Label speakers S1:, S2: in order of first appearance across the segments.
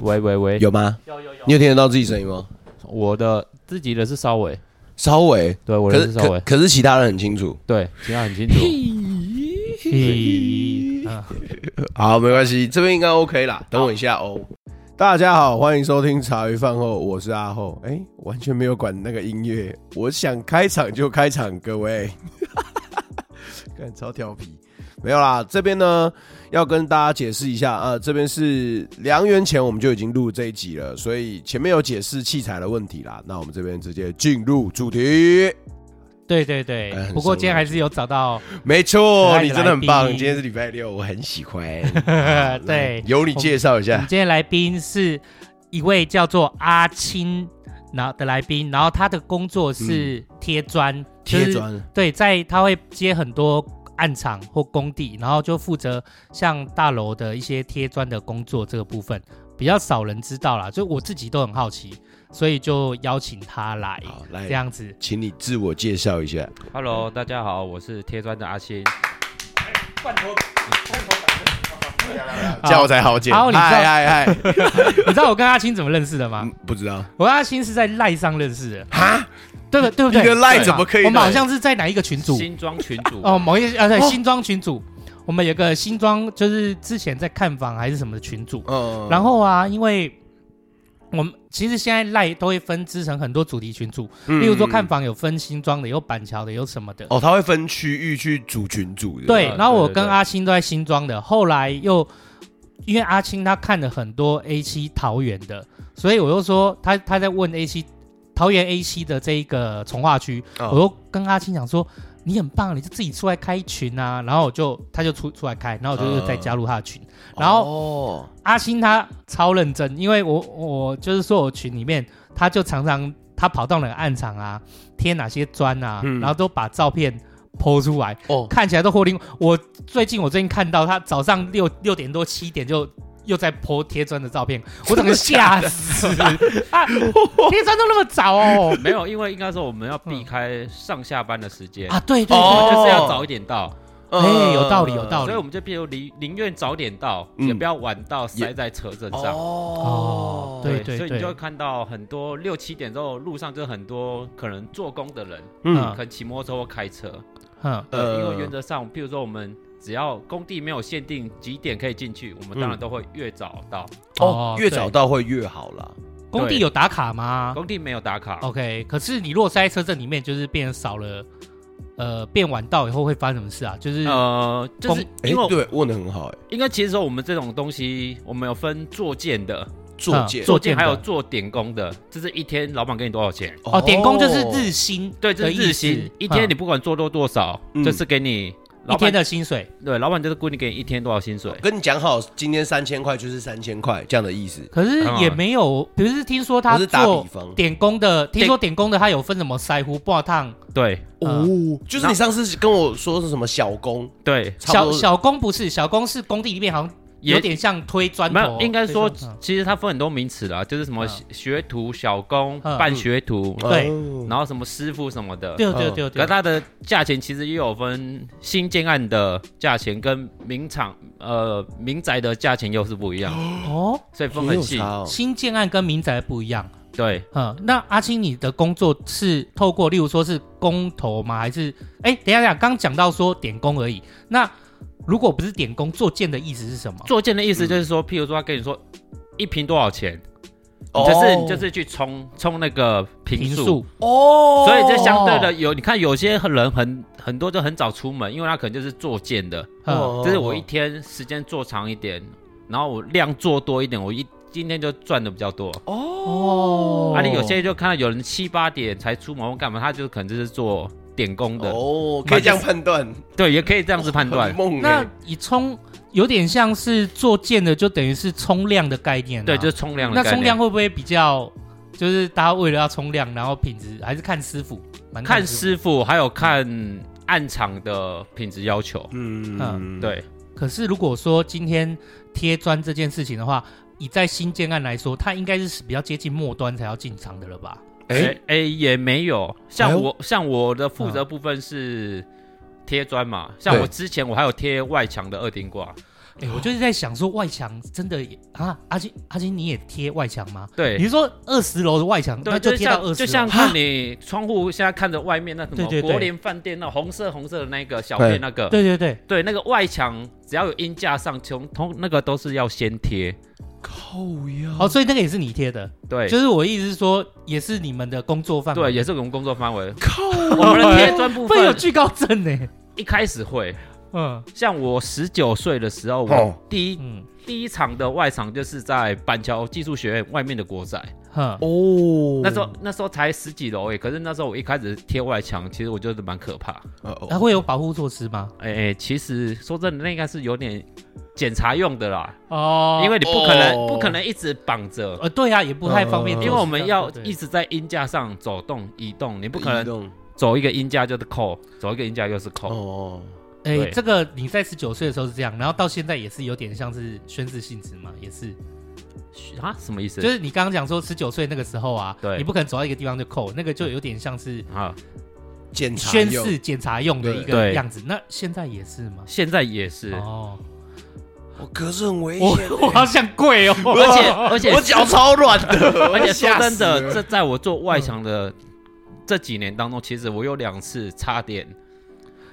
S1: 喂喂喂，
S2: 有吗？
S1: 有有有，
S2: 你有听得到自己声音吗？
S1: 我的自己的是稍微，
S2: 稍微，
S1: 对我
S2: 可
S1: 的
S2: 是
S1: 是稍
S2: 可
S1: 微，
S2: 可是其他人很清楚。
S1: 对，其他很清楚。嘿啊
S2: 好，没关系，这边应该 OK 啦。等我一下哦。大家好，欢迎收听茶余饭后，我是阿后。哎、完全没有管那个音乐，我想开场就开场，各位， 看超调皮。没有啦，这边呢要跟大家解释一下啊、呃这边是两元前我们就已经录这一集了，所以前面有解释器材的问题啦。那我们这边直接进入主题。
S3: 对对对
S2: 哎很，
S3: 不过
S2: 熟
S3: 今
S2: 了
S3: 天还是有找 到，
S2: 没错，
S3: 可爱的
S2: 你真的很棒。
S3: 来
S2: 今
S3: 宾
S2: 天是礼拜六，我很喜欢。 啊
S3: 对，
S2: 由你介绍一
S3: 我
S2: 下
S3: 们。今天来宾是一位叫做阿青，然后的来宾，然后他的工作是贴砖，就
S2: 嗯
S3: 是
S2: 贴砖，
S3: 对，在他会接很多暗场或工地，然后就负责像大楼的一些贴砖的工作这个部分，比较少人知道啦，就我自己都很好奇，所以就邀请他来
S2: 好哎
S3: 这
S2: 来，
S3: 样哦子。
S2: 请你自我介绍一下。
S4: Hello，大家好，我是贴砖的阿星。
S3: 好这样我
S2: 才好解
S3: 好你知道
S2: 嗨嗨 嗨，
S3: 你知道我跟阿青怎么认识的吗
S2: 嗯？不知道
S3: 我跟阿星是在赖上认识的，
S2: 哈，
S3: 对不对不对？
S2: 你的赖
S3: 对吧
S2: 怎么可以
S3: 我们好
S2: 赖
S3: 像是在哪一个群组？
S4: 新装群主
S3: 哦，某一呃对
S2: 哦
S3: 新庄群组，我们有个新庄，就是之前在看房还是什么的群组。
S2: 嗯
S3: 然后啊，因为我们其实现在赖都会分支成很多主题群组，例如说看，
S2: 嗯
S3: 房有分新庄的，有板桥的，有什么的。
S2: 哦，他会分区域去组群组的，
S3: 对，
S4: 对
S3: 然后我
S4: 对对
S3: 跟
S4: 对？
S3: 阿青都在新庄的，后来又因为阿青他看了很多 A 七桃园的，所以我又说他他在问 A 七桃园 A 七的这一个从化区，
S2: 哦
S3: 我又跟阿青讲说你很棒，你就自己出来开群啊，然后我就他就出出来开，然后我就
S2: 嗯
S3: 又再加入他的群。然后
S2: 后
S3: 阿星他超认真，因为我我就是说我群里面，他就常常他跑到哪个暗场啊，贴哪些砖啊，
S2: 嗯
S3: 然后都把照片剖出来，
S2: 哦，
S3: 看起来都活灵。我最近我最近看到他早上六六点多七点就又在剖贴砖的照片，我整个吓 死！啊，贴砖都那么早哦
S4: 没有，因为应该说我们要避开上下班的时间，
S3: 啊，对对对，
S2: 哦
S4: 就是要早一点到，
S2: 嗯
S3: 哎有道理有道理
S4: 所以我们就比如宁宁愿早点到，
S2: 嗯
S4: 也不要晚到
S2: 也
S4: 塞在车阵上。
S2: 哦
S3: 哦对对
S4: 所以你
S3: 对
S4: 就会看到很多六七点之后，路上就很多可能做工的人，
S2: 嗯
S3: 嗯
S4: 可能骑摩托车或开车。
S3: 嗯，
S4: 对，
S2: 呃
S4: 因为原则上，譬如说我们只要工地没有限定几点可以进去，我们
S3: 嗯
S4: 当然都会越早到。
S2: 哦
S3: 哦，
S2: 越早到会越好啦。
S3: 工地有打卡吗？
S4: 工地没有打卡，
S3: OK，可是你如果塞在车阵里面，就是变少了，呃，变晚到以后会发生什么事啊？就是、
S4: 呃，就是
S2: 哎
S4: 因为，
S2: 对，问的很好，哎，
S4: 应该其实说我们这种东西，我们有分做件的，
S2: 作
S3: 啊
S2: 界
S4: 做
S3: 作件
S4: 件
S3: 的
S4: 还有做点工的，这是一天老板给你多少钱？
S3: 哦，点工就是日薪，
S4: 对，这是日
S3: 的意
S4: 薪
S3: 思，
S4: 一天
S3: 嗯
S4: 你不管做多多少，
S2: 嗯
S4: 就是给你
S3: 一
S4: 老
S3: 天
S4: 板
S3: 的哦薪水。
S4: 对，老板就是固定给你一天多少薪水。
S2: 哦跟你讲好，今天三千块就是三千块，这样的意思。
S3: 可是
S4: 嗯
S3: 也没有，比如是听说他
S2: 我是打
S3: 做
S2: 比方
S3: 点工的，听说点工的他有分什么腮胡、爆烫、
S4: 对
S3: 呃
S2: 哦，就是你上次跟我说是什么小工，
S4: 对，
S2: 差不多
S3: 小小工不是小工是工地里面好像有
S4: 也
S3: 点像推砖
S4: 没
S3: 头哦
S4: 有，，应该说
S3: 推砖
S4: 其实它分很多名词啦，就是什么
S3: 嗯
S4: 学学徒、小工、
S3: 嗯
S4: 半学徒，
S3: 对
S2: 哦
S4: 然后什么师傅什么的
S3: 嗯。对对对
S4: 呃可
S3: 对，
S4: 它的价钱其实也有分新建案的价钱跟民厂呃民宅的价钱又是不一样，
S3: 哦，
S4: 所以分
S2: 也有
S4: 很细。
S2: 差哦
S3: 新建案跟民宅不一样。
S4: 对，
S3: 嗯，那阿青，你的工作是透过，例如说是工头吗？还是哎、等一下，等一下，刚讲到说点工而已。那如果不是点工，做件的意思是什么？
S2: 哦
S4: 做件的意思就是说，譬如说他跟你说一瓶多少钱，
S2: 哦
S4: 你就是你就是去冲冲那个瓶数，
S2: 哦
S4: 所以这相对的有你看有些人很很多就很早出门，因为他可能就是做件的，
S2: 哦
S3: 嗯，
S4: 就是我一天时间做长一点，然后我量做多一点，我一今天就赚的比较多。
S3: 哦
S4: 啊，你有些就看到有人七八点才出门或干嘛，他就可能就是做点工的，
S2: 哦，可以这样判断，
S4: 对，也可以这样子判
S3: 哦
S4: 断
S2: 很。梦
S3: 那
S2: 欸
S3: 你冲有点像是做件的，就等于是冲量的概念、啊。
S4: 对，就是冲量的
S3: 那
S4: 概念。
S3: 冲量会不会比较，就是大家为了要冲量，然后品质还是看师傅，蛮
S4: 看
S3: 师
S4: 师傅，还有看暗场的品质要求。
S2: 嗯
S3: 嗯，
S4: 对，
S3: 傅。可是如果说今天贴砖这件事情的话。以在新建案来说，它应该是比较接近末端才要进场的了吧？
S4: 哎、
S2: 哎，
S4: 哎、也没有，
S2: 哎
S4: 像
S2: 呦
S4: 我、像我的负
S3: 嗯
S4: 责部分是贴砖嘛，像
S2: 对
S4: 我之前我还有贴外墙的二丁挂，
S3: 哎、我就是在想说外墙真的也啊，阿金阿金你也贴外墙吗？你
S4: 对
S3: 是说二十楼的外墙，那
S4: 嗯对，就
S3: 贴到
S4: 像
S3: 二十，
S4: 就像看你窗户现在看着外面那什
S3: 对
S4: 么
S3: 对对
S4: 国联饭店那红色红色的那个小
S2: 对
S4: 店那个，
S3: 对对对，
S4: 对，那个外墙只要有阴架上，从通那个都是要先贴。
S2: 靠呀！
S3: 哦，所以那个也是你贴的，
S4: 嗯对，
S3: 就是我意思是说，也是你们的工作范围，
S4: 对，也是我们工作范围。
S2: 靠！
S4: 我们的贴砖部
S3: 会有
S4: 分
S3: 惧高症呢，
S4: 一开始会，
S3: 嗯
S4: 像我十九岁的时候，
S2: 哦
S4: 我第一
S3: 嗯
S4: 第一场的外场就是在板桥技术学院外面的国仔，
S3: 哼，
S2: 哦
S4: 那时候那时候才十几楼诶，可是那时候我一开始贴外墙，其实我觉得蛮可怕。
S2: 哦
S3: 还会有保护措施吗？
S4: 哎、其实说真的，那应该是有点检查用的啦，
S3: 哦，
S4: 因为你不可能、
S2: 哦
S4: 不可能一直绑着，
S3: 呃，对啊，也不太方便
S4: 嗯因
S2: 呃
S3: 做事
S4: 为
S3: 啊，
S4: 我们要
S3: 对
S4: 一直在音架上走动移动，你不可能
S2: 能
S4: 走一个音架就是扣，走一个音架又是扣。
S2: 哦，
S3: 哎、
S4: 对
S3: 这个你在十九岁的时候是这样，然后到现在也是有点像是宣誓性质嘛，也是，
S4: 啊、什么意思？
S3: 就是你刚刚讲说十九岁那个时候啊，
S4: 对
S3: 你不可能走到一个地方就扣，那个就有点像是
S4: 啊，
S2: 检查
S3: 宣
S2: 用
S3: 誓检查用的一个
S4: 对
S3: 样子。那现在也是吗？
S4: 现在也是，
S3: 哦，
S2: 哦可是很危
S3: 我
S2: 险，欸
S3: 我好想跪哦，
S4: 而且而且
S2: 我脚超软的，
S4: 而且说
S2: 吓
S4: 真
S2: 死
S4: 的，
S2: 了
S4: 这在我做外墙的这几年当中，其实我有两次差点，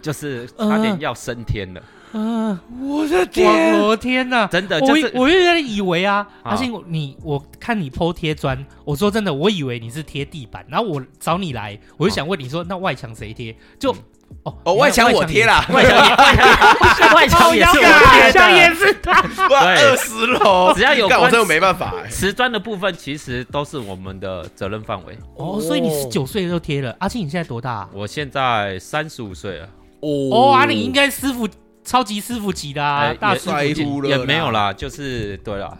S4: 就是差点要升天了，
S3: 嗯，
S2: 我的
S3: 我
S2: 天，
S3: 我天哪！
S4: 真的就
S3: 我一
S4: 是
S3: 我原来以为啊，
S4: 啊
S3: 阿信，我你我看你剖贴砖，我说真的，我以为你是贴地板，然后我找你来，我就想问你说，那外墙谁贴？就
S4: 啊嗯
S3: 哦
S2: 哦，外墙我贴，啦，
S4: 外墙也外墙也是
S3: 哦
S4: 我贴
S3: 墙
S4: 的，
S3: 也是他，
S2: 哇二十楼，
S4: 只要有
S2: 哦干我
S4: 关
S2: 真的没办法哎，
S4: 瓷砖的部分，其实都是我们的责任范围。
S3: 哦，所以你十九岁就贴了，阿庆你现在多大啊？
S4: 我现在三十五岁了，
S3: 哦，
S2: 哦
S3: 阿你应该师傅超级师傅级的啊，
S4: 哎
S3: 大
S4: 也
S3: 师傅
S2: 在
S3: 级
S2: 乎。了
S4: 也
S2: 啦
S4: 没有啦，就是对啦，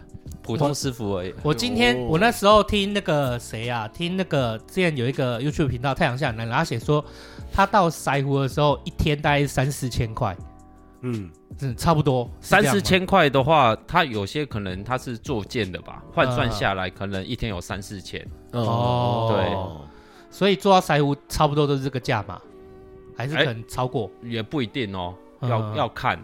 S4: 普通师傅而已。
S3: 我今天
S2: 哦
S3: 我那时候听那个谁啊，听那个之前有一个 YouTube 频道《太阳下的男人》，他写说他到筛湖的时候一天大概三四千块，
S2: 嗯，
S3: 嗯，差不多是这
S4: 三
S3: 样吗
S4: 四千块的话，它有些可能它是做件的吧，换算下来可能一天有三四千。
S3: 嗯哦所以做到筛湖差不多都是这个价嘛，还
S4: 哎
S3: 是可能超过，
S4: 也不一定哦，要、
S3: 嗯
S4: 要看。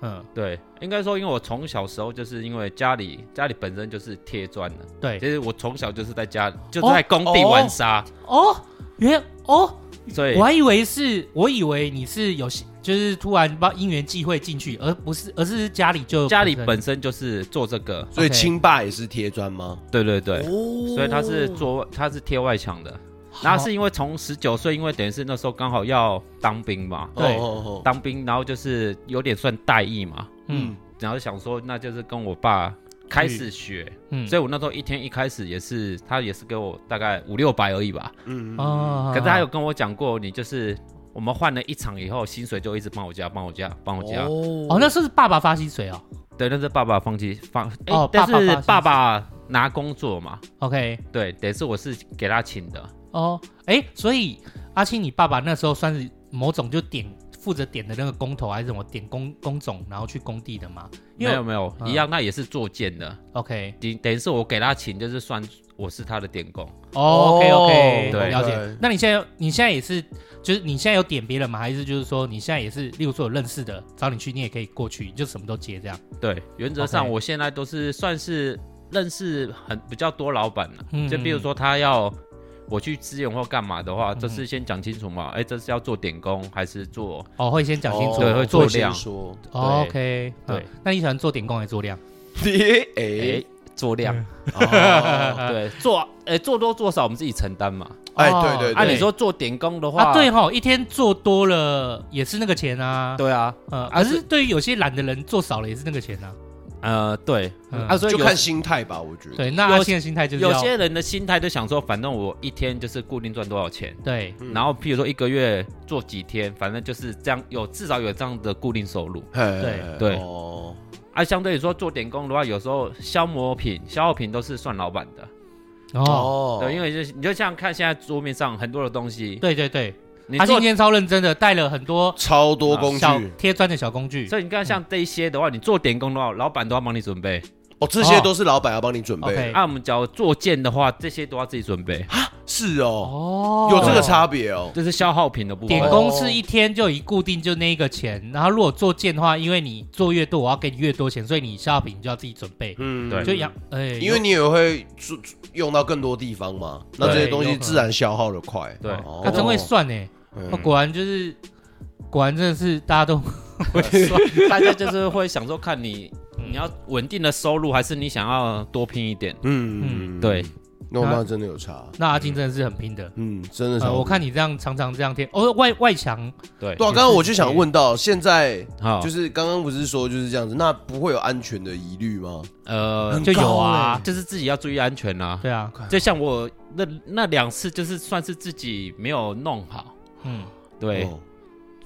S3: 嗯，
S4: 对，应该说，因为我从小时候就是因为家里家里本身就是贴砖的，
S3: 对，
S4: 其实我从小就是在家就是在工地玩沙，
S3: 哦，原来哦，
S4: 所以
S3: 我还以为是，我以为你是有就是突然把因缘际会进去，而不是而是家里就
S4: 家里本身就是做这个。
S2: 所以
S3: OK
S2: 清霸也是贴砖吗？
S4: 对对对，
S2: 哦
S4: 所以他是做他是贴外墙的，
S3: 好
S4: 然后是因为从十九岁，因为等于是那时候刚好要当兵嘛，
S3: 对
S2: 哦，哦哦
S4: 当兵，然后就是有点算代役嘛，
S3: 嗯
S4: 然后想说那就是跟我爸开始学，
S3: 嗯，
S4: 所以我那时候一天一开始也是他也是给我大概五六百而已吧，
S2: 嗯，
S3: 哦，
S4: 可是他有跟我讲过，你就是我们换了一场以后，薪水就一直帮我加，帮我加，帮我加。
S3: 哦，那时候是爸爸发薪水哦
S4: 对，但是爸爸放弃放，哎
S3: 哦
S4: 但
S3: 爸爸
S4: 是
S3: 发薪
S4: 爸爸拿工作嘛，
S3: ，OK，
S4: 对，等于是我是给他请的，
S3: 哦，哎，所以阿青，你爸爸那时候算是某种就点负责点的那个工头，还是什么点工工种，然后去工地的嘛？因
S4: 没
S3: 为
S4: 有没有
S3: 嗯
S4: 一样，那也是做件的，
S3: OK，
S4: 等等于是我给他请，就是算我是他的点工。
S3: 哦，OK OK，
S4: 对
S3: 了解
S2: 对。
S3: 那你现在你现在也是，就是你现在有点别人吗？还是就是说你现在也是，例如说有认识的找你去，你也可以过去，你就什么都接这样？
S4: 对，原则上
S3: OK
S4: 我现在都是算是认识很比较多老板了、
S3: 嗯
S4: 就比如说他要我去支援或干嘛的话，
S3: 嗯
S4: 这是先讲清楚嘛，哎、这是要做点工还是做？
S3: 哦，会先讲清楚，
S4: 哦对会做
S3: 先
S4: 量
S2: 说，
S3: 哦 OK，
S4: 对
S3: 嗯那你喜欢做点工还是做量？
S2: 哎
S4: 哎，做量，
S3: 嗯啊
S2: 哦
S4: 对，做哎做多做少我们自己承担嘛。
S2: 哎
S3: 哦
S2: 对对对
S4: 按、理说做点工的话，
S3: 啊，对哈，一天做多了也是那个钱啊。
S4: 对啊，
S3: 呃，
S4: 啊
S3: 而是对于有些懒的人做少了也是那个钱啊。
S4: 呃对，
S3: 嗯
S4: 啊所以
S2: 就
S4: 有
S2: 看心态吧，我觉得。
S3: 对，那
S4: 有
S3: 阿信的心态就是
S4: 有
S3: 要
S4: 些人的心态就想说，反正我一天就是固定赚多少钱。
S3: 对，
S2: 嗯
S4: 然后，譬如说一个月做几天，反正就是这样，有至少有这样的固定收入。
S2: 对
S4: 对
S2: 哦，
S4: 啊，相对于说做点工的话，有时候消磨品、消耗品都是算老板的，
S3: 哦，
S4: 对，因
S2: 为
S4: 为就是你就像看现在桌面上很多的东西，
S3: 对啊对对，
S4: 你
S3: 他今
S4: 做，
S3: 天超认真的，带了很多
S2: 超多工
S3: 小
S2: 具
S3: 贴砖的小工具。
S4: 所以你看像这一些的话，你做点工的话，老板都要帮你准备。
S2: 哦，这些都是老板要帮你准备
S3: 哦 OK
S2: 的。
S4: 啊，我们只要做件的话，这些都要自己准备。
S2: 是哦，
S3: 哦
S2: 有这个差别哦。
S4: 这是消耗品的部分
S3: 点。工 是一天就一固定就那一个钱，然后如果做件的话，因为你做越多，我要给你越多钱，所以你下品就要自己准备，
S2: 嗯
S4: 对
S3: 就养哎，
S2: 因为你也会做用到更多地方嘛，那这些东西自然消耗的快。
S4: 对
S2: 哦
S3: 他啊真会算呢，
S2: 嗯
S3: 那果然就是果然真的是大家都 会算，
S4: 大家就是会想说，看你
S3: 嗯
S4: 你要稳定的收入，还是你想要多拼一点？
S2: 嗯，
S4: 对，
S2: 那我妈真的有差，
S3: 那阿金真的是很拼的。
S2: 嗯，真的差
S3: 呃，
S2: 不多。
S3: 我看你这样常常这样贴，哦，外外墙
S4: 对，
S2: 对啊，刚刚我就想问到，现在
S4: 好，
S2: 就是是刚刚不是说就是这样子，那不会有安全的疑虑吗？
S4: 呃，
S3: 就有啊，
S4: 就是自己要注意安全啦。
S3: 对啊，
S4: 就像我那那两次，就是算是自己没有弄好。
S3: 嗯，
S4: 对，
S2: 哦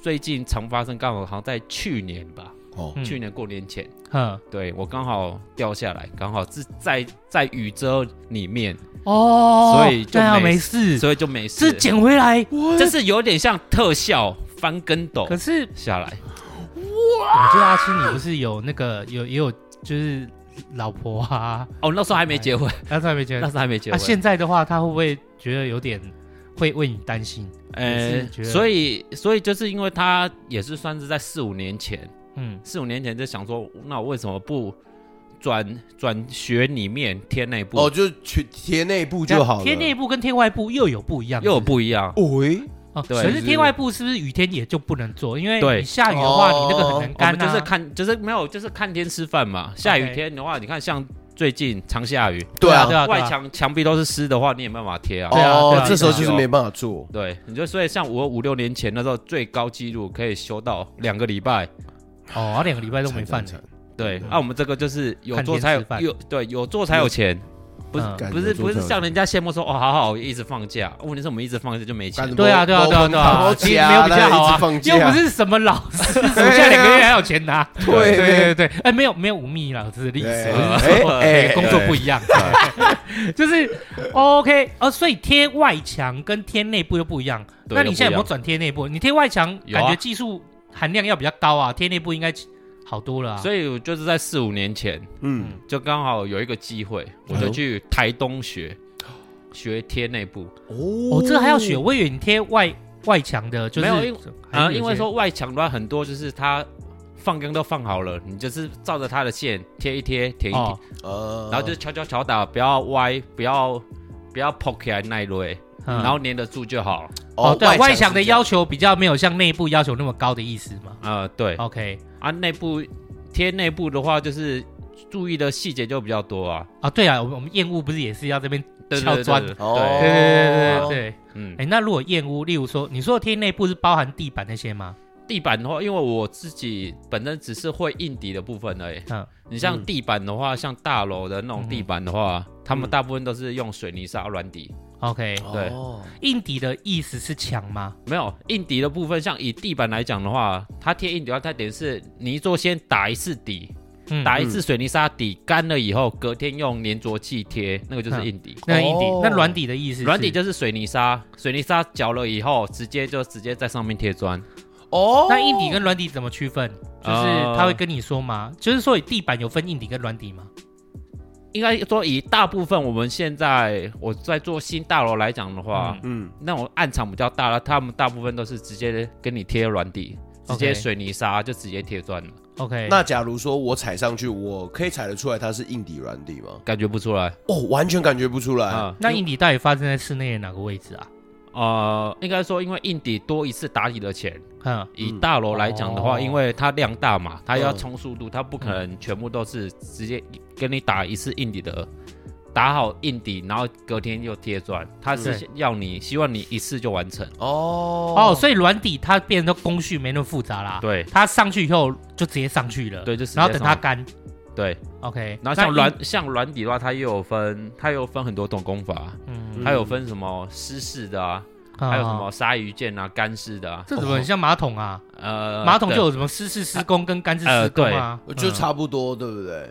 S4: 最近常发生，刚好好像在去年吧，
S2: 哦，
S3: 嗯
S4: 去年过年前，
S3: 哼，
S4: 对我刚好掉下来，刚好是在在雨遮里面，
S3: 哦，
S4: 所以就
S3: 对啊，
S4: 没
S3: 没事，
S4: 所以就没事
S3: 是。捡回来，
S4: 这是有点像特效翻跟斗
S3: 可是
S4: 下来，
S3: 我记得阿青你不是有那个有也有就是老婆啊，
S4: 哦，那时候还没结婚，
S3: 那时候还没结
S4: 那
S3: 婚
S4: 时。候还没结
S3: 那
S4: 婚。
S3: 啊现在的话，他会不会觉得有点会为你担心？也
S4: 呃
S3: 是，觉得
S4: 所以所以就是因为他也是算是在四五年前，
S3: 嗯，
S4: 四五年前就想说，那我为什么不转转学里面贴内部？
S2: 哦，就去贴内部就好了。
S3: 贴内部跟贴外部又有不一样，
S4: 又有不一样。
S2: 部，喂，
S3: 哦。
S4: 对
S3: 可是贴外部是不是雨天也就不能做？因为
S4: 对
S3: 你下雨的话，
S2: 哦
S3: 你那个很难
S4: 我们
S3: 干
S4: 就
S3: 啊。
S4: 是看，就是没有，就是看天吃饭嘛。下雨
S3: OK
S4: 天的话，你看像最近常下雨，
S2: 对啊，
S3: 对啊，
S4: 外墙墙壁都是湿的话，你也没办法贴啊。
S3: 对啊对
S2: 哦
S3: 啊，
S2: 这时候就是没办法做。
S4: 对，你就所以像我五六年前那时候最高纪录可以修到两个礼拜，
S3: 哦，他两个礼拜都没
S2: 惨
S3: 犯
S2: 惨惨
S4: 对，
S3: 嗯
S4: 啊，我们这个就是有
S3: 看
S4: 做
S3: 天
S4: 才
S3: 吃
S4: 有
S3: 饭
S4: 有对有做才有钱，不是
S3: 嗯
S2: 干
S4: 不是
S2: 有做
S4: 不是
S2: 才有
S4: 像人家羡慕说哦好好一直放假，问题是我们一直放假就没钱
S2: 干，
S3: 对啊，对啊，对啊，对啊，
S2: 其
S3: 其
S2: 实
S3: 实没有比较好啊，
S2: 放
S3: 又
S2: 假
S3: 不是什么 老师，暑假两个月还有钱拿。
S2: 啊对
S3: 对对对，哎，没有没有忤逆老师的历史，我是说
S2: 哎哎
S3: 对工作不一样， 就是 OK 呃，所以贴外墙跟贴内部又不一样。
S4: 对
S3: 那你现在有没
S4: 又
S3: 有
S4: 不
S3: 转贴内部？你贴外墙
S4: 有啊
S3: 感觉技术含量要比较高啊，贴内部应该好多了啊。
S4: 所以我就是在四五年前
S2: 嗯，
S4: 就刚好有一个机会，我
S2: 哎
S4: 就
S2: 呦
S4: 去台东学学贴内部，
S2: 哦
S3: 哦，这个还要学，我以为你贴外外墙的，就
S4: 没
S3: 是
S4: 有因为
S3: 还
S4: 啊，
S3: 是有
S4: 因为
S3: 些
S4: 说外墙的话很多就是它放光都放好了，你就是照着它的线贴一贴贴一贴，
S3: 哦，
S2: 呃
S4: 然后就敲敲敲打，不要歪，不要不要 poke 起来那一类，
S3: 嗯
S4: 然后粘得住就好。
S3: 哦，对，外墙
S2: 墙
S3: 的要求比较没有像内部要求那么高的意思嘛。
S4: 呃，对
S3: OK
S4: 啊，内部贴内部的话，就是注意的细节就比较多啊。
S3: 啊，对啊，我们我们燕屋不是也是要这边
S4: 对
S3: 敲
S4: 对对
S3: 砖
S4: 对，
S2: 哦
S3: 对
S4: 对，
S3: 对对对对。
S4: 嗯，
S3: 哎，那如果燕屋，例如说，你说的贴内部是包含地板那些吗？
S4: 地板的话，因为我自己本身只是会硬底的部分而已。
S3: 嗯，嗯
S4: 你像
S2: 嗯
S4: 地板的话，像大楼的那种地板的话，他们大部分都是用水泥沙软底，
S3: OK，
S4: 对
S3: 硬底的意思是墙吗？
S4: 没有硬底的部分。像以地板来讲的话，它贴硬底的话，它等于是泥做先打一次底，
S3: 嗯，
S4: 打一次水泥沙底干了以后，隔天用粘着剂贴，那个就是硬底。
S3: 那硬底
S2: 哦，
S3: 那软底的嗯意思是？
S4: 软底就是水泥沙，水泥沙搅了以后，直接就直接在上面贴砖。
S2: 哦
S3: 那硬底跟软底怎么区分？就是
S4: 呃
S3: 他会跟你说吗？就是说地板有分硬底跟软底吗？
S4: 应该说，以大部分我们现在我在做新大楼来讲的话，
S2: 嗯
S4: 那种暗场比较大了，他们大部分都是直接跟你贴软底，直
S3: OK
S4: 接水泥沙就直接贴砖了，
S3: ，OK，
S2: 那假如说我踩上去，我可以踩得出来它是硬底软底吗？
S4: 感觉不出来
S2: 哦，完全感觉不出来。
S4: 啊。
S3: 那硬底到底发生在室内的哪个位置啊？
S4: 呃，应该说，因为硬底多一次打底的钱，
S3: 嗯，
S4: 以
S2: 嗯
S4: 大楼来讲的话，
S3: 哦
S4: 因为它量大嘛，它要
S2: 嗯
S4: 冲速度，它不可能全部都是直接跟你打一次硬底的，打好硬底，然后隔天又贴砖，它是
S3: 对
S4: 要你希望你一次就完成。
S2: 哦
S3: 哦，所以软底它变成工序没那么复杂啦。
S4: 对
S3: 它上去以后就直接上去了。
S4: 对就直接
S3: 然后等它
S4: 上
S3: 干。
S4: 对，
S3: OK，
S4: 然后像
S3: 那
S4: 软像软底的话，它又有分，它又有分很多种功法，
S3: 嗯，
S4: 它有分什么湿式的啊，
S3: 嗯
S4: 还有什么？鲨鱼剑啊，干式的啊，
S3: 这怎么很像马桶啊？
S4: 呃，
S3: 马桶就
S4: 对
S3: 有什么湿式施工跟干式
S4: 呃
S3: 施工啊？
S2: 就
S3: 嗯
S2: 差不多，对不对？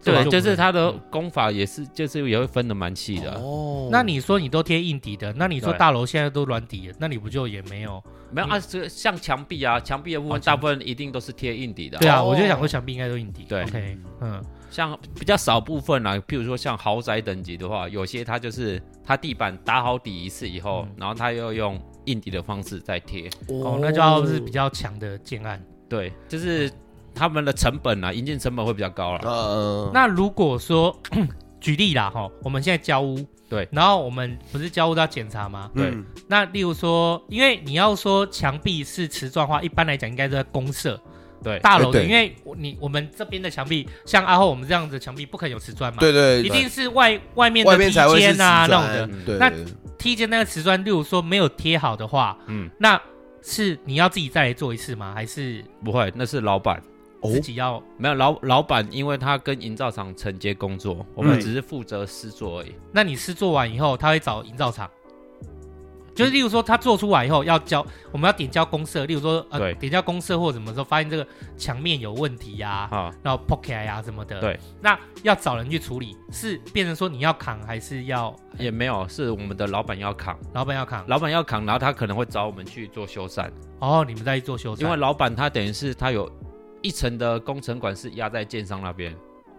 S3: 这
S4: 对，
S3: 种
S4: 就是它的
S3: 嗯
S4: 功法也是，就是也会分的蛮细的。
S2: 哦
S3: 那你说你都贴硬底的，那你说
S4: 对
S3: 大楼现在都软底了，那你不就也没有？
S2: 嗯
S4: 没有啊，这个像墙壁啊，墙壁的部
S3: 哦
S4: 分
S3: 墙
S4: 大部分一定都是贴硬底的啊。
S3: 对啊，
S2: 哦
S3: 我就想说墙壁应该都硬底。
S4: 对
S3: OK，嗯，
S4: 像比较少部分啦，譬如说像豪宅等级的话，有些它就是它地板打好底一次以后，
S3: 嗯
S4: 然后它又用硬底的方式再贴。
S3: 哦，那就要是比较强的建案。
S2: 嗯
S4: 对，
S3: 嗯
S4: 就是他们的成本啊，营建成本会比较高啦。
S2: 呃，
S3: 那如果说 举例啦，哈，我们现在交屋，
S4: 对，
S3: 然后我们不是交屋都要检查吗？
S4: 对
S2: 嗯
S3: 那例如说，因为你要说墙壁是瓷砖的话，一般来讲应该都在公社
S4: 对，
S3: 大楼的，
S2: 哎对
S3: 因为我你我们这边的墙壁，像阿后我们这样子的墙壁不可能有瓷砖嘛，，
S2: 对对，
S3: 一定是外外面的
S2: 外
S3: 梯
S2: 面才会是
S3: 间啊
S2: 瓷
S3: 那
S2: 砖
S3: 种的，
S4: 嗯
S2: 对，
S3: 那
S2: 对对
S3: 梯间那个瓷砖，例如说没有贴好的话，
S4: 嗯，
S3: 那是你要自己再来做一次吗？还是
S4: 不会，那是老板。
S2: 哦
S3: 自己要？
S4: 没有老老板，因为他跟营造厂承接工作，我们
S2: 嗯
S4: 只是负责施作而已。
S3: 那你是做完以后，他会找营造厂，就是例如说他做出来以后要交，我们要点交公社，例如说呃
S4: 对
S3: 点交公社或什么时候发现这个墙面有问题呀、
S4: 啊，
S3: 然后 p o c k e t 呀什么的，
S4: 对，
S3: 那要找人去处理，是变成说你要扛还是要
S4: 也没有，是我们的老板要扛，
S3: 老板要扛？
S4: 老板要扛，然后他可能会找我们去做修缮，
S3: 哦，你们再去做修缮，
S4: 因为老板他等于是他有一层的工程管是压在建商那边，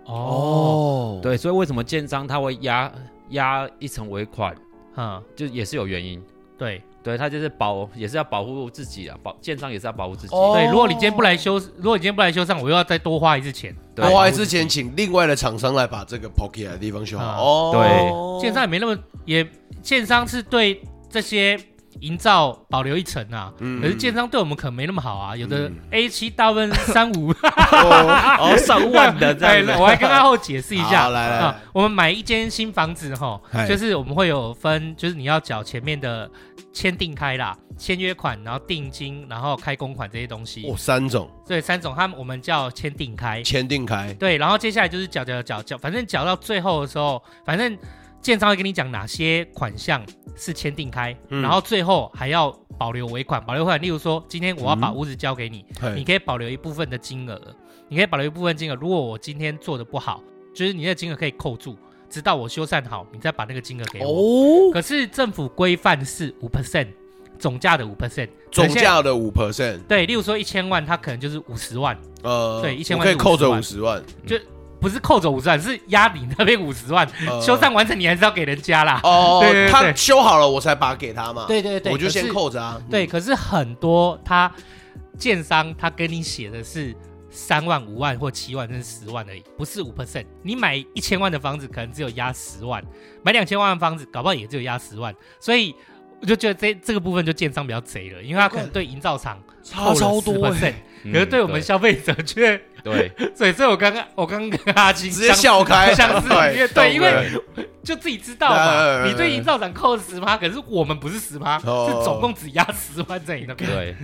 S3: 哦，
S2: 哦，
S4: 对，所以为什么建商他会压压一层尾款，
S3: 嗯，
S4: 就也是有原因，
S3: 对
S4: 对他就是保也是要保护自己啊，保建商也是要保护自己，
S2: 哦
S3: 对，如果你今天不来修，如果你今天不来修缮，我又要再多花一次钱，
S4: 对
S2: 那我还之前请另外的厂商来把这个 pocket 的地方修
S3: 啊
S2: 好。哦，
S4: 对
S3: 建商也没那么也，建商是对这些营造保留一层啊，
S2: 嗯
S3: 可是建商对我们可能没那么好啊，有的
S2: 嗯
S3: A 七大部分三 五
S2: 哦
S4: 哦，上万的这样
S3: 对
S4: 子，
S3: 我还跟阿后解释一下
S2: 好，来来
S3: 啊
S2: 来，
S3: 我们买一间新房子哈，
S2: 嗨
S3: 就是我们会有分，就是你要缴前面的签订开啦、签约款，然后定金，然后开工款这些东西
S2: 哦，，三种
S3: 对，三种，他们我们叫签订开，
S2: 签订开，
S3: 对，然后接下来就是缴缴缴缴，反正缴到最后的时候，反正建商会跟你讲哪些款项是签订开，
S2: 嗯
S3: 然后最后还要保留尾款，保留尾款，例如说今天我要把
S2: 嗯
S3: 屋子交给你，你
S2: 嘿
S3: 可以保留一部分的金额，你可以保留一部分金额。如果我今天做的不好，就是你的金额可以扣住，直到我修缮好，你再把那个金额给我。
S2: 哦，
S3: 可是政府规范是五 percent 总价的五 percent，
S2: 总价的五 percent，
S3: 对，例如说一千万，它可能就是五十万，
S2: 呃，
S3: 对1000
S2: 我
S3: 万
S2: 可以扣
S3: 50
S2: 走
S3: 万
S2: 五十万，
S3: 不是扣走五十万，是压你那边五十万。
S2: 呃
S3: 修缮完成你还是要给人家啦。
S2: 哦
S3: 对对，对
S2: 他
S3: 对
S2: 修好了我才把给他嘛，，
S3: 对对
S2: 我就先。扣着啊，
S3: 对，可是很多他建商他跟你写的是三万、五万或七万甚至十万而已，不是五 percent。你买一千万的房子可能只有压十万，买两千万的房子搞不好也只有压十万，所以。我就觉得这这个部分就建商比较贼了，因为他可能对营造厂
S2: 差嗯超
S3: 多哎
S2: 多欸，
S4: 嗯
S3: 可是对我们消费者却，
S4: 对
S3: 所以所以我刚刚我刚刚跟阿金
S2: 直接
S3: 相
S2: 笑开， 哎
S3: 像是因为对因为
S2: 懂了
S3: 就自己知道
S2: 来来
S3: 嘛，
S2: 来来
S3: 你对营造厂扣十趴，可是我们不是十趴，是
S2: 哎哦
S3: 总共只压十万在你那 边。
S4: 对，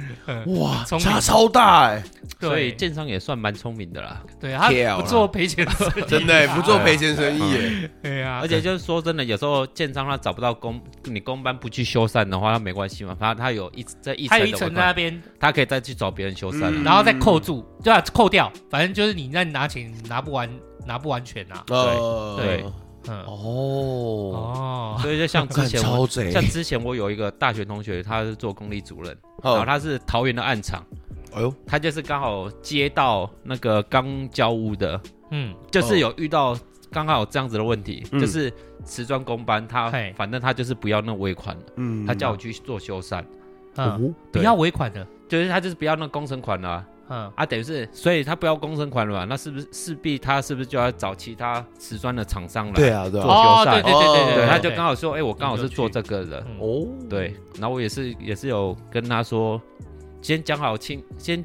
S2: 哇，
S3: 聪明
S2: 差超大哎，
S4: 所以
S3: 对
S4: 建商也算蛮聪明的啦。
S3: 对，他
S2: 跳
S3: 不
S2: 啦
S3: 做赔钱生意，
S2: 真的欸不做
S3: 哎
S2: 赔钱生意欸，
S3: 啊对啊，
S4: 而且就是说真的，有时候建商他找不到工，你工班不去修缮的话，他没关系嘛，反正他有一这一
S3: 他
S4: 层
S3: 有
S4: 的
S3: 一层
S4: 尾
S3: 在那
S4: 款，
S3: 边，
S4: 他可以再去找别人修缮
S2: 嗯
S4: 啊。
S3: 然后再扣住，对啊，扣掉，反正就是你那你拿钱拿不完，拿不完全啊。
S2: 呃，
S4: 对，哦
S3: 嗯，
S2: 哦，
S3: 哦，
S4: 所以就像之
S2: 干
S4: 前我
S2: 超贼，
S4: 像之前我有一个大学同学，他是做公立主任，然后
S2: 好，
S4: 他是桃园的暗场，
S2: 哎呦，
S4: 他就是刚好接到那个刚交屋的，
S3: 嗯，
S4: 就是有遇到刚好有这样子的问题，
S2: 哦嗯
S4: 就是瓷砖工班他
S3: 嘿
S4: 反正他就是不要那尾款，
S2: 嗯
S4: 他叫我去做修缮，
S3: 嗯，
S4: 哦对
S3: 你要尾款的，
S4: 就是他就是不要那工程款了啊。
S3: 嗯，
S4: 啊，等于是，所以他不要工程款了嘛，那是不是势必他是不是就要找其他瓷砖的厂商来？
S2: 对啊，对啊，
S4: 做
S3: 哦，
S4: 修缮
S3: 对对对对
S4: 对，
S3: 对，
S4: 他就刚
S3: 好，
S4: 好说，哎、我刚好是做这个的，
S3: 嗯
S2: 哦，
S4: 对，然后我也是也是有跟他说，先讲好清，先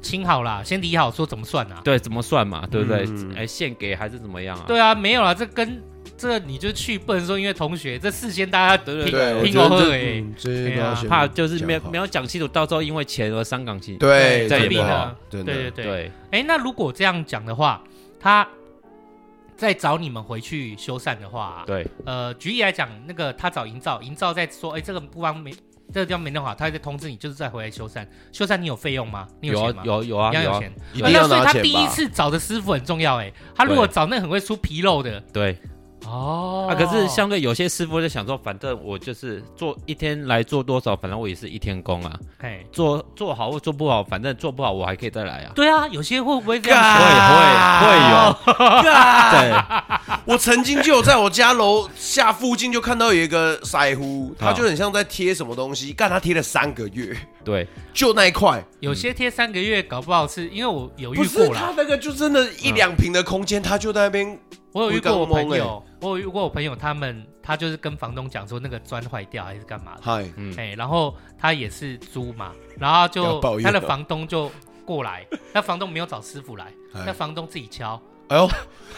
S3: 清好啦，先理好说怎么算啊？
S4: 对怎么算嘛，对不对？哎、
S2: 嗯
S4: 现给还是怎么样啊？
S3: 对啊，没有啦，这跟这你就去，不能说因为同学，这事先大家
S4: 对对
S3: 拼
S2: 对，我
S3: 拼
S2: 觉得
S3: 过
S2: 这
S3: 后哎，
S2: 嗯这
S3: 对
S2: 都要
S3: 啊
S2: 先
S4: 怕就是没有
S2: 讲好
S4: 没有讲清楚，到时候因为钱而伤感情。
S2: 对，
S4: 这
S2: 真
S4: 也不
S2: 的
S4: 好，
S2: 真
S3: 对对
S2: 的，
S3: 对。哎，那如果这样讲的话，他再找你们回去修缮的话、
S4: 对
S3: 呃，举例来讲，那个他找营造，营造在说，哎，这个地方没，这个地方没弄好，他再通知你，就是再回来修缮。修缮你有费用吗？你
S4: 有
S3: 钱
S4: 啊
S3: 吗？
S4: 有有啊
S3: 一样
S4: 有
S3: 有
S4: 啊，
S3: 钱。
S2: 一
S3: 呃
S2: 定
S3: 那
S2: 要
S3: 所以
S2: 拿
S3: 他
S2: 钱
S3: 第一
S2: 吧。
S3: 次找的师傅很重要哎，他如果找那个很会出纰漏的，
S4: 对
S3: 哦
S4: 啊，可是相对有些师傅就想说，反正我就是做一天来做多少，反正我也是一天工啊，
S3: 哎，
S4: 做做好或做不好，反正做不好我还可以再来啊。
S3: 对啊，有些会不会这样
S4: 会
S3: 想？
S4: 会
S2: 啊
S3: 啊
S4: 会有，对，
S2: 我曾经就有在我家楼下附近就看到有一个腮乎，他就很像在贴什么东西，干他贴了三个月，
S4: 对，
S2: 就那一块，
S3: 有些贴三个月，搞不好是因为我有
S2: 嗯不
S3: 遇
S2: 是
S3: 哦过
S2: 他
S3: 啦，
S2: 那个就真的一两平的空间，他就在那边，
S3: 我有遇过我
S2: 我刚
S3: 朋
S2: 懵
S3: 友，我有遇过我朋友，他们他就是跟房东讲说那个砖坏掉还是干嘛的，
S2: 嗨，
S4: 嗯，
S3: 哎，然后他也是租嘛，然后
S2: 要
S3: 就
S2: 抱怨
S3: 他的
S2: 了
S3: 房东就过 来，那房东没有找师傅来，
S2: 哎
S3: 那房东自己敲，
S2: 哎 呦，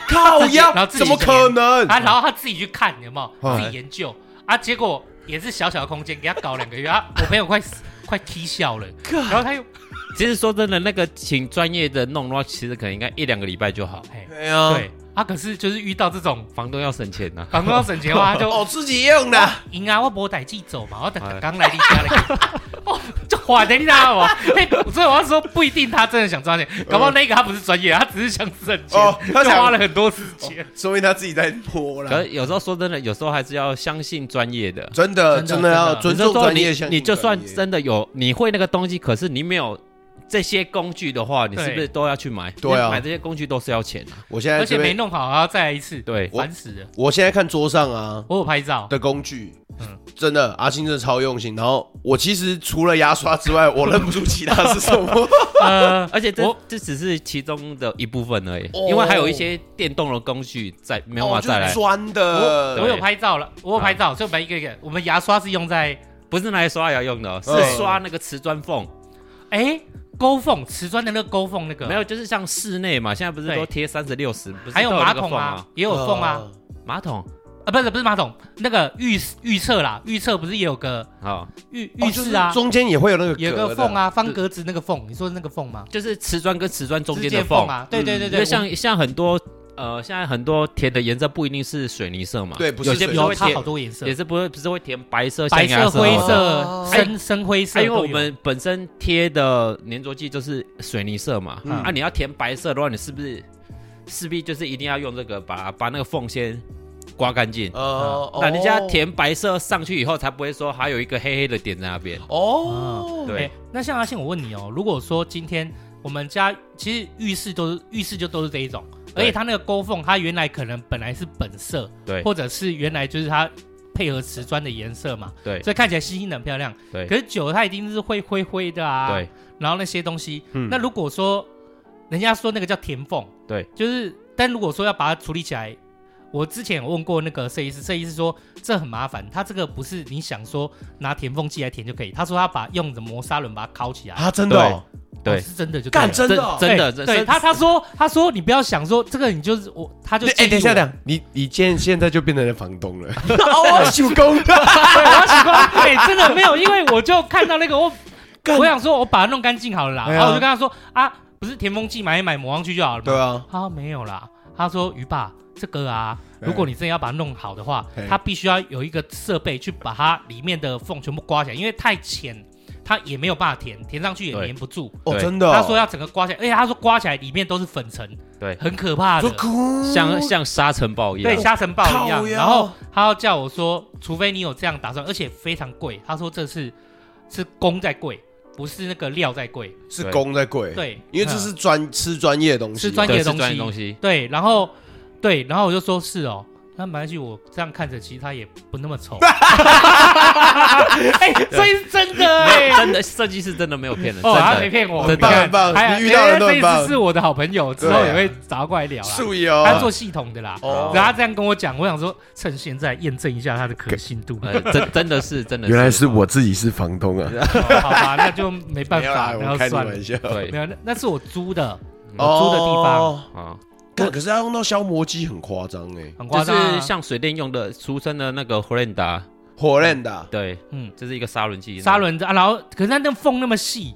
S2: 靠
S3: 然
S2: 呀，
S3: 后自己
S2: 怎么可能？
S3: 啊，然后他自己去看有没有，
S2: 哎
S3: 自己研究啊，结果也是小小的空间，给他搞两个 月，啊，我朋友快死快踢笑了，然后他又
S4: 其实说真的，那个请专业的弄的话，其实可能应该一两个礼拜就好。
S3: 哎，
S2: 对呀，
S3: 对啊，可是就是遇到这种
S4: 房东要省钱啊呐、
S3: 房东要省钱的话，他就
S2: 哦，自己 用的，
S3: 赢啊，我无代志做嘛，我等刚来你家了。哦，就缓的你知道吗？ 嘿所以我要说，不一定他真的想赚钱，搞不好那个他不是专业，他只是想省钱，
S2: 哦他
S3: 就
S2: 想哦
S3: 花了很多时间。
S2: 说明他自己在拖
S4: 可
S2: 了。
S4: 是有时候说真的，有时候还是要相信专业的。
S2: 真的，
S3: 真的
S2: 真的要
S3: 真
S4: 你就
S2: 尊
S3: 的啊
S2: 重
S4: 说
S2: 专
S4: 你
S2: 业，相信
S4: 你就算
S2: 专业
S4: 真的有你会那个东西，可是你没有这些工具的话，你
S3: 对
S4: 是不是都要去买？
S2: 对啊
S4: 你买这些工具都是要钱啊。
S2: 我现在
S3: 而且
S2: 这
S3: 没
S2: 边，
S3: 弄好，还要再来一次，
S4: 对
S3: 烦死了。
S2: 我现在看桌上啊，
S3: 我有拍照，
S2: 的工具。
S3: 嗯
S2: 真的，阿星真的超用心。然后我其实除了牙刷之外，我认不出其他是什 么。
S3: 呃，
S4: 而且这
S3: 我
S4: 这只是其中的一部分而已，
S2: 哦
S4: 因为还有一些电动的工具在没有办
S2: 哦，
S4: 法
S2: 就
S4: 再
S2: 是
S4: 来，
S2: 砖
S3: 我
S2: 的，
S3: 有拍照了，我有拍照，所以我们一个一个，我们牙刷是用在
S4: 不是拿来刷牙用的哦，
S3: 嗯
S2: 对
S4: 是刷那个瓷砖缝。
S3: 哎沟缝瓷砖的那个沟缝那个，
S4: 没有，就是像室内嘛，现在不是
S3: 对
S4: 都贴三十六十，不是
S3: 啊还有
S4: 都有
S3: 马
S4: 那个
S3: 桶
S4: 缝
S3: 啊
S4: 啊，，
S3: 也有缝
S2: 哦嗯
S3: 啊，
S4: 马桶
S3: 啊不是不是马桶，那个预预测啦，预测不是也有个
S4: 好，
S3: 浴
S2: 哦。
S3: 浴室
S2: 就
S3: 啊
S2: 是，中间也会有那个
S3: 有
S2: 格
S3: 个
S2: 的
S3: 缝，啊，方格子那个缝，你说的那个缝吗？
S4: 就是瓷砖跟瓷砖中间
S3: 之
S4: 的
S3: 间缝
S4: 缝。嗯
S3: 啊，对对对
S4: 因
S3: 对，
S4: 为像像很多呃，现在很多填的颜色不一定是水泥色嘛，
S2: 对不是
S4: 有些
S3: 我
S4: 不
S2: 水
S4: 是
S2: 泥
S3: 有
S4: 会
S3: 它好
S4: 填，
S3: 多颜色
S4: 也，是不会不是会填白色、
S3: 白
S4: 象牙
S3: 色、灰
S4: 哦
S3: 色
S2: 哦、
S3: 深深灰色
S4: 啊、
S3: 都
S4: 因
S3: 有，
S4: 为我们本身贴的粘着剂就是水泥色嘛，
S2: 嗯
S4: 啊，你要填白色的话，你是不是势必就是一定要用这个把把那个缝先刮干净？
S2: 呃，
S3: 嗯
S2: 哦
S4: 那人家填白色上去以后，才不会说还有一个黑黑的点在那边。
S2: 哦，
S4: 对
S3: 哎那像阿信，我问你哦，如果说今天我们家其实浴室都是浴室就都是这一种，而
S4: 对
S3: 且它那个沟缝，它原来可能本来是本色，
S4: 对
S3: 或者是原来就是它配合瓷砖的颜色嘛，
S4: 对
S3: 所以看起来星星很漂亮。
S4: 对
S3: 可是久了它一定是会灰灰的啊，
S4: 对，
S3: 然后那些东西，
S2: 嗯
S3: 那如果说人家说那个叫填缝，
S4: 对，
S3: 就是，但如果说要把它处理起来，我之前有问过那个设计师，设计师说这很麻烦，他这个不是你想说拿填缝剂来填就可以，他说他把用着磨砂轮把它敲起来，
S2: 啊，真的哦，
S4: 对
S3: 哦是真的就对了
S2: 干真的哦，
S4: 真的
S3: 对
S4: 真
S3: 对
S4: 的
S3: 他他说他说你不要想说这个你就是我，他就
S2: 对哎，
S3: 建议
S2: 等一下，
S3: 我
S2: 等一下，你你现现在就变成了房东 了，哦，手工
S3: 对，我要习惯，对，真的没有，因为我就看到那个我，我想说我把它弄干净好了啦，
S2: 哎呀
S3: 然后我就跟他说啊，不是填缝剂买一买抹上去就好了嘛，
S2: 对啊，
S3: 他说没有啦，他说鱼爸这个啊，
S2: 哎
S3: 如果你真的要把它弄好的话
S2: 哎，
S3: 它必须要有一个设备去把它里面的缝全部刮起来，因为太浅，它也没有办法填，填上去也
S4: 对
S3: 粘不住。
S2: 哦，
S4: 对
S2: 真的哦，
S3: 他说要整个刮起来，而且他说刮起来里面都是粉尘，
S2: 哎
S4: 对
S3: 很可怕的
S2: 说，哭，
S4: 像像沙尘暴一样
S3: 对，。沙尘暴一样。
S2: 靠腰
S3: 然后他要叫我说，除非你有这样打算，而且非常贵。他说这是是工在贵，不是那个料在贵。
S2: 是工在贵，，
S3: 对，
S2: 因为这
S3: 嗯
S2: 是专吃专业的东西，
S3: 是专
S4: 对
S3: 业
S4: 是
S3: 的
S4: 专业
S3: 东
S4: 东
S3: 西
S4: 西。
S3: 对，然后对，然后我就说是哦。那马来西亚我这样看着，其实他也不那么 丑。哎、所以是真的哎、
S4: 没有真的设计师真的没有骗人，真
S3: 哦，他没
S4: 的。
S3: 骗我，
S4: 真的
S3: 你看
S2: 很棒很棒
S3: 还有
S2: 你遇到人都
S3: 哎
S2: 很棒
S3: 这一次是我的好朋友，之后
S2: 对
S3: 也
S2: 啊
S3: 会找他过来聊啦。
S2: 素油，
S3: 他做系统的啦，
S2: 哦
S3: 然后他这样跟我讲，我想说趁现在验证一下他的可信度。
S4: 呃，真真的是真的，
S2: 原来是我自己是房东啊，
S3: 哦好吧，那就没办
S2: 没有
S3: 法，
S2: 啦
S3: 然后
S2: 我开你
S3: 算了
S2: 玩。笑。
S4: 对
S3: 没有，那那是我租的，我租的地方
S2: 哦，
S4: 啊，
S2: 干可是他用到消磨机很夸张哎，
S3: 很
S4: 就
S3: 夸张啊。
S4: 是像水电用的，俗称的那个 h o r e n d a
S2: 火炼的，
S4: 对，
S3: 嗯
S4: 嗯，这是一个砂轮器，
S3: 砂，轮子啊，然后可是它那缝那么细，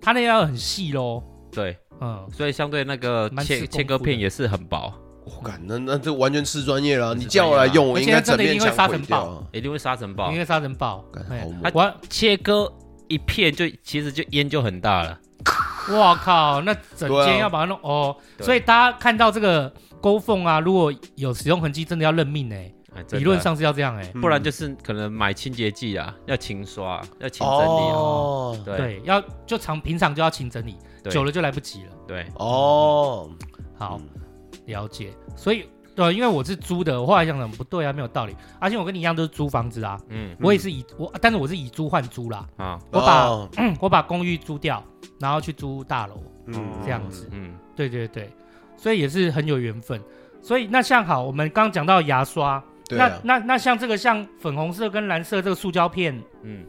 S3: 它那要很细喽。
S4: 对，
S3: 嗯，
S4: 所以相对那个
S3: 蛮
S4: 切
S3: 吃功夫
S4: 切割片
S3: 的
S4: 也是很薄，
S2: 我感哦那那这完全吃专业了啊。
S4: 是
S2: 你叫我来用，我
S3: 专
S2: 应
S3: 业啊
S2: 该整面墙
S3: 而且它真的
S2: 毁
S3: 一定会
S2: 掉
S3: 沙
S2: 啊。
S4: 一定会沙尘暴
S3: 因，为沙尘暴
S2: 干，
S3: 哎
S2: 好猛
S3: 我
S4: 切割一片就其实就烟就很大了，
S3: 我靠，那整
S2: 对啊
S3: 间要把它弄哦，
S4: 对
S3: 所以大家看到这个勾缝啊，如果有使用痕迹，真的要认命哎、
S4: 哎真的
S3: 理论上是要这样哎、
S2: 嗯
S4: 不然就是可能买清洁剂啊，要勤刷啊，要勤整理啊。
S2: 哦
S4: 对
S3: 对，要就常平常就要勤整理，
S4: 对嗯
S3: 久了就来不及了。
S4: 对，
S2: 哦，
S3: 嗯好，了解。所以对，因为我是租的，我后来想想不对啊，没有道理。而且我跟你一样都是租房子啊，
S4: 嗯
S3: 我也是以我，但是我是以租换租啦，
S4: 啊，
S3: 我把
S2: 哦
S3: 嗯我把公寓租掉，然后去租大楼
S2: 嗯
S3: 这样子。
S4: 嗯，
S3: 对对对，所以也是很有缘分。所以那像好，我们刚讲到牙刷，
S2: 对
S3: 那
S2: 啊，
S3: 那那像这个像粉红色跟蓝色这个塑胶片，
S4: 嗯，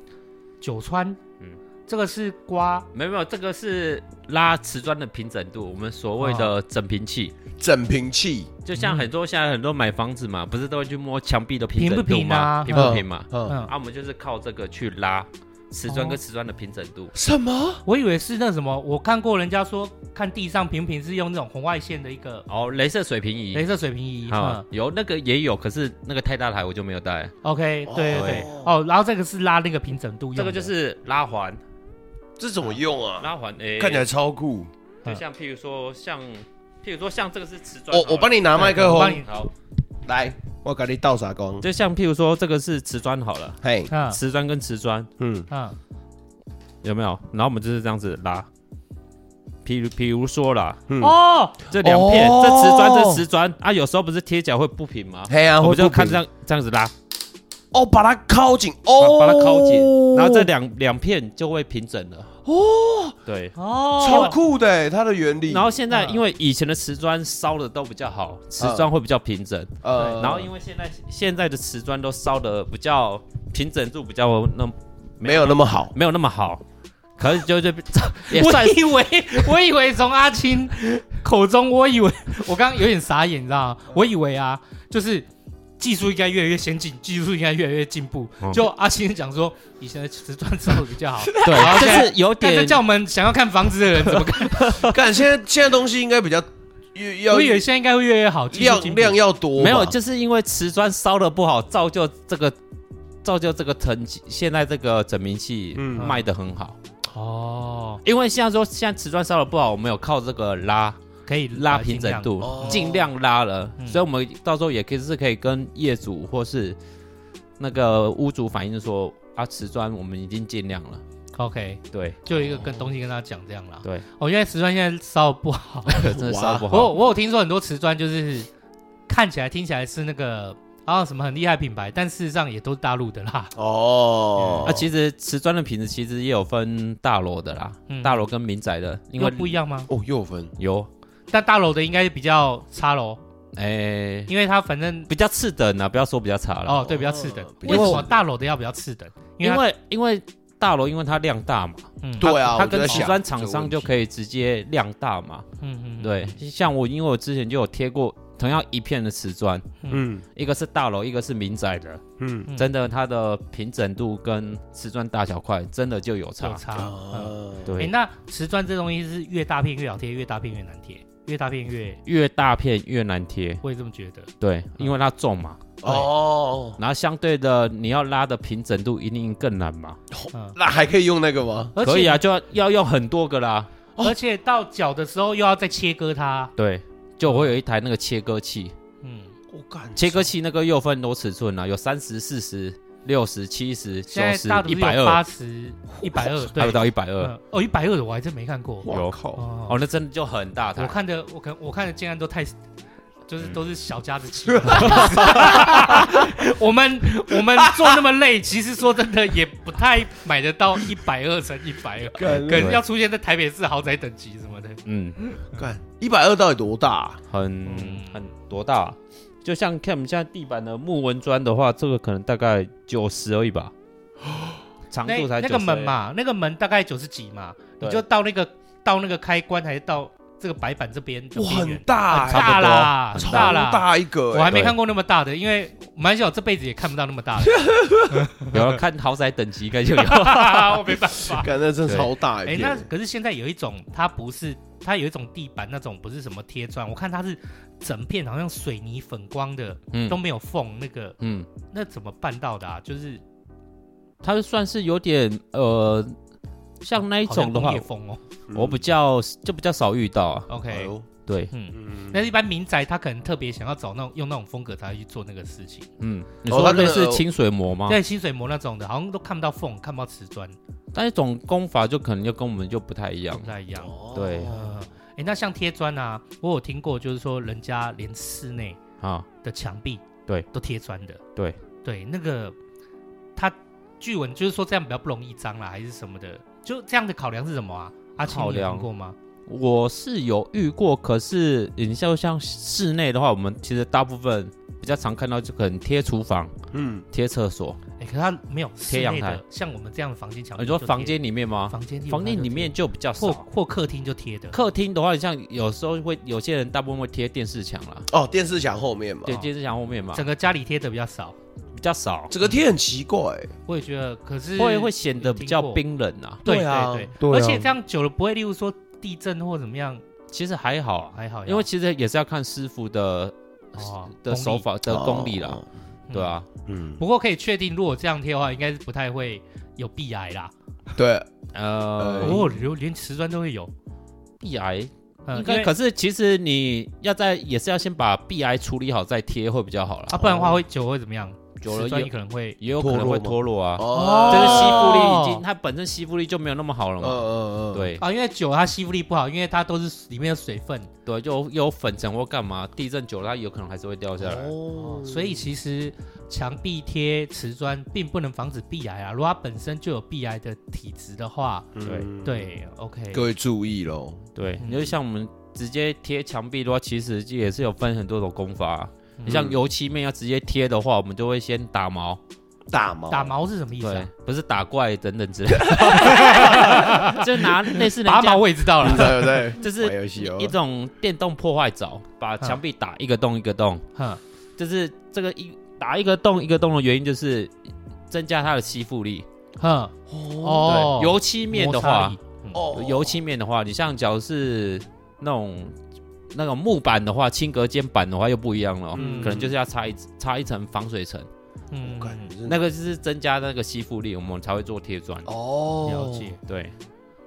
S3: 九川，嗯
S4: 嗯，
S3: 这个是刮
S4: 没有没有，这个是拉瓷砖的平整度，我们所谓
S3: 啊
S4: 的整平器。
S2: 整平器，
S4: 就
S3: 嗯
S4: 像很多现在很多买房子嘛，不是都会去摸墙壁的
S3: 平不
S4: 整度
S3: 平啊
S4: 吗？平不平嘛？
S2: 嗯，
S3: 嗯，
S4: 啊，我们就是靠这个去拉瓷砖跟瓷砖的平整度。
S2: 什么？
S3: 我以为是那什么，我看过人家说看地上平平是用那种红外线的一个
S4: 哦，镭射水平仪
S3: 镭。射水平仪。
S4: 啊
S3: 嗯，
S4: 有那个也有，可是那个太大台我就没有带。
S3: ，OK，
S2: 哦
S3: 对对对，哦，然后这个是拉那个平整度用
S4: 这个
S3: 的，
S4: 就是拉环，
S2: 这怎么用啊？
S4: 拉环诶，
S2: 看起来超酷。
S4: 就像譬如说像，譬如说像这个是瓷砖，
S2: 嗯我我帮你拿麦克
S3: 我帮
S2: 风
S3: 你，
S4: 好，
S2: 来，我给你倒啥光？
S4: 就像譬如说这个是瓷砖好了，
S2: 嘿，
S3: 嗯
S4: 瓷砖跟瓷砖
S2: 嗯，
S3: 嗯
S4: 有没有？然后我们就是这样子拉。譬如，譬如说啦，
S2: 嗯
S3: 哦，
S4: 这两片，
S2: 哦
S4: 这瓷砖，这瓷砖啊，有时候不是贴角会不平吗？
S2: 嘿啊，
S4: 我
S2: 我
S4: 们就看这样这样子拉，
S2: 哦，把它靠紧，哦，
S4: 把它靠紧，然后这两两片就会平整了。哦，对。
S3: 哦，
S2: 超酷的，它的原理。
S4: 然后现在
S3: 嗯
S4: 因为以前的瓷砖烧的都比较好，
S2: 嗯
S4: 瓷砖会比较平整。
S2: 呃
S4: 然后因为现在现在的瓷砖都烧的比较平整度比较那
S2: 没有那 么好，
S4: 没有那么好，可是就就 也
S3: 我
S4: 算
S3: 以为， 我以为从阿青口中，我以为我刚刚有点傻眼，你知道吗？我以为啊，就是技术应该越来越先进，技术应该越来越进步。
S4: 嗯
S3: 就阿青讲说，以前的瓷砖烧的比较好，
S4: 对，就是有
S3: 但是
S4: 点
S3: 叫我们想要看房子的人怎么看？
S2: 看现在现在东西应该比较越要
S3: 我以为现在应该会越来越好，技术
S2: 量
S3: 进步
S2: 量要多吧，
S4: 没有，就是因为瓷砖烧的不好，造就这个造就这个成绩现在这个整明器
S2: 嗯
S4: 卖的很好。
S3: 哦，
S4: 因为像说现在瓷砖烧的不好，我们有靠这个拉
S3: 可以
S4: 拉平整，度
S2: 哦，
S4: 尽量拉了，
S3: 嗯
S4: 所以我们到时候也可以是可以跟业主或是那个屋主反映说啊，瓷砖我们已经尽量了，
S3: OK，
S4: 对
S3: 就有一个跟东西跟他讲这样啦。
S4: 对，
S3: 哦，因为瓷砖现在烧得不好， 哦
S4: 真的烧不
S3: 我有
S4: 好，
S3: 我有听说很多瓷砖就是看起来听起来是那个啊什么很厉害品牌，但事实上也都是大陆的啦。
S2: 哦
S4: 啊，其实瓷砖的品质其实也有分大楼的啦，
S3: 嗯
S4: 大楼跟民宅的，因
S3: 又
S4: 为
S3: 不一样吗？
S2: 哦又有分
S4: 有，
S3: 但大楼的应该比较差楼，
S4: 哎，
S3: 因为它反正
S4: 比较次等啊，不要说比较差了，
S3: 哦对比较次等
S2: 哦。比
S3: 为
S2: 较
S3: 什
S2: 次
S3: 么
S2: 等
S3: 大楼的要比较次等？因
S4: 因
S3: 为
S4: 为因为大楼因为它量大嘛，
S3: 它嗯
S2: 对啊，
S4: 它
S2: 我就
S4: 跟
S2: 在
S4: 瓷
S2: 想
S4: 砖厂商就
S2: 以
S4: 可以直接量大嘛，
S3: 嗯嗯
S4: 对，像我因为我之前就有贴过同样一片的瓷砖。
S2: 嗯
S4: 一个是大楼，一个是民宅的，
S2: 嗯
S3: 嗯
S4: 真的它的平整度跟瓷砖大小块真的就有
S3: 有
S4: 差。
S3: 差。嗯
S2: 啊
S3: 哎，
S4: 对，
S3: 那瓷砖这东西是越大片越好贴，越大片越难贴，越大片越
S4: 越大片越难贴，
S3: 我也这么觉得。
S4: 对，因为它重嘛，
S2: 哦，
S4: 然后相嗯对的你要拉的平整度一定更难嘛。
S3: 嗯，
S2: 那还可以用那个吗？
S3: 而
S4: 可以
S3: 且
S4: 啊，就要要用很多个啦。
S2: 哦
S3: 而且到脚的时候又要再切割它。
S4: 对，就我有一台那个切割器，
S3: 嗯，
S2: 我感
S4: 切割器那个又分很多尺寸啊，有三十、四十、六十、七十、
S3: 现
S4: 九
S3: 在
S4: 十
S3: 大、都
S4: 一
S3: 是
S4: 百
S3: 有八
S4: 二，
S3: 十、一百二，
S4: 还
S3: 对
S4: 不，到一百二。
S3: 嗯哦，一百二的我还真没看过。
S2: 哇
S4: 有
S2: 靠，
S3: 哦
S4: 呃哦，那真的就很大台
S3: 我。看的我可能我看的竟然都太，就是都是小家子气。 我们我们做那么累，其实说真的也不太买得到一百二乘一百二，
S2: 干
S3: 可能要出现在台北市豪宅等级什么的。
S4: 嗯，
S2: 干一百二到底多大啊？
S4: 很
S3: 嗯
S4: 很多大啊、就像看我们现在地板的木纹砖的话，这个可能大概九十而已 吧，长
S3: 那
S4: 度才
S3: 那
S4: 90
S3: 个
S4: 而已
S3: 门。嘛，那个门大概九十几嘛，你
S4: 对
S3: 就到那个到那个开关还是到这个白板这边的
S2: 哇，
S3: 边缘
S2: 很，大
S3: 很
S2: 欸，
S3: 大啦，很
S2: 超
S3: 大啦。
S2: 大一个
S3: 我
S2: 欸，
S3: 还没
S4: 对
S3: 看过那么大的，因为马来西亚我这辈子也看不到那么大的，
S4: 有要看豪宅等级应该 就有。
S3: 我没 办法。
S2: 干那真的超大
S3: 哎、
S2: 一
S3: 那
S2: 片，
S3: 可是现在有一种，它不是，它有一种地板那种不是什么贴砖，我看它是整片好像水泥粉光的，都
S4: 嗯
S3: 没有缝，那个
S4: 嗯，
S3: 那怎么办到的啊？就是
S4: 它算是有点呃，像那一
S3: 好像
S4: 种的
S3: 工
S4: 话
S3: 业，风哦。
S2: 嗯
S4: 我比较就比较少遇到啊。
S3: OK，、
S2: 哎呦
S1: 对，
S3: 嗯，
S2: 嗯
S3: 那一般民宅他可能特别想要找那种用那种风格才会去做那个事情。
S4: 嗯，你
S2: 哦
S4: 说
S2: 它这个
S4: 类似清水模
S2: 啊
S4: 吗？
S3: 对，清水模那种的，好像都看不到缝，看不到瓷砖，
S4: 但一种功法就可能就跟我们就不太一样
S3: 不。太一样。
S2: 哦
S4: 对
S3: 呃，哎、那像贴砖啊，我有听过，就是说人家连室内
S4: 啊，
S3: 的墙壁
S4: 对
S3: 都贴砖的，
S4: 对
S3: 对，那个他据闻就是说这样比较不容易脏啦，还是什么的，就这样的考量是什么啊？阿青
S4: 考
S3: 你有
S4: 量
S3: 听过吗？
S4: 我是有遇过，可是你像像室内的话，我们其实大部分比较常看到就可能贴厨房、
S2: 嗯，
S4: 贴厕所。
S3: 哎、可是他没有室
S4: 贴阳
S3: 内的
S4: 台
S3: 像我们这样的房间墙
S4: 啊
S3: 壁
S4: 你
S3: 就贴，
S4: 说房间里面吗？
S3: 房间
S4: 房间里面就比较
S3: 或
S4: 少。
S3: 或客厅就贴的，
S4: 客厅的话，你像有时候会有些人大部分会贴电视墙啦，
S2: 哦，电视墙后面嘛，
S3: 哦
S4: 对，电视墙后面嘛，
S3: 整个家里贴的比较少，
S4: 比较少，
S2: 这个贴很奇怪，
S3: 我也觉得，可是
S4: 会会显得比较冰冷啊。
S3: 对
S2: 对啊
S3: 对
S1: 对啊
S3: 而且这样久了不会，例如说地震或怎么样，
S4: 其实还好啊，
S3: 还哎好呀，
S4: 因为其实也是要看师傅的
S3: 哦
S4: 的手，法的功力啦
S2: 了，，
S4: 对啊，
S2: 嗯
S3: 功力，不过可以确定，如果这样贴的话，应该是不太会有壁癌啦。
S2: 对，
S4: 呃，
S3: 哦，连连瓷砖都会有，
S4: 壁癌
S3: 嗯
S4: 应
S3: 因
S4: 该，
S3: 为
S4: 可是其实你要在也是要先把壁癌处理好再贴会比较好
S3: 啊，
S4: 啦，
S3: 不然的话会久会怎么样？
S4: 久了
S3: 瓷砖
S4: 也
S3: 也可能会
S4: 也有可能会脱落啊，
S2: 哦
S4: 这
S3: 这
S4: 个
S3: 个
S4: 吸附
S3: 哦
S4: 力已经它本身吸附力就没有那么好了
S2: 嗯
S4: 嘛，
S2: 嗯嗯，
S4: 对
S3: 啊，因为久了它吸附力不好，因为它都是里面有水分，
S4: 对，就有粉尘或干嘛，地震久了它有可能还是会掉下来，
S2: 哦
S3: 所以其实墙壁贴瓷砖并不能防止壁癌啊。如果它本身就有壁癌的体质的话，
S2: 嗯，
S3: 对，OK，
S2: 各位注意喽，
S4: 对，
S3: 嗯
S4: 你就像我们直接贴墙壁的话，其实也是有分很多种功法啊，
S3: 嗯
S4: 你像油漆面要直接贴的话，我们就会先打毛，
S2: 大毛
S3: 打毛是什么意思
S4: 对
S3: 啊？，
S4: 不是打怪等等之类的， 就拿类似人
S3: 拔毛
S4: 家
S3: 我也知道了，
S2: 嗯对不 对？
S4: 就
S2: 玩
S4: 是
S2: 游戏哦
S4: 一，种电动破坏爪，把墙壁打一个洞一个洞，
S3: 哼，
S4: 就是这个一打一个洞一个洞的原因就是增加它的吸附力。
S3: 哼，哦，
S4: 对，油漆面的
S3: 摩擦
S4: 话
S3: 力，，嗯
S2: 哦
S4: 油漆面的话，你像假如是那种那种木板的话，轻隔间板的话又不一样了哦，
S3: 嗯
S4: 可能就是要擦一擦一层防水层，
S3: 嗯
S2: 感觉真
S4: 那
S2: 的
S4: 个就是增加那个吸附力，我们才会做贴砖。
S2: 哦，
S3: 了解。
S4: 对，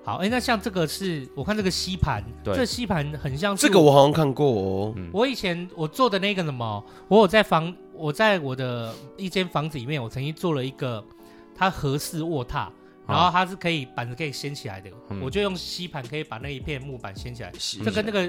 S3: 好，哎，那像这个是我看这个吸盘，
S4: 对
S3: 这吸盘很像是
S2: 这个我好像看过哦，
S4: 嗯
S3: 我以前我做的那个什么，我有在房，我在我的一间房子里面，我曾经做了一个它合适卧榻，然后它是可以板子可以掀起来的，
S4: 啊嗯
S3: 我就用吸盘可以把那一片木板掀起来，
S2: 是
S3: 这跟那个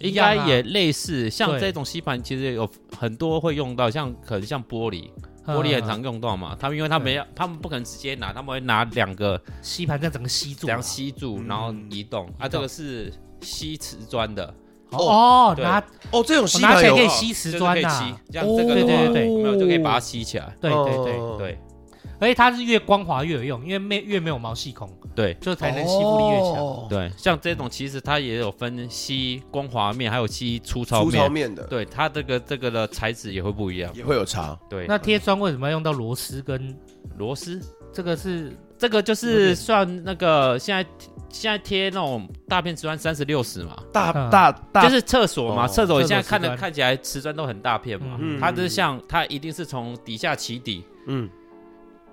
S3: 一
S4: 应
S3: 样啊
S4: 该也类似，像
S3: 对
S4: 这种吸盘其实有很多会用到，像可能像玻璃，玻璃很常用到嘛。他们因为他们
S3: 对
S4: 要，他们不可能直接拿，他们会拿两个
S3: 嗯吸盘这样整个吸住
S4: 这
S3: 嘛，
S4: 样吸住，然后移动。啊，
S3: 啊嗯移动
S4: 这个是吸瓷砖的，
S3: 哦，
S4: 对
S3: 拿
S2: 哦，这种吸
S3: 我拿
S2: 盘
S3: 起来
S2: 有
S3: 可以
S2: 啊
S3: 吸
S4: 哦就
S3: 瓷
S4: 是
S3: 砖
S4: 可以吸
S3: 呐，，
S4: 这样这个的
S3: 对对
S4: 话，
S3: 对
S4: 有没有就可以把它吸起来。
S3: 对对对，
S2: 哦，
S4: 对
S3: 而且它是越光滑越有用，因为没越没有毛细孔，
S4: 对
S3: 就才能吸附力越强。
S2: 哦
S4: 对，像这种其实它也有分吸光滑面，还有吸粗糙
S2: 粗糙
S4: 面。
S2: 面的
S4: 对，它这个这个的材质也会不一样。
S2: 也会有差，
S4: 对，
S3: 那贴砖为什么要用到螺丝跟
S4: 螺丝
S3: 这个是
S4: 这个就
S3: 有点
S4: 是算那个现在现在贴那种大片瓷砖三十六十嘛，
S2: 大
S3: 嗯
S2: 大大
S4: 就是厕所嘛，
S2: 哦
S4: 厕所你现在看
S3: 厕
S4: 的
S3: 所瓷砖
S4: 看起来瓷砖都很大片嘛，
S3: 嗯
S4: 它就是像它一定是从底下起底
S2: 嗯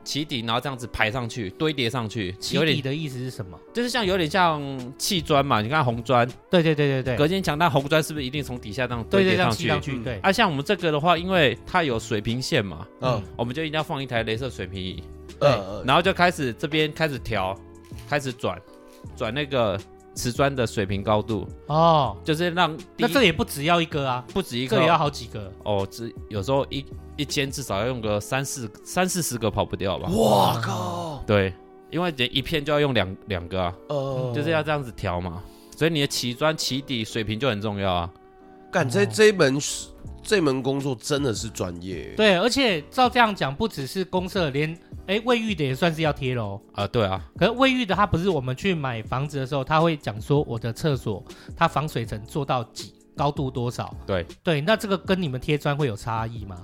S4: 起底，然后这样子排上去堆叠上去，
S3: 起
S4: 有
S3: 底
S4: 点
S3: 的意思是什么？
S4: 就是像有点像砌砖嘛，你看红砖
S3: 对对对对对，
S4: 隔间墙，但红砖是不是一定从底下这样
S3: 对
S4: 堆
S3: 对
S4: 叠
S3: 这样
S4: 上
S3: 吸
S4: 去？
S3: 上去，
S2: 嗯
S3: 对，
S4: 啊，像我们这个的话，因为它有水平线嘛，
S3: 哦
S2: 嗯
S4: 我们就一定要放一台镭射水平仪，
S3: 对
S2: 嗯
S4: 然后就开始这边开始调，开始转，转那个瓷砖的水平高度，
S3: 哦，
S4: 就是让第
S3: 那
S4: 一
S3: 这个也不只要一个啊，
S4: 不止一
S3: 这个也
S4: 个
S3: 要好几个。
S4: 哦，只有时候一一间至少要用个三四三四十个跑不掉吧？
S2: 哇靠，
S4: 对，因为这一片就要用两两个啊，
S3: 哦
S2: 呃，
S4: 就是要这样子调嘛，所以你的起砖起底水平就很重要啊。
S2: 干这这一门这门工作真的是专业，
S3: 对，而且照这样讲，不只是公社，连哎卫浴的也算是要贴喽。
S4: 啊，对啊，
S3: 可是卫浴的，它不是我们去买房子的时候，他会讲说我的厕所它防水层做到几高度多少？
S4: 对，
S3: 对，那这个跟你们贴砖会有差异吗？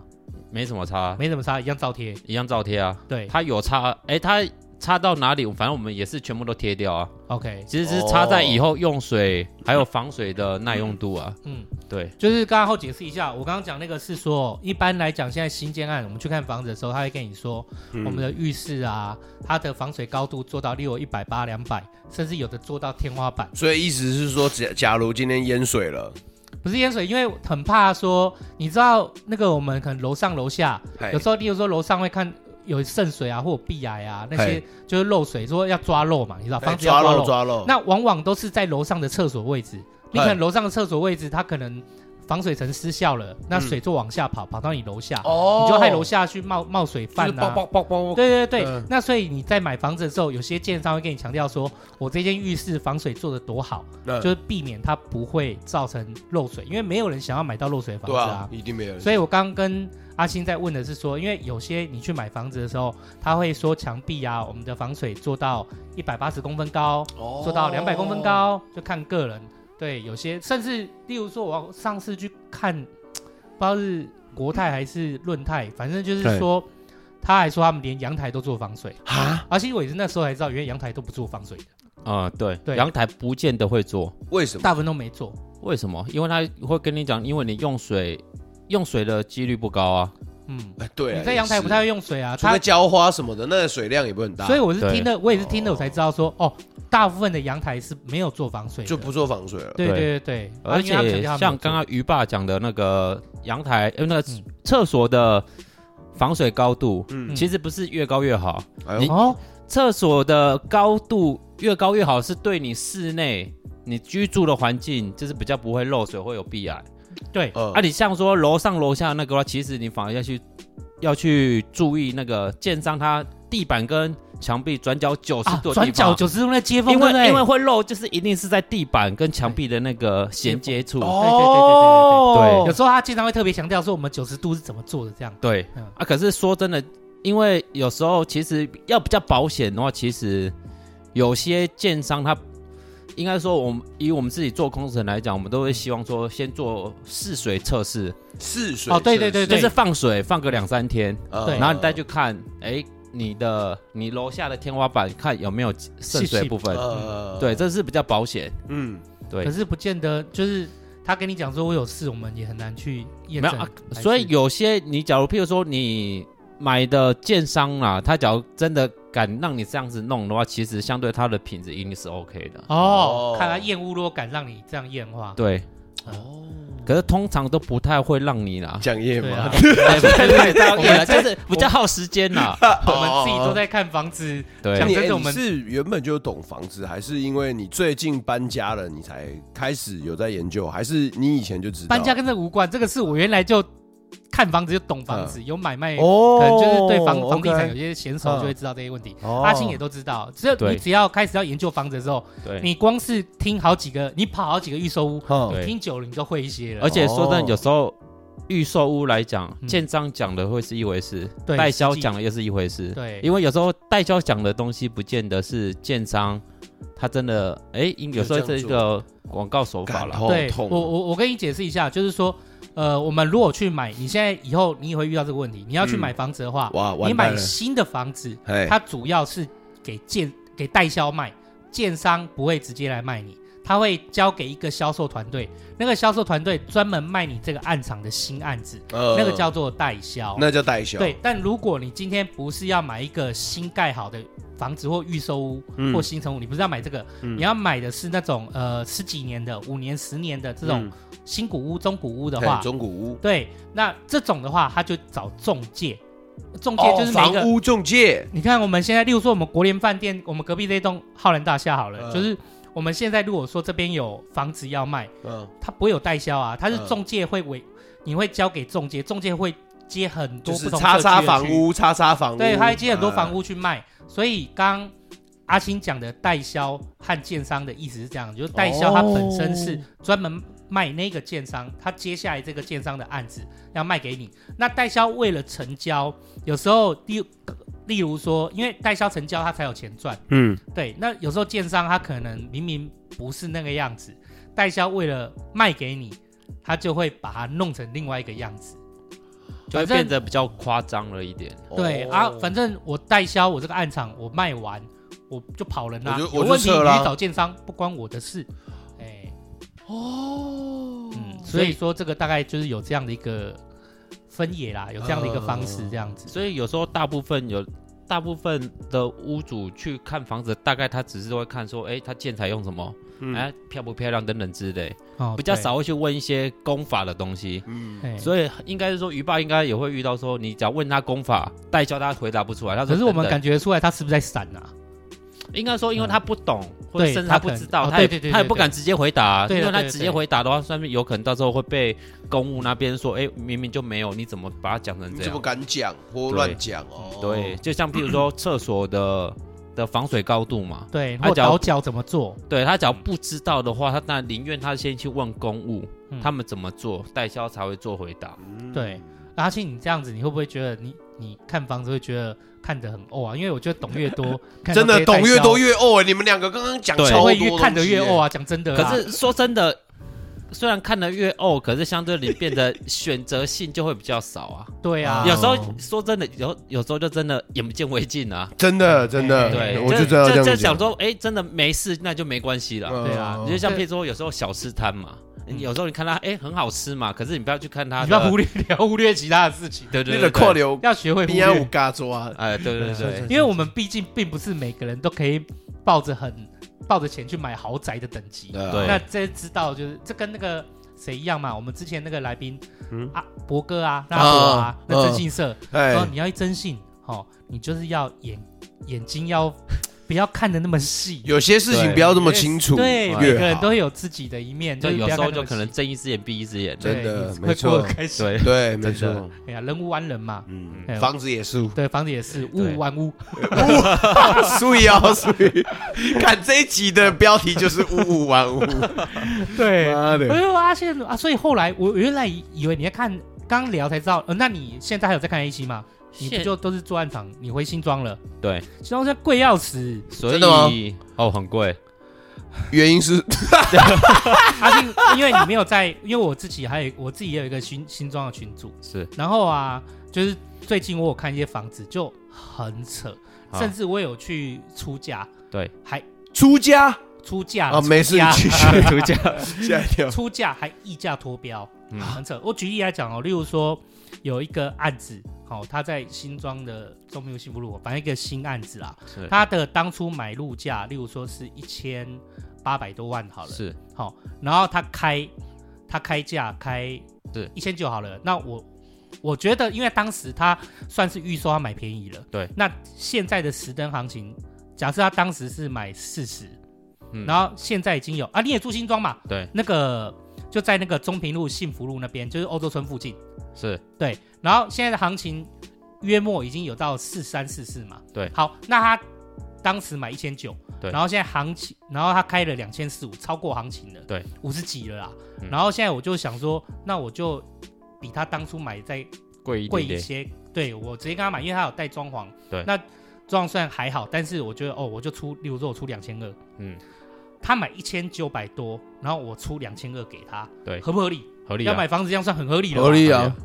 S4: 没什么差啊，
S3: 没什么差，一样照贴。
S4: 一样照贴啊。
S3: 对，
S4: 它有差，哎，它擦到哪里，反正我们也是全部都贴掉啊。
S3: OK，
S4: 其实是擦在以后用水还有防水的耐用度啊。
S3: 嗯，
S4: 对，
S3: 就是刚刚后解释一下，我刚刚讲那个是说，一般来讲，现在新建案我们去看房子的时候，他会跟你说，我们的浴室啊，它的防水高度做到离我一百八、两百，甚至有的做到天花板。
S2: 所以意思是说，假假如今天淹水了，
S3: 不是淹水，因为很怕说，你知道那个我们可能楼上楼下，
S2: 嘿
S3: 有时候例如说楼上会看有渗水啊，或有壁癌啊，那些
S2: 嘿
S3: 就是漏水，说要抓漏嘛，你知道
S2: 哎
S3: 房子
S2: 抓
S3: 要
S2: 漏
S3: 漏，
S2: 抓漏，
S3: 那往往都是在楼上的厕所位置。你
S2: 哎
S3: 可能楼上的厕所位置，它可能防水层失效了，那水就往下跑，跑到你楼下，
S2: 嗯哦
S3: 你就害楼下去冒冒水
S2: 就是
S3: 犯
S2: 爆
S3: 啊。
S2: 爆爆爆，
S3: 对对对，
S2: 嗯
S3: 那所以你在买房子的时候，有些建商会跟你强调说，我这间浴室防水做的多好，
S2: 那
S3: 就是避免它不会造成漏水，因为没有人想要买到漏水的房
S2: 对
S3: 子
S2: 啊
S3: 啊，。
S2: 一定没有人。
S3: 所以我刚刚跟阿星在问的是说，因为有些你去买房子的时候，他会说墙壁啊，我们的防水做到一百八十公分高，
S2: 哦
S3: 做到两百公分，高，就看个人。对，有些甚至例如说，我上次去看，不知道是国泰还是润泰，反正就是
S1: 对
S3: 说，他还说他们连阳台都做防水
S2: 哈？
S3: 而且我也是那时候才知道，原来阳台都不做防水的，
S4: 啊、对，
S3: 对
S4: 阳台不见得会做，
S2: 为什么？
S3: 大部分都没做。
S4: 为什么？因为他会跟你讲，因为你用水用水的几率不高啊。
S3: 嗯，
S2: 哎，对啊，
S3: 你在阳台
S2: 也是
S3: 不太会用水啊，
S2: 除了
S3: 他。
S2: 浇花什么的，那个水量也不会很大，
S3: 所以我是
S4: 对
S3: 听的，我也是听的，我才知道说，哦，大部分的阳台是没有做防水的，
S2: 就不做防水了。
S3: 对
S4: 对
S3: 对对对，啊
S4: 而
S3: 因为他们
S4: 且
S3: 强调他们
S4: 像
S3: 有做
S4: 刚刚于爸讲的那个阳台，呃，那个
S3: 嗯
S4: 厕所的防水高度，
S2: 嗯
S4: 其实不是越高越好，
S2: 哎
S4: 你
S2: 呦，
S3: 哦，
S4: 厕所的高度越高越好，是对你室内你居住的环境，就是比较不会漏水，会有壁癌。
S3: 对，
S2: 呃
S4: 啊，你像说楼上楼下那个的话，其实你反而要去要去注意那个建商它地板跟墙壁转角九十
S3: 啊，
S4: 度的地
S3: 转角
S4: 方。
S3: 九十度那接缝，
S4: 因
S3: 对不对
S4: 为因为会漏，就是一定是在地板跟墙壁的那个衔接
S2: 哦
S4: 处。
S3: 对对对对对对对。有
S4: 对
S3: 时候他经常会特别强调说我们九十度是怎么做的，这样
S4: 对
S3: 嗯
S4: 啊，可是说真的，因为有时候其实要比较保险的话，其实有些建商他应该说，我们以我们自己做工程来讲，我们都会希望说先做试水测试，
S2: 试水
S3: 哦对对
S2: 设施
S4: 就
S3: 对
S4: 是放水放个两三天，
S2: 呃
S3: 对
S4: 然后你再去看，哎，你的你楼下的天花板看有没有渗水部分，
S2: 呃
S4: 对，这是比较保险，
S2: 嗯，
S4: 对
S3: 可。是不见得就是他跟你讲说我有事，我们也很难去验
S4: 没
S3: 证
S4: 有啊
S3: 还是。
S4: 所以有些你假如譬如说你买的建商啦、他假如真的敢让你这样子弄的话，其实相对它的品质一定是 OK 的。
S2: 哦，
S3: 哦看来验屋如果敢让你这样验的话，
S4: 对，
S2: 哦，，
S4: 可是通常都不太会让你 啦
S2: 讲业
S3: 对啊
S2: 嘛，，
S4: 对，不太会让你
S3: 我
S4: 啦，
S3: 们
S4: 就是比较耗时间啦。
S3: 我
S2: 哦
S3: 们自己都在看房子，
S4: 对啊
S3: 讲，
S2: 你
S3: 真的
S2: 哎
S3: 我们
S2: 你是原本就懂房子，还是因为你最近搬家了，你才开始有在研究，还是你以前就知道
S3: 搬家跟这无关，这个是我原来就看房子就懂房
S4: 嗯
S3: 子，有买卖，可
S2: 哦，
S3: 能就是对房房地产有
S2: OK
S3: 些娴熟就会知道这些问题。
S2: 哦
S3: 阿信也都知道，只有你
S4: 对
S3: 只要开始要研究房子的时候，
S4: 对。
S3: 你光是听好几个，你跑好几个预售屋，
S2: 哦
S4: 对
S3: 听久了你就会一些了。
S4: 而且说真
S2: 哦
S4: 的，有时候预售屋来讲，
S3: 嗯
S4: 建商讲的会是一回事，
S3: 对
S4: 代销讲的又是一回事。
S3: 对，
S4: 因为有时候代销讲的东西不见得是建商，他真的哎，因有时候是一个广告手法
S2: 感
S4: 了。
S2: 好
S3: 对，
S2: 痛哦
S3: 我我我跟你解释一下，就是说，呃，我们如果去买，你现在以后你也会遇到这个问题，你要去
S2: 嗯
S3: 买房子的话，
S2: 哇，
S3: 你
S2: 完蛋
S3: 买
S2: 了，
S3: 新的房子，
S2: 哎，
S3: 它主要是给建给代销卖，建商不会直接来卖你，他会交给一个销售团队，那个销售团队专门卖你这个案场的新案子，
S2: 呃
S3: 那个叫做代销。
S2: 那叫代销，
S3: 对，但如果你今天不是要买一个新盖好的房子或预售屋
S2: 嗯
S3: 或新城屋，你不是要买这个，
S2: 嗯
S3: 你要买的是那种呃十几年的、五年、十年的这
S2: 这
S3: 种新古屋、中古屋的
S2: 话，
S3: 话
S2: 嘿，嗯中古屋，
S3: 对，那这种的话，他就找中介，中介
S2: 哦
S3: 就是每
S2: 房
S3: 一个。
S2: 屋中介，
S3: 你看我们现在，例如说我们国联饭店，我们隔壁这一栋浩然大厦好了，
S2: 嗯
S3: 就是我们现在如果说这边有房子要卖，
S2: 嗯，
S3: 它不会有代销啊，它是
S2: 嗯
S3: 中介会委，你会交给中介，中介会接很多
S2: 就
S3: 不
S2: 是
S3: 同
S2: 叉
S3: 社区
S2: 叉
S3: 的
S2: 房
S3: 区
S2: 屋，叉叉房屋，啊
S3: 对，他会接很多房
S2: 屋，
S3: 屋去卖。所以刚阿星讲的代销和建商的意思是这样，就是代销它本身是
S2: 哦
S3: 专门卖那个建商，他接下来这个建商的案子要卖给你。那代销为了成交，有时候例例如说，因为代销成交他才有钱赚，
S2: 嗯，
S3: 对。那有时候建商他可能明明不是那个样子，代销为了卖给你，他就会把它弄成另外一个样子。
S4: 就会
S3: 反正
S4: 变得比较夸张了一点。
S3: 对、
S2: 哦
S3: 啊，反正我代销，我这个暗场我卖完，我就跑人
S2: 我
S3: 啦、
S2: 就
S3: 有
S2: 我就
S3: 问题
S2: 撤
S3: 你
S2: 啦
S3: 去找建商，不关我的事。哎、哦，嗯，所以说这个大概就是有这样的一个分野啦，有这样的一个方式，这样子。
S4: 所以有时候大部分有大部分的屋主去看房子，大概他只是会看说，哎，他建材用什么，
S2: 嗯
S4: 哎、漂不漂亮等等之类，
S3: 哦，
S4: 比较
S3: 对。
S4: 少会去问一些功法的东西。
S2: 嗯，
S3: 哎
S4: 所以应该是说，鱼爸应该也会遇到说，你只要问他功法，代销他回答不出来。他说
S3: 可是我
S4: 等
S3: 们
S4: 等
S3: 感觉出来他是不是在闪啊？
S4: 应该说，因为他不懂，或者
S3: 嗯对
S4: 甚至
S3: 他
S4: 他
S3: 可
S4: 不
S3: 能
S4: 知道，
S3: 哦
S4: 他也
S3: 对对对
S4: 他也
S3: 对
S4: 不敢直接回答，啊
S3: 对
S4: 因为他
S3: 对对
S4: 直接回答的话，上面有可能到时候会被公务那边说，哎，明明就没有，你怎么把它讲成
S2: 你
S4: 这
S2: 怎么
S4: 样？
S2: 敢讲或乱讲哦？
S4: 对，，就像譬如说厕所的的防水高度嘛，
S3: 对，
S4: 他
S3: 或
S4: 只要
S3: 倒角怎么做？
S4: 对他只要不知道的话，他当然宁愿他先去问公务
S3: 嗯，
S4: 他们怎么做，代销才会做回答。
S2: 嗯
S3: 对，阿信，你这样子，你会不会觉得你你看房子会觉得看得很哦啊？因为我觉得懂越 多，看到
S2: 真的
S3: 这些代
S2: 懂越多
S3: 销
S2: 越哦。你们两个刚刚讲
S4: 对
S2: 超多
S3: 会
S2: 东西
S3: 越
S2: 耶，
S3: 看得越哦啊！讲真的啦，
S4: 可是说真的，虽然看得越哦，可是相对你变得选择性就会比较少啊。
S3: 对啊，
S4: 有时候说真的，有有时候就真的眼不见为净啊。
S2: 真的真的，
S3: 哎
S4: 对，
S2: 我就
S4: 这
S2: 知道
S4: 这
S2: 这
S4: 这
S2: 样
S4: 想
S2: 讲。嗯
S4: 说，哎，真的没事，那就没关系了。
S3: 对啊
S4: 你就像譬如说，有时候小吃摊嘛，
S3: 嗯
S4: 有时候你看它，哎，很好吃嘛，可是你不要去看它的，
S3: 你不要忽略不要忽略其他的事情，
S4: 对，对
S2: 你
S4: 对
S2: 的
S4: 对
S2: 跨流
S3: 要学会忽
S2: 边啊有
S3: 略，
S2: 嘎抓，
S4: 哎，对对
S2: 对
S4: 对，
S3: 因为我们毕竟并不是每个人都可以抱着很抱着钱去买豪宅的等级。
S4: 对啊
S3: 那这知道就是这跟那个谁一样嘛？我们之前那个来宾，
S2: 嗯
S3: 啊，博哥啊，那阿伯啊
S2: 嗯，
S3: 那征信社，说
S2: 哎，
S3: 你要一征信，哦，你就是要眼眼睛要不要看的那么细。
S2: 有些事情不要这么清楚，
S3: 对，每个
S2: 越
S3: 人
S2: 好
S3: 都会有自己的一面，
S4: 就
S3: 就是
S4: 有
S3: 不要
S4: 时候
S3: 看那
S4: 就
S3: 么
S4: 可能
S3: 细
S4: 睁一只眼闭一只眼，
S2: 真的
S3: 对
S2: 没错
S3: 会过得开心。
S4: 对，
S2: 对， 没
S4: 真的
S2: 错，
S3: 哎呀，人无完人嘛，
S2: 嗯
S3: 哎，
S2: 房子也是，
S3: 对，房子也是屋
S4: 对
S3: 无完屋，
S2: 所以啊，所以看这一集的标题就是“五五玩五
S3: 对”，
S2: 妈
S3: 我
S2: 的，
S3: 就发现啊，所以后来我原来以为你在看，刚聊才知道。呃，那你现在还有在看 A 七吗？你不
S4: 现
S3: 就都是做暗场？你回新庄了？
S4: 对，
S3: 新庄现在贵要死。
S4: 所
S2: 真的吗
S4: 以哦，很贵，
S2: 原因是
S3: 阿信，啊因为你没有在， 因为我自己还有我自己也有一个新新庄的群组，
S4: 是
S3: 然后啊，就是最近我有看一些房子，就很扯，
S4: 啊
S3: 甚至我有去出价，
S4: 对，
S3: 还
S2: 出家
S3: 出价
S2: 啊，没事，
S3: 出价
S2: 你继续出家，吓一跳。
S3: 出价还溢价脱标，
S4: 嗯
S3: 很扯。我举例来讲哦，例如说有一个案子，好、他在新庄的中明路幸福路，反正一个新案子啦，
S4: 是
S3: 他的当初买入价，例如说是一千八百多万好了，
S4: 是
S3: 好、然后他开他开价开
S4: 是
S3: 一千九好了，那我。我觉得，因为当时他算是预售，他买便宜了。
S4: 对，
S3: 那现在的十灯行情，假设他当时是买四十、
S4: 嗯
S3: 然后现在已经有啊，你也住新庄嘛，
S4: 对
S3: 那个就在那个中平路、幸福路那边，就是欧洲村附近。
S4: 是
S3: 对，然后现在的行情约莫已经有到四三四四嘛。
S4: 对
S3: 好，那他当时买一千九，
S4: 对
S3: 然后现在行情，然后他开了两千四五，超过行情了，
S4: 对，
S3: 五十几了啦。
S4: 嗯
S3: 然后现在我就想说，那我就比他当初买再
S4: 贵一
S3: 贵
S4: 点
S3: 一
S4: 点，
S3: 些，对我直接跟他买，因为他有带装潢。
S4: 对
S3: 那装潢虽然还好，但是我觉得哦，我就出，例如说我出两千二，
S4: 嗯，
S3: 他买一千九百多，然后我出两千二给他，
S4: 对
S3: 合不合理？
S4: 合理
S3: 要
S4: 啊，
S3: 买房子这样算很合理的吧，
S2: 合理啊，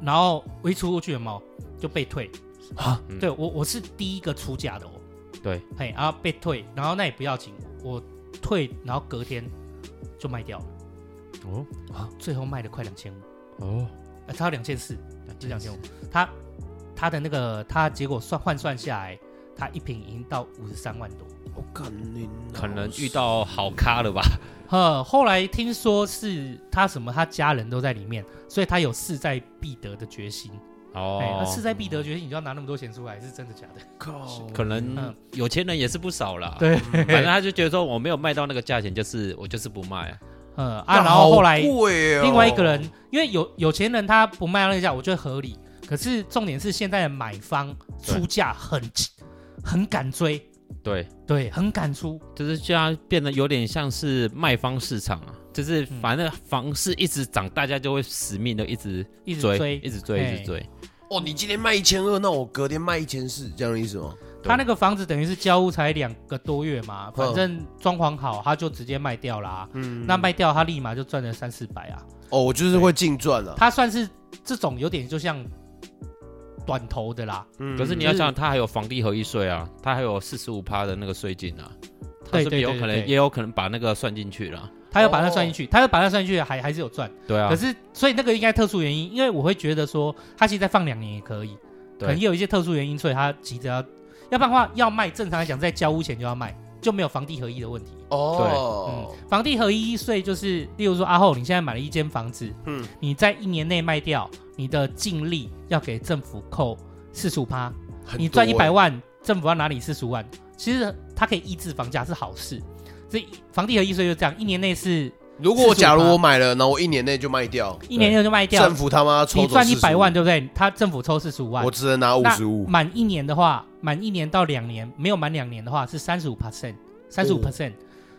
S3: 然后我一出过去有没有就被退
S2: 啊？
S4: 嗯
S3: 对我我是第一个出价的哦，
S4: 对，
S3: 嘿，然后被退，然后那也不要紧，我退，然后隔天就卖掉了，
S4: 哦
S3: 最后卖了快两千五，
S4: 哦，
S3: 呃，他要两千四，就两千五，他他的那个他结果算换算下来，他一瓶已经到五十三万多。
S2: 我干你，
S4: 可能遇到好咖了吧？
S3: 呃，后来听说是他什么，他家人都在里面，所以他有势在必得的决心。哎、那
S4: 哦，
S3: 势在必得的决心，你就要拿那么多钱出来，是真的假的？
S2: 靠，
S4: 可
S3: 嗯
S4: 能有钱人也是不少啦。
S3: 对，
S4: 反正他就觉得说我没有卖到那个价钱，就是我就是不卖啊。
S3: 呃啊，
S2: 那
S3: 然后后来
S2: 好贵哦
S3: 另外一个人，因为有有钱人他不卖那个价，我觉得合理。可是重点是现在的买方出价很很敢追，
S4: 对，
S3: 对，很敢出，
S4: 就是这样变得有点像是卖方市场啊，就是
S3: 嗯
S4: 反正房市一直涨，大家就会死命的一直
S3: 一直
S4: 追，
S3: 追
S4: 一。直追，
S3: 哎
S4: 一直追。
S2: 哦，你今天卖一千二，那我隔天卖一千四，这样的意思吗？
S3: 他那个房子等于是交屋才两个多月嘛，反
S2: 嗯
S3: 正装潢好他就直接卖掉啦。
S2: 嗯
S3: 那卖掉他立马就赚了三四百啊，
S2: 哦，我就是会净赚了，
S3: 他算是这种有点就像短头的啦，
S2: 嗯
S4: 可是你要想，他还有房地合一税啊，他还有四十五趴的那个税金啊，他
S3: 对
S4: 是不是
S3: 对
S4: 有
S3: 对
S4: 可
S3: 对
S4: 能
S3: 对
S4: 也有可能把那个算进去了。
S3: 他要把它算进去，他要把它算进去还还是有赚，
S4: 对啊，
S3: 可是所以那个应该特殊原因，因为我会觉得说他其实再放两年也可以，可
S4: 对
S3: 能也有一些特殊原因，所以他急着要，要不然的话要卖，正常来讲在交屋前就要卖，就没有房地合一的问题。
S2: 哦
S3: 嗯，，房地合一税就是，例如说阿后，你现在买了一间房子，
S2: 嗯
S3: 你在一年内卖掉，你的净利要给政府扣四十五趴，
S2: 很
S3: 嗯你赚一
S2: 多
S3: 百
S2: 欸，
S3: 万，政府要拿你四十五万。其实它可以抑制房价是好事，所以房地合一税就这样，一年内是
S2: 欸如果我假如
S3: 45%
S2: 我买了，然后我一年内就卖掉，
S3: 一年内就卖掉
S2: 政，府他妈抽
S3: 你
S2: 走
S3: 赚一百
S2: 45
S3: 万，对不对？他政府抽四十五万
S2: 我，只能拿五
S3: 那嗯
S2: 十五，
S3: 满一年的话，满一年到两年，没有满两年的话是三十五 percent，三十五 percent，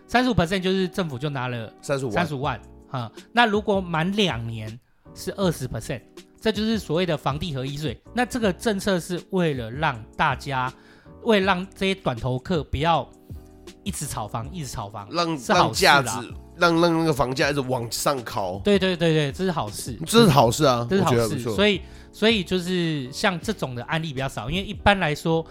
S3: 三十五 percent 就是政府就拿了。
S2: 三十哦五
S3: 三
S2: 万
S3: 十，五万啊、那如果满两年是二十 percent，这就是所谓的房地合一税。那这个政策是为了让大家，为了让这些短头客不要一直炒房，一直炒房，
S2: 让
S3: 是
S2: 让
S3: 好事
S2: 价
S3: 啦
S2: 值，让让那个房价一直往上考，
S3: 对对对对，这是好事，
S2: 这是好事啊，
S3: 这是
S2: 我
S3: 好
S2: 觉得不
S3: 事。
S2: 错。
S3: 所以所以就是像这种的案例比较少，因为一般来说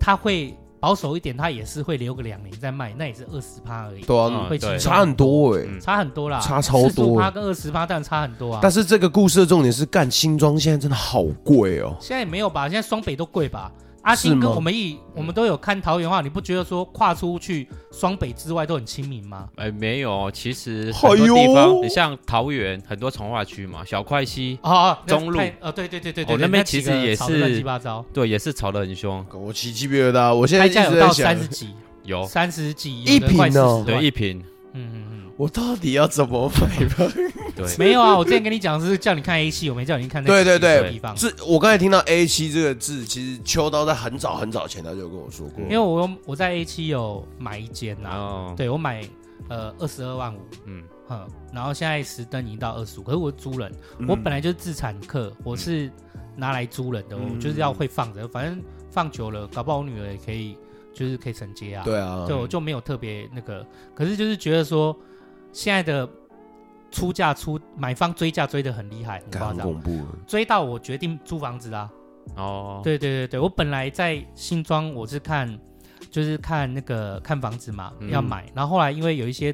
S3: 他会保守一点，他也是会留个两年再卖，那也是二十趴而已，
S2: 对啊，
S4: 嗯
S3: 会轻
S4: 对
S3: 松
S2: 差很多哎、
S4: 嗯
S3: 差很多啦，
S2: 差超多
S3: 趴跟二十趴当然差很多啊。
S2: 但是这个故事的重点是，干新庄现在真的好贵哦、
S3: 现在也没有吧？现在双北都贵吧？阿
S2: 是
S3: 星
S2: 吗
S3: 跟我们一，我们都有看桃园话，你不觉得说跨出去双北之外都很亲民吗？
S4: 哎，没有，其实
S2: 哎
S4: 很多地方，
S2: 呦
S4: 你像桃园很多从化区嘛，小块溪，
S3: 哦，那
S4: 中路
S3: 太呃，对对对对对，
S4: 哦那边
S3: 几个
S4: 其实也
S3: 吵得乱
S4: 是
S3: 七八糟，
S4: 对，也是炒得很凶，
S2: 我起鸡皮疙瘩，啊我现在
S3: 开
S2: 一
S3: 价
S2: 直
S3: 有
S2: 在
S3: 到
S2: 想
S3: 三，十几，
S4: 有
S3: 三十几，
S2: 一
S3: 有的快
S2: 瓶哦
S3: 40万
S4: 哦对一瓶，
S3: 嗯嗯嗯，
S2: 我到底要怎么买吧？
S4: 对，
S3: 没有啊，我之前跟你讲是叫你看 A 系，我没叫你看那
S2: 对对
S4: 对
S3: 个地方，
S2: 这我刚才听到 A 七这个字，其实秋刀在很早很早前他就有跟我说过
S3: 因，为我有我在 A 七有买一间
S4: 然
S2: 哦
S3: 呐，
S4: 后
S3: 对我买呃二十二万五，
S4: 嗯，
S3: 嗯，然后现在十灯已经到二十五，可是我租人。我本
S2: 来
S3: 来就是自产客，我
S2: 嗯
S3: 是拿来租人的，我就是要会放着，反正放久了，搞不好我女儿也可以，就是可以承接啊。，
S2: 对啊，
S3: 我就没有特别那个，可是就是觉得说现在的出价出买方追价追的很厉害，很
S2: 干
S3: 夸
S2: 很
S3: 张，
S2: 恐怖，
S3: 追到我决定租房子啦、
S4: 哦，
S3: 对对对对，我本来在新庄我是看，就是看那个看房子嘛，
S4: 嗯
S3: 要买，然后后来因为有一些，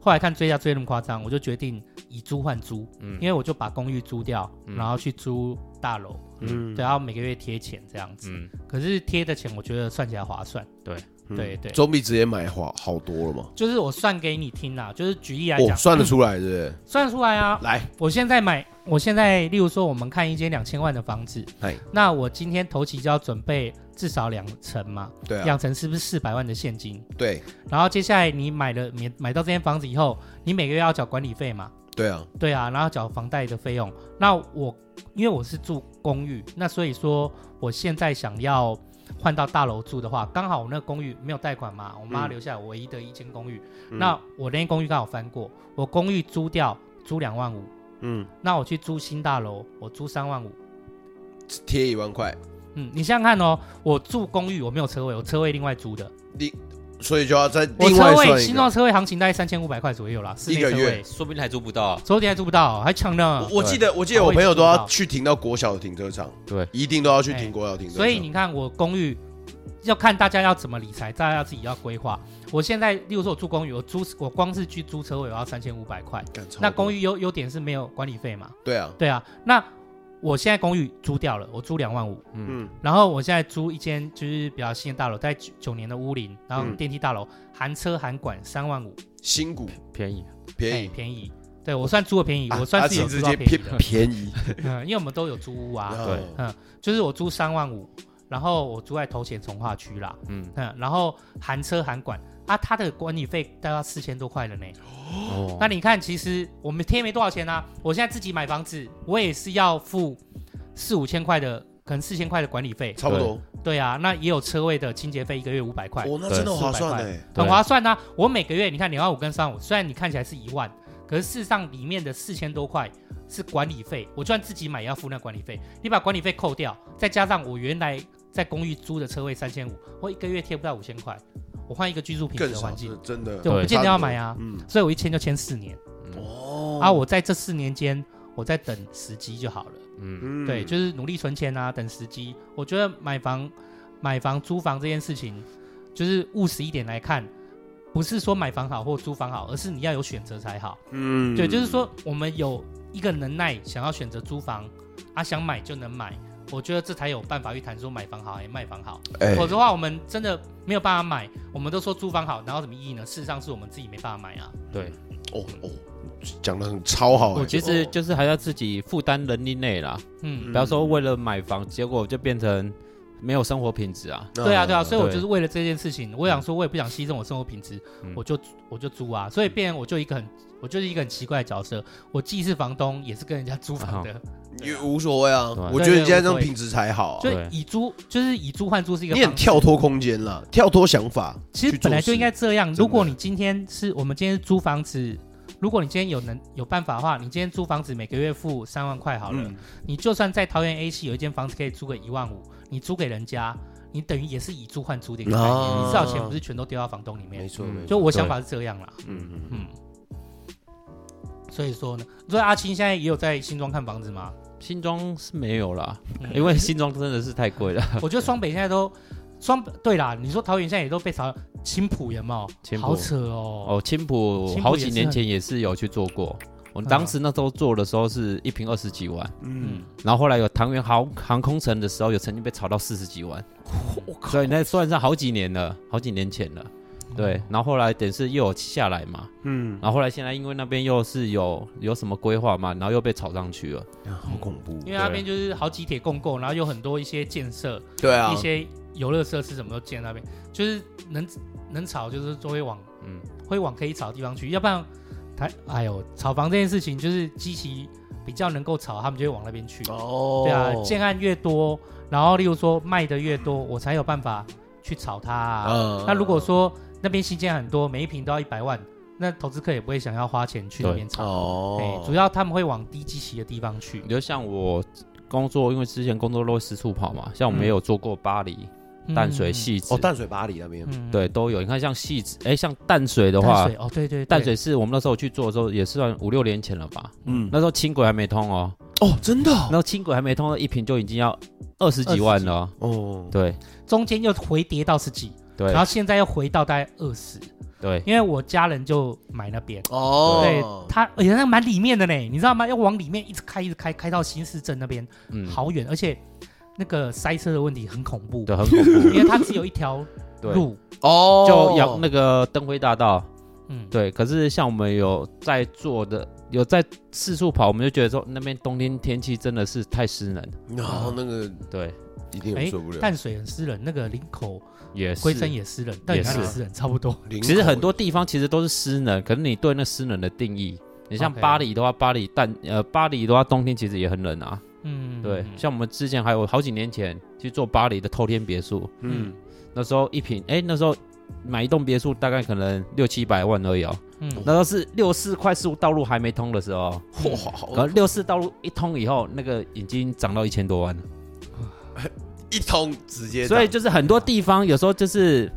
S3: 后来看追价追得那么夸张，我就决定以租换租，
S4: 嗯
S3: 因为我就把公寓租掉，
S4: 嗯
S3: 然后去租大楼，
S2: 嗯，
S3: 对，然后每个月贴钱这样子。
S4: 嗯，
S3: 可是贴的钱我觉得算起来划算，
S2: 嗯
S3: 对对
S2: 总比直接买好好多了嘛。
S3: 就是我算给你听啦，就是举例来
S2: 我
S3: 讲，
S2: 哦算得出
S3: 嗯
S2: 来，是不是？
S3: 算出来啊，
S2: 来，
S3: 我现在买，我现在例如说，我们看一间两千万的房子
S2: 哎，
S3: 那我今天头期就要准备至少两成嘛，
S2: 对啊，
S3: 两成是不是四百万的现金？
S2: 对
S3: 然后接下来你买了买买到这间房子以后，你每个月要缴管理费嘛？
S2: 对啊，
S3: 对啊，然后缴房贷的费用。那我因为我是住公寓，那所以说我现在想要换到大楼住的话，刚好我那个公寓没有贷款嘛，我妈
S2: 嗯
S3: 留下我唯一的一间公寓。
S2: 嗯
S3: 那我那间公寓刚好翻过，我公寓租掉租两万五，
S2: 嗯，
S3: 那我去租新大楼，我租三万五。
S2: 贴一万块，
S3: 嗯，你想想看哦，我住公寓，我没有车位，我车位另外租的。
S2: 所以就要再
S3: 我
S2: 另
S3: 车
S2: 外
S3: 位
S2: 算一
S3: 新
S2: 个
S3: 造。车位行情大概三千五百块左右啦，室内
S2: 一个
S3: 车
S2: 月
S3: 位，
S4: 哎说不定还租不到，
S3: 昨天还租不到，还抢呢
S2: 我。我记得，我记得我朋友都要去停到国小的停车场，
S4: 对，
S2: 一定都要去
S3: 哎
S2: 停国小停车场。
S3: 所以你看，我公寓要看大家要怎么理财，大家要自己要规划。我现在，例如说我住公寓，我租我光是去租车位，我要三千五百块。
S2: 干超
S3: 那
S2: 多
S3: 公寓优优点是没有管理费嘛？
S2: 对啊，
S3: 对啊。那我现在公寓租掉了，我租两万五，
S2: 嗯，
S3: 然后我现在租一间就是比较新的大楼，在九九年的屋龄，然后
S2: 嗯
S3: 电梯大楼，含车含管三万五，
S2: 新股
S4: 便宜，
S2: 便
S3: 哎，
S2: 宜，
S3: 便宜。对我算租的便宜，
S2: 啊
S3: 我算
S2: 阿
S3: 是
S2: 青
S3: 有租
S2: 直
S3: 到
S2: 接
S3: 便宜
S2: 便
S3: 的，
S2: 便宜，
S3: 嗯，因为我们都有租屋啊，
S4: 对
S2: 哦
S3: 就是我租三万五，然后我住在头前从化区啦，
S4: 嗯，
S3: 嗯，然后含车含管啊，它的管理费大概四千多块了呢。
S4: 哦
S3: 那你看，其实我们贴没多少钱啊，我现在自己买房子，我也是要付四五千块的，可能四千块的管理费。
S2: 差不多。
S3: 对啊，那也有车位的清洁费，一个月五百块，
S2: 哦，那真的划算呢。
S4: 对
S3: 很划算呐、我每个月你看两万五跟三五，虽然你看起来是一万，可是事实上里面的四千多块是管理费，我就算自己买也要付那管理费。你把管理费扣掉，再加上我原来在公寓租的车位三千五，我一个月贴不到五千块，我换一个居住品质
S2: 更
S3: 的
S2: 少
S3: 环
S2: 是
S3: 境，
S2: 真的。
S3: 对，我不见得要买
S2: 啊。
S3: 啊。
S2: 嗯，
S3: 所以我一签就签四年、
S2: 哦
S3: 啊，我在这四年间，我再等时机就好了。
S4: 嗯，
S2: 嗯
S3: 对，就是努力存钱啊，等时机。我觉得买房、买房、租房这件事情，就是务实一点来看，不是说买房好或租房好，而是你要有选择才好。
S2: 嗯
S3: 对，就是说我们有一个能耐，想要选择租房，啊，想买就能买。我觉得这才有办法去谈说买房好还是卖房好，
S2: 哎
S3: 否则的话我们真的没有办法买。我们都说租房好，然后什么意义呢？事实上是我们自己没办法买啊。
S4: 对，
S2: 哦哦，讲的很超好哎、
S4: 我其实就是还要自己负担能力内啦，
S3: 嗯，
S4: 不要说为了买房，结果就变成没有生活品质啊。
S2: 嗯
S3: 对啊，对啊，所以我
S4: 对
S3: 就是为了这件事情，我想说，我也不想牺牲我生活品质，
S4: 嗯
S3: 我就我就租啊，所以变成我就一个很，我就是一个很奇怪的角色，我既是房东，也是跟人家租房
S4: 嗯
S3: 的，
S2: 也无所谓啊
S4: 对啊，
S2: 我觉得你现在这种品质才好、啊
S3: 就。
S4: 对
S3: 以租就是以租换租是一个
S2: 你很
S3: 方式。
S2: 跳脱空间了，跳脱想法。
S3: 其实
S2: 去做
S3: 本来
S2: 事
S3: 就应该这样。
S2: 真的
S3: 如果你今天是我们今天是租房子，如果你今天有能有办法的话，你今天租房子每个月付三万块好了，
S2: 嗯
S3: 你就算在桃园 A 区有一间房子可以租个一万五，你租给人家，你等于也是以租换租的一个概念，
S2: 啊
S3: 你至少钱不是全都丢到房东里面
S2: 没。错，
S4: 嗯
S2: 没错。
S3: 就我想法是这样啦，
S2: 嗯嗯，
S3: 嗯。所以说呢，所以阿青现在也有在新庄看房 子吗？
S4: 新庄是没有啦，
S3: 嗯
S4: 因为新庄真的是太贵了。
S3: 我觉得双北现在都双对啦，你说桃园现在也都被炒，青浦有没
S4: 青
S3: 有？
S4: 浦
S3: 好扯哦，
S4: 哦，青浦
S3: 青浦
S4: 好
S3: 也
S4: 几
S3: 是
S4: 年
S3: 很
S4: 前也是有去做过，我们
S3: 嗯
S4: 当时那时候做的时候是一瓶二十几万，
S3: 嗯，
S4: 然后后来有唐源航航空城的时候，有曾经被炒到四十几万，
S3: 我靠，嗯
S4: 所以那算上好几年了，好几年前了。对，然后后来等是又有下来嘛，
S2: 嗯，
S4: 然后后来现在因为那边又是有有什么规划嘛，然后又被炒上去了。
S2: 啊好恐怖。
S3: 因为那边就是好几铁共购，然后有很多一些建设、
S2: 对啊
S3: 一，些游乐设施什么都建在那边，就是能能炒就是就会往
S4: 嗯，
S3: 会往可以炒的地方去，要不然台哎呦炒房这件事情就是基期比较能够炒，他们就会往那边去。
S2: 哦，
S3: 对啊，建案越多，然后例如说卖的越多，我才有办法去炒它、啊。
S2: 嗯
S3: 那如果说那边新建很多，每一平都要一百万，那投资客也不会想要花钱去那边炒。
S2: 哦
S3: 哎，，主要他们会往低基期的地方去
S4: 你。就像我工作，因为之前工作都会四处跑嘛，像我们
S3: 嗯
S4: 也有做过巴黎、淡水、
S3: 系，
S4: 戏子，
S2: 哦，淡水巴黎那边，
S3: 嗯
S4: 对，都有。你看像戏子，哎，像淡水的
S3: 淡
S4: 话
S3: 水，哦，对对，对
S4: 淡水是我们那时候去做的时候，也是算五六年前了吧。
S2: 嗯
S4: 那，时候轻轨还没通哦，
S2: 哦，真的
S4: 那时候轻轨还没通，一瓶就已经要二十几万了哦。
S2: 哦，
S4: 对
S3: 中间又回跌到十几，
S4: 对
S3: 然后现在又回到大概二十，
S4: 对，
S3: 因为我家人就买那边。对
S2: 哦，
S3: 他，而且那个蛮里面的呢，你知道吗？要往里面一直开，一直开，开到新市镇那边，
S4: 嗯，
S3: 好远，而且那个塞车的问题很恐怖，
S4: 对，很恐怖。
S3: 因为它只有一条
S4: 对，
S3: 路，
S2: 哦，
S4: 就阳那个灯辉大道，
S3: 嗯，
S4: 对。可是像我们有在做的，有在四处跑，我们就觉得说那边冬天天气真的是太湿冷。
S2: 然后那个
S4: 对，
S2: 一定
S3: 哎
S2: 很受不了。
S3: 淡水很湿冷，那个林口
S4: 也是
S3: 龟。山也湿冷，到底哪里
S4: 也是
S3: 湿冷？差不多，
S2: 林口
S4: 其实很多地方其实都是湿冷，可是你对那湿冷的定义，你像
S3: OK
S4: 巴黎的话，巴黎但呃巴黎的话，冬天其实也很冷啊。
S3: 嗯，
S4: 对，像我们之前还有好几年前去做巴黎的透天别墅，
S3: 嗯
S4: 那时候一平，哎、那时候买一栋别墅大概可能六七百万而已哦。
S3: 嗯，
S4: 那时候是六四快速道路还没通的时候，哦
S2: 哇，
S3: 哦
S2: 好
S3: 嗯
S4: 可能六四道路一通以后，那个已经涨到一千多万了。
S2: 一通直接打，
S4: 所以就是很多地方有时候就是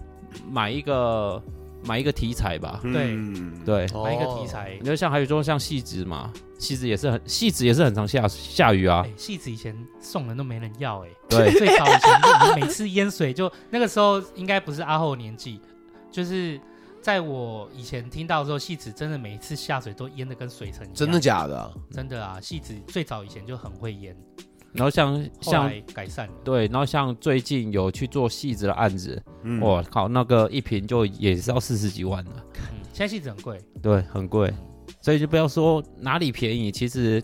S4: 买一个买一个题材吧，
S3: 对
S2: 嗯
S4: 对。
S2: 哦
S3: 买一个题材
S4: 你，就像还有说像戏子嘛，戏子也是很戏子也是很常下下雨啊
S3: 哎，，戏子以前送人都没人要，哎，
S4: 对，
S3: 最早以前就每次淹水就那个时候应该不是阿后年纪，就是。在我以前听到的时候，戏子真的每次下水都淹的跟水城一样，
S2: 真的假的啊？
S3: 真的啊！戏子最早以前就很会淹，
S4: 然后像
S3: 后
S4: 像
S3: 来改善了。
S4: 对，然后像最近有去做戏子的案子，
S2: 嗯
S4: 我、靠，那个一瓶就也是要四十几万了，
S3: 嗯，现在戏子很贵，
S4: 对，很贵，所以就不要说哪里便宜，其实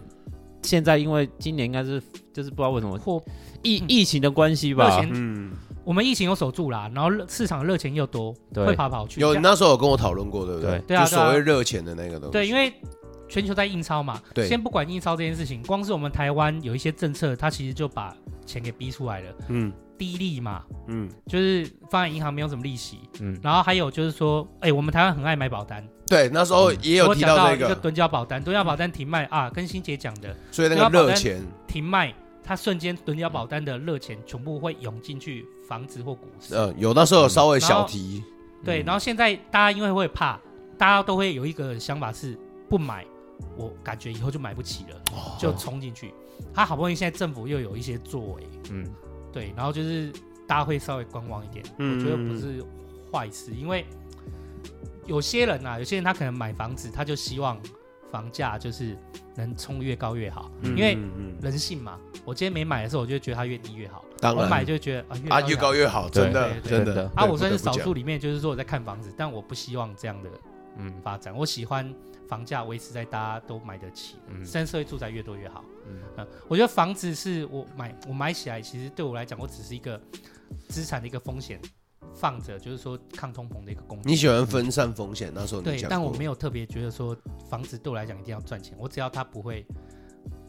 S4: 现在因为今年应该是就是不知道为什么
S3: 货
S4: 疫、
S3: 嗯
S4: 疫情的关系
S3: 热
S4: 吧，
S3: 钱，
S2: 嗯，
S3: 我们疫情有守住啦，然后热市场热钱又多，
S4: 对
S3: 会跑跑去。
S2: 有
S3: 这
S2: 你
S3: 样
S2: 那时候有跟我讨论过，对不
S4: 对
S3: 对啊
S2: 就
S3: 对啊
S2: 所谓热钱的那个东西。
S3: 对，因为全球在印钞嘛，
S2: 对
S3: 先不管印钞这件事情，光是我们台湾有一些政策，它其实就把钱给逼出来了，
S2: 嗯
S3: 低利嘛，
S2: 嗯，
S3: 就是放在银行没有什么利息。
S4: 嗯，
S3: 然后还有就是说，哎，我们台湾很爱买保单，
S2: 对，那时候也有
S3: 嗯我
S2: 提
S3: 讲到
S2: 到
S3: 一
S2: 这
S3: 个
S2: 个，嗯
S3: 趸缴保单，趸缴保单停卖啊，跟欣姐讲的
S2: 所以那个热钱，
S3: 停卖，它瞬间趸缴保单的热钱全部会涌进去房子或股市。
S2: 嗯，有那时候有稍微小提，
S3: 对，
S4: 嗯
S3: 然后现在大家因为会怕，大家都会有一个想法是不买我感觉以后就买不起了，
S2: 哦
S3: 就冲进去。他好不容易现在政府又有一些作为，
S4: 嗯，
S3: 对，然后就是大家会稍微观望一点，
S2: 嗯
S3: 我觉得不是坏事，因为有些人啊，有些人他可能买房子，他就希望房价就是能冲越高越好，因为
S2: 嗯嗯嗯
S3: 人性嘛。我今天没买的时候，我就会觉得它越低越好，
S2: 当
S3: 我买
S2: 然
S3: 就会觉得啊越
S2: 啊，越高
S3: 越
S2: 越好，真的
S3: 对对
S2: 真
S1: 对
S2: 的
S1: 对
S3: 好。啊，我算是
S2: 对
S3: 少。
S2: 不得不
S3: 数里面，就是说我在看房子，但我不希望这样的
S4: 嗯
S3: 发展，我喜欢房价维持在大家都买得起的，
S4: 嗯
S3: 现在社会住宅越多越好。
S4: 嗯
S3: 嗯，我觉得房子是我买我买起来，其实对我来讲，我只是一个资产的一个风险放着，就是说抗通膨的一个工
S2: 讲
S3: 具。
S2: 你喜欢分散风险，那时候你
S3: 对，
S2: 讲
S3: 但我
S2: 过
S3: 没有特别觉得说房子对我来讲一定要赚钱，我只要它不会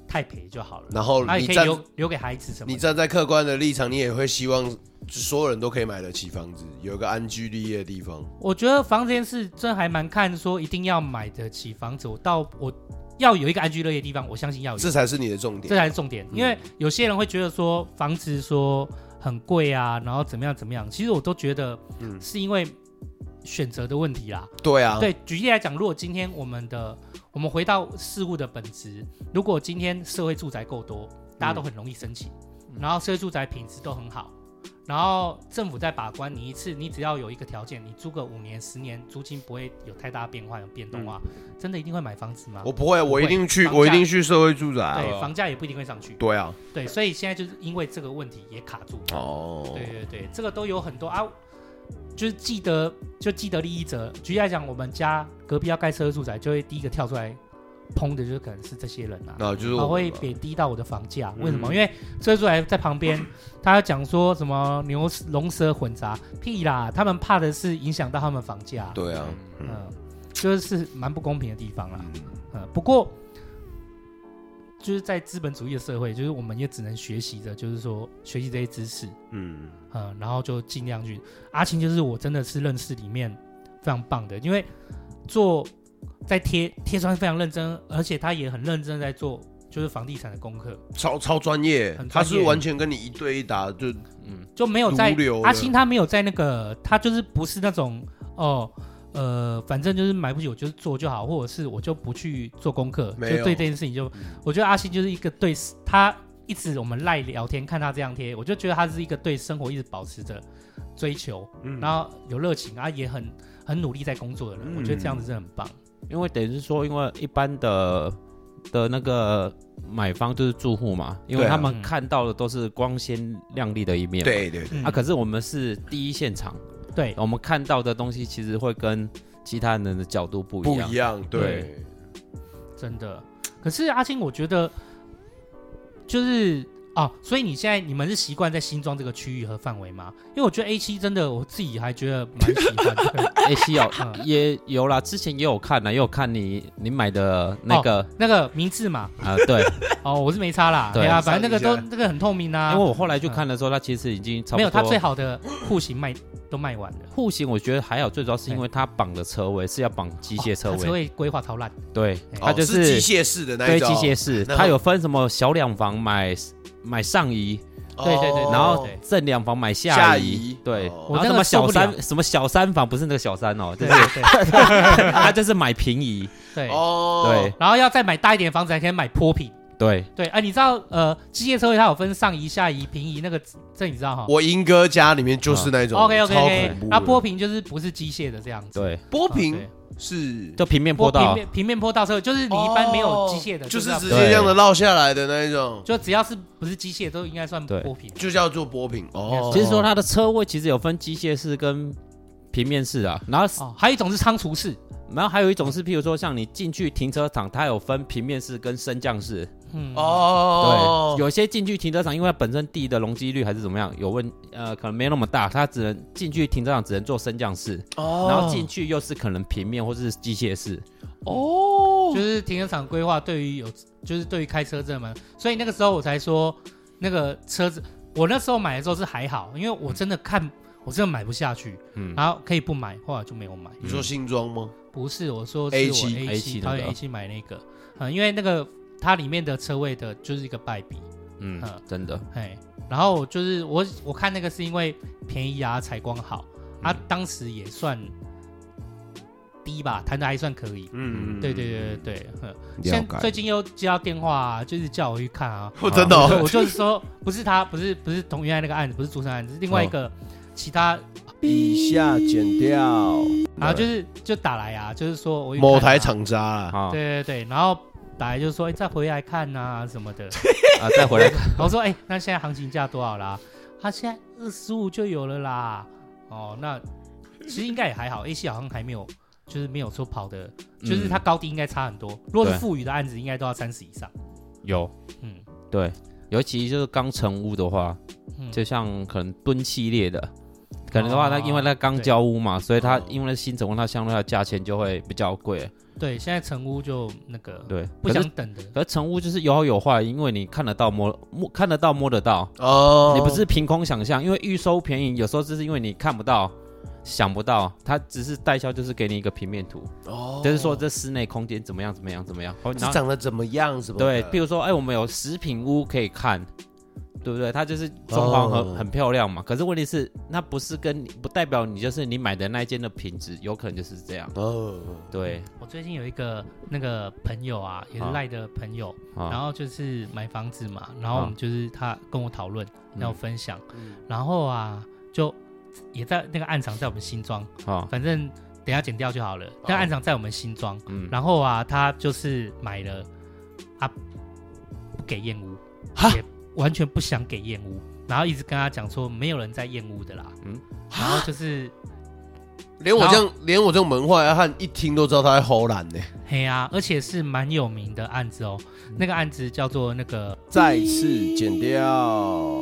S3: 太赔就好了。
S2: 然后
S3: 那
S2: 你
S3: 也可以
S2: 站
S3: 留留给孩子什么
S2: 你
S3: 的。
S2: 站在客观的立场，你也会希望所有人都可以买得起房子，有一个安居立业的地方。
S3: 我觉得房子这件事真还蛮看说一定要买得起房子，我到我要有一个安居乐业的地方，我相信要有。
S2: 这才是嗯你的重点。
S3: 这才是重点。因为有些人会觉得说房子说很贵啊，然后怎么样怎么样，其实我都觉得
S2: 嗯
S3: 是因为选择的问题啦。
S2: 对啊，
S3: 对，举例来讲，如果今天我们的我们回到事物的本质，如果今天社会住宅够多，
S2: 嗯
S3: 大家都很容易申请，然后社会住宅品质都很好。然后政府在把关，你一次你只要有一个条件，你租个五年、十年，租金不会有太大变化、有变动啊，真的一定啊会买房子吗
S2: 嗯我？不会，我一定去，
S3: 房价
S2: 我一定去社会住宅啊。
S3: 对，房价也不一定会上去。
S2: 对啊，
S3: 对，所以现在就是因为这个问题也卡住。
S2: 哦，
S3: 对对对，这个都有很多啊，就是既得就既得利益者。举例来讲，我们家隔壁要盖社会住宅，就会第一个跳出来，砰的，就是可能是这些人啊，
S2: 那就是
S3: 啊
S2: 我
S3: 会
S2: 们嘛
S3: 贬低到我的房价。
S2: 嗯
S3: 为什么？因为社会住宅在旁 边，他讲说什么牛龙蛇混杂，屁啦，他们怕的是影响到他们房价。
S2: 对啊，
S3: 嗯、就是蛮不公平的地方啦。
S2: 嗯
S3: 呃，不过就是在资本主义的社会，就是我们也只能学习着，就是说学习这些知识，
S2: 嗯，
S3: 呃，然后就尽量去。阿青就是我真的是认识里面非常棒的，因为做在贴贴砖非常认真，而且他也很认真在做。就是房地产的功课，
S2: 超超专业
S3: 很专业，
S2: 他是完全跟你一对一打，就
S4: 嗯
S3: 就没有在
S2: 毒瘤的
S3: 阿青他没有在那个，他就是不是那种哦，呃，反正就是买不起我就是做就好，或者是我就不去做功课，就
S2: 没有嗯
S3: 对这件事情就我觉得阿信就是一个对他一直我们赖聊天，看他这样贴，我就觉得他是一个对生活一直保持着追求，然后有热情啊，也很很努力在工作的人，
S2: 嗯
S3: 我觉得这样子真的很棒。
S4: 因为等于是说，因为一般的的那个买方就是住户嘛，因为
S2: 对啊
S4: 他们看到的都是光鲜亮丽的一面嘛。
S2: 对对，
S3: 嗯
S4: 啊，可是我们是第一现场，
S3: 对，
S4: 我们看到的东西其实会跟其他人的角度不一
S2: 不
S4: 样。
S2: 一样，对，
S3: 真的。可是阿青，我觉得就是啊，所以你现在你们是习惯在新庄这个区域和范围吗？因为我觉得 A 七真的我自己还觉得蛮喜欢 的，
S4: 哎，西有
S3: 嗯
S4: 也有啦，之前也有看啊啦，也有看你你买的那
S2: 哦
S4: 个
S3: 那个名字嘛，
S4: 啊， 对，
S3: 哦，我是没差 啦，
S4: 对
S3: 对啊，反正那个
S2: 上一
S3: 都
S2: 下
S3: 那个很透明啊，
S4: 因为我后来去看的时候，它其实已经差不多
S3: 没有，它最好的户型卖都卖完了。
S4: 户型，我觉得还好，最主要是因为它绑的车位是要绑机械车
S3: 哦它车
S4: 位，
S3: 位规划超烂，
S4: 对，
S2: 哦
S4: 它就是
S2: 机械式的那
S4: 对
S2: 一
S4: 机
S2: 种，
S4: 械式，
S2: 那
S4: 它有分什么小两房买买上移，
S2: 哦，
S3: 对对对
S4: 然后
S3: 对
S4: 正两房买下移，
S2: 下移
S4: 对，
S2: 哦
S4: 然后什么小三什么小三房不是那个小三哦，就
S3: 对
S4: 是
S3: 对对
S4: 它就是买平移，
S3: 对。
S2: 哦，
S4: 对
S3: 然后要再买大一点的房子，还可以买坡品。
S4: 对，
S3: 对，哎、你知道呃，机械车位它有分上移、下移、平移，那个这你知道哈
S2: 我英哥家里面就是那种
S3: ？OK OK
S2: 超
S3: OK
S2: 恐怖。的。
S3: 那哦啊波平就是不是机械的这样子。
S4: 对，
S2: 波
S3: 啊
S2: 平
S3: 对
S2: 是
S4: 就平面坡
S3: 坡平
S4: 道，
S3: 面平面坡道车位，就是你一般没有机械的，
S2: 哦就是
S3: 要
S2: 直接这样的落下来的那一种，
S3: 就只要是不是机械都应该算
S4: 对
S3: 波平。
S2: 就叫做波平哦。
S4: 其实说它的车位其实有分机械式跟平面式啊，然后
S3: 哦，还有一种是仓储式，
S4: 然后还有一种是，譬如说像你进去停车场，它有分平面式跟升降式，
S3: 嗯，
S2: 哦，
S4: 对，有些进去停车场，因为它本身地的容积率还是怎么样，有问呃，可能没那么大，它只能进去停车场只能做升降式，
S2: 哦
S4: 然后进去又是可能平面或是机械式，
S2: 哦，
S3: 就是停车场规划对于有，就是对于开车这门，所以那个时候我才说，那个车子，我那时候买的时候是还好，因为我真的看，我真的买不下去，
S4: 嗯，
S3: 然后可以不买，后来就没有买。
S2: 你说新装吗？
S3: 不是，我说是
S2: A7
S3: 我 A 七
S4: A7
S3: 桃园
S4: 那个
S3: A 七买那个，嗯，因为那个它里面的车位的就是一个败笔，
S4: 嗯
S3: 嗯，
S4: 真的，
S3: 哎，然后我就是我我看那个是因为便宜啊，采光好，啊，当时也算。低吧，弹的还算可以。
S2: 嗯
S3: 对对对对对，嗯
S2: 了
S3: 现在最
S2: 解。
S3: 近又接到电话、啊，就是叫我去看啊。
S2: 我真的哦
S3: 我就是说，不是他，不是不是同原来那个案子，不是朱生案子，是另外一个其他，
S2: 以下剪掉，
S3: 然后啊就是就打来啊，就是说我去看啊
S2: 某台，厂渣啦，
S4: 好
S3: 对对对，然后打来就说，哎，再回来看呐什么的。
S4: 啊，再回来看，
S3: 然后说，哎，那现在行情价多少啦？他现在二十五就有了啦。哦，那其实应该也还好，A 系好像还没有，就是没有说跑的， 就是它高低应该差很多。如果是
S4: 嗯对
S3: 富余的案子，应该都要三十以上。
S4: 有
S3: 嗯
S4: 对，尤其就是刚成屋的话，
S3: 嗯，
S4: 就像可能蹲系列的，可能的话，
S3: 哦
S4: 它因为它刚交屋嘛，所以它
S3: 哦
S4: 因为新成屋，它相对它价钱就会比较贵。
S3: 对，现在成屋就那个
S4: 对，
S3: 不
S4: 可
S3: 想
S4: 是
S3: 等的。
S4: 可是成屋就是有好有坏，因为你看得到摸摸看得到摸得到，
S2: 哦
S4: 你不是凭空想象，因为预收便宜，有时候就是因为你看不到。想不到，它只是代销，就是给你一个平面图，
S2: 哦
S4: 就是说这室内空间怎么样怎么样怎么样。哦然
S2: 这
S4: 后
S2: 长得怎么样什么的？
S4: 对，比如说，哎，我们有食品屋可以看，对不对？它就是装潢很、
S2: 哦
S4: 很漂亮嘛。可是问题是，那不是跟你不代表你就是你买的那一间的品质，有可能就是这样。
S2: 哦，
S4: 对
S3: 我最近有一个那个朋友啊，也是
S4: 啊
S3: 赖的朋友，然
S4: 啊，
S3: 后就是买房子嘛，然后我们就是他跟我讨论，
S4: 嗯
S3: 然后分享，然后啊，就也在那个暗场在我们新庄，
S4: 好，
S3: 反正等一下剪掉就好了。那暗场在我们新庄，
S4: 嗯，
S3: 然后啊，他就是买了啊，不给燕屋，也完全不想给燕屋，然后一直跟他讲说没有人在燕屋的啦，嗯
S4: 嗯，
S3: 然后就是
S2: 连我这样，连我这种门外汉一听都知道他在吼懒呢。
S3: 嘿啊，而且是蛮有名的案子哦，那个案子叫做那个
S2: 再次剪掉，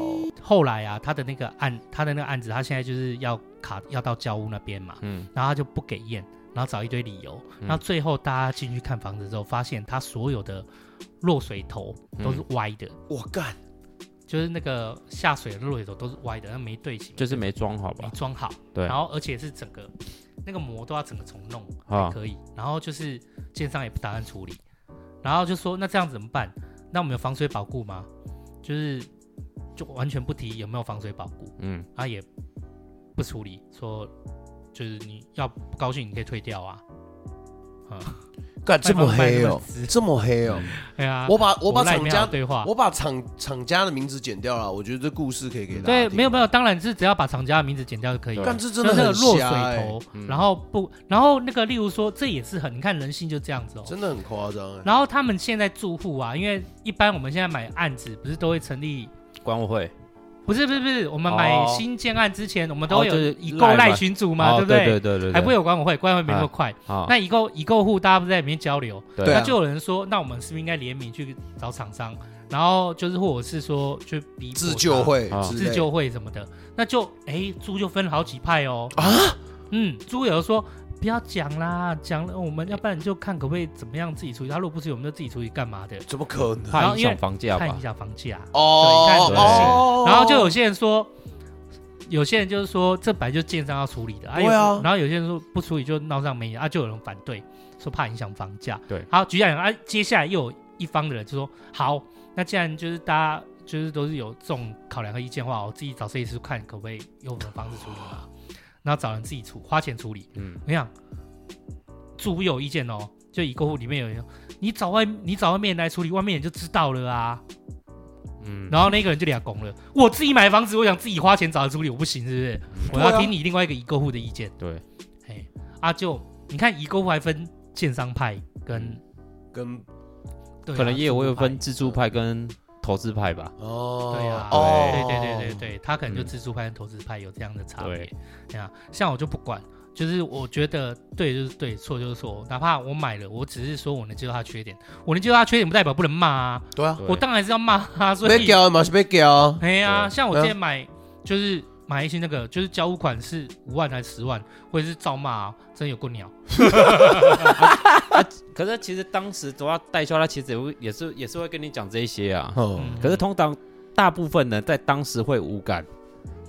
S3: 后来啊，他的那个案，他的那个案子，他现在就是要卡要到交屋那边嘛，
S4: 嗯
S3: 然后他就不给验，然后找一堆理由，然后最后大家进去看房子之后，发现他所有的落水头都是歪的，
S2: 我干，
S3: 就是那个下水的落水头都是歪的，那没对齐，
S4: 就是没装好
S3: 没
S4: 吧？
S3: 装好，
S4: 对
S3: 然后而且是整个那个膜都要整个重弄，
S4: 啊，
S3: 可以。然后就是建商也不打算处理，然后就说那这样怎么办？那我们有防水保固吗？就是就完全不提有没有防水保固，
S4: 嗯
S3: 他也不处理，说就是你要不高兴你可以退掉啊。嗯
S2: 干这么黑哦
S3: 卖房卖那么直，
S2: 这么黑哦。
S4: 嗯
S3: 哎呀，
S2: 我把我
S3: 我
S2: 把
S3: 赖
S2: 厂
S3: 没有
S2: 家，
S3: 对话，
S2: 我把厂厂家的名字剪掉了。我觉得这故事可以给大家。
S3: 对没有没有，，当然是只要把厂家的名字剪掉就可以了。
S2: 干这真
S3: 就
S2: 的
S3: 是那个
S2: 很
S3: 落水
S2: 瞎欸，
S3: 头，然后不，然后那个例如说，这也是很，你看人性就这样子哦。
S2: 真的很夸张哎。
S3: 然后他们现在住户啊，因为一般我们现在买案子不是都会成立，
S4: 管委会
S3: 不是不是不是，我们买
S4: 哦
S3: 新建案之前，我们都
S4: 哦
S3: 有
S4: 就是
S3: 已购
S4: 赖
S3: 赖
S4: 嘛
S3: 群组嘛，
S4: 哦
S3: 对不
S4: 对？对对对，
S3: 还不会
S4: 有
S3: 有管委会，管委会没
S2: 嗯
S3: 那么快。
S2: 哦
S4: 啊？
S3: 那已购已购户大家不是在里面交流，
S2: 对啊
S3: 那就有人说，那我们是不是应该联名去找厂商，然后就是或者是说去逼迫
S2: 自
S3: 他
S2: 救、会
S4: 啊
S2: 之类的
S3: 自救会什么的，那就哎猪就分好几派哦。
S2: 啊，
S3: 嗯，猪友说不要讲啦，讲了我们要不然就看可不可以怎么样自己处理，他如果不处理，我们就自己处理干嘛的？
S2: 怎么可能？
S4: 怕影响房价
S3: 看一
S4: 吧？
S3: 下房价。对你
S2: 哦
S3: 看
S2: 哦，
S3: 然后就有些人说，有些人就是说这本来就建商要处理的，
S2: 对啊
S3: 有然后有些人说不处理就闹上媒体，啊，就有人反对，说怕影响房价。
S4: 对
S3: 好，举下啊，接下来又有一方的人就说，好，那既然就是大家就是都是有这种考量和意见的话，我自己找设计师看可不可以用我们的方式处理嘛，然后找人自己处花钱处理。
S4: 嗯
S3: 我想住户有意见哦，就已购户里面有人说，你找外你找外面人来处理，外面人就知道了啊。
S4: 嗯，
S3: 然后那个人就俩拱了，我自己买房子，我想自己花钱找人处理，我不行是不是？我
S2: 啊
S3: 要听你另外一个已购户的意见。
S4: 对，
S3: 哎，啊就你看已购户还分建商派跟
S2: 跟
S3: 对啊
S4: 可能业务
S3: 自
S4: 又
S3: 住派
S4: 分自助派跟投资派吧？
S2: 哦，
S3: 对啊，
S2: 哦，
S3: 对对对对对，他可能就
S4: 嗯
S3: 自助派跟投资派有这样的差别
S4: 对。
S3: 对啊，像我就不管，就是我觉得对就是对，错就是错，哪怕我买了，我只是说我能接受他的缺点，我能接受他的缺点不代表不能骂啊，
S2: 对啊，
S3: 我当然是要骂他，所
S2: 被
S3: 以
S2: 屌嘛是被啊屌，
S3: 哎呀，
S4: 对啊
S3: 像我之前买就是买一些那个就是交屋款是五万还是十万，或者是照骂、啊，真有够鸟。
S4: 可是其实当时主要代销，他其实也会也是也是会跟你讲这一些啊。
S2: 哦
S3: 嗯
S4: 可是通常大部分人在当时会无感，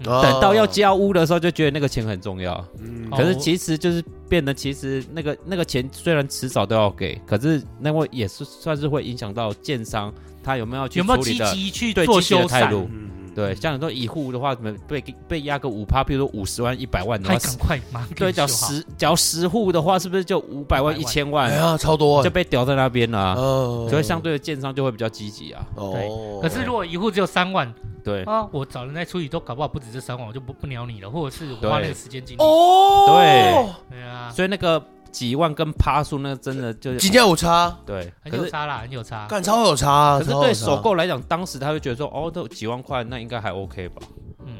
S2: 哦
S4: 等到要交屋的时候就觉得那个钱很重要。
S2: 嗯
S3: 哦
S4: 可是其实就是变得，其实那个那个钱虽然迟早都要给，可是那会也是算是会影响到建商他有没有去
S3: 有没有
S4: 处理
S3: 积
S4: 的
S3: 极去
S4: 对
S3: 做
S4: 积极的
S3: 修
S4: 态
S3: 缮？
S4: 度
S2: 嗯
S4: 对，像很多一户的话，可能被被压个五趴，比如说五十万、一百万的
S3: 还
S4: 话，
S3: 啊赶快马上给
S4: 对，啊
S3: 你
S4: 缴
S3: 修好
S4: 十缴十户的话，是不是就五百万、
S3: 500万
S4: 一千万
S2: 哎呀，超多
S4: 就被屌在那边了、啊？
S2: 哦
S4: 所以相对的建商就会比较积极啊。
S2: 哦，
S3: 可是如果一户只有三万
S4: 对
S3: 啊，我找人来处理都搞不好不止这三万，我就不不鸟你了，或者是我
S4: 对
S3: 花那个时间精力。
S2: 哦
S4: 对，
S3: 对啊，
S4: 所以那个几万跟趴数，那个真的就是
S2: 今天有差，
S4: 对，
S3: 很
S4: 可
S3: 有
S4: 是。
S3: 差啦，很有差。
S2: 干超有差，啊
S4: 可是
S2: 超有
S4: 对
S2: 差
S4: 首，购来讲，当时他会觉得说，哦，都有几万块，那应该还 OK 吧？
S3: 嗯，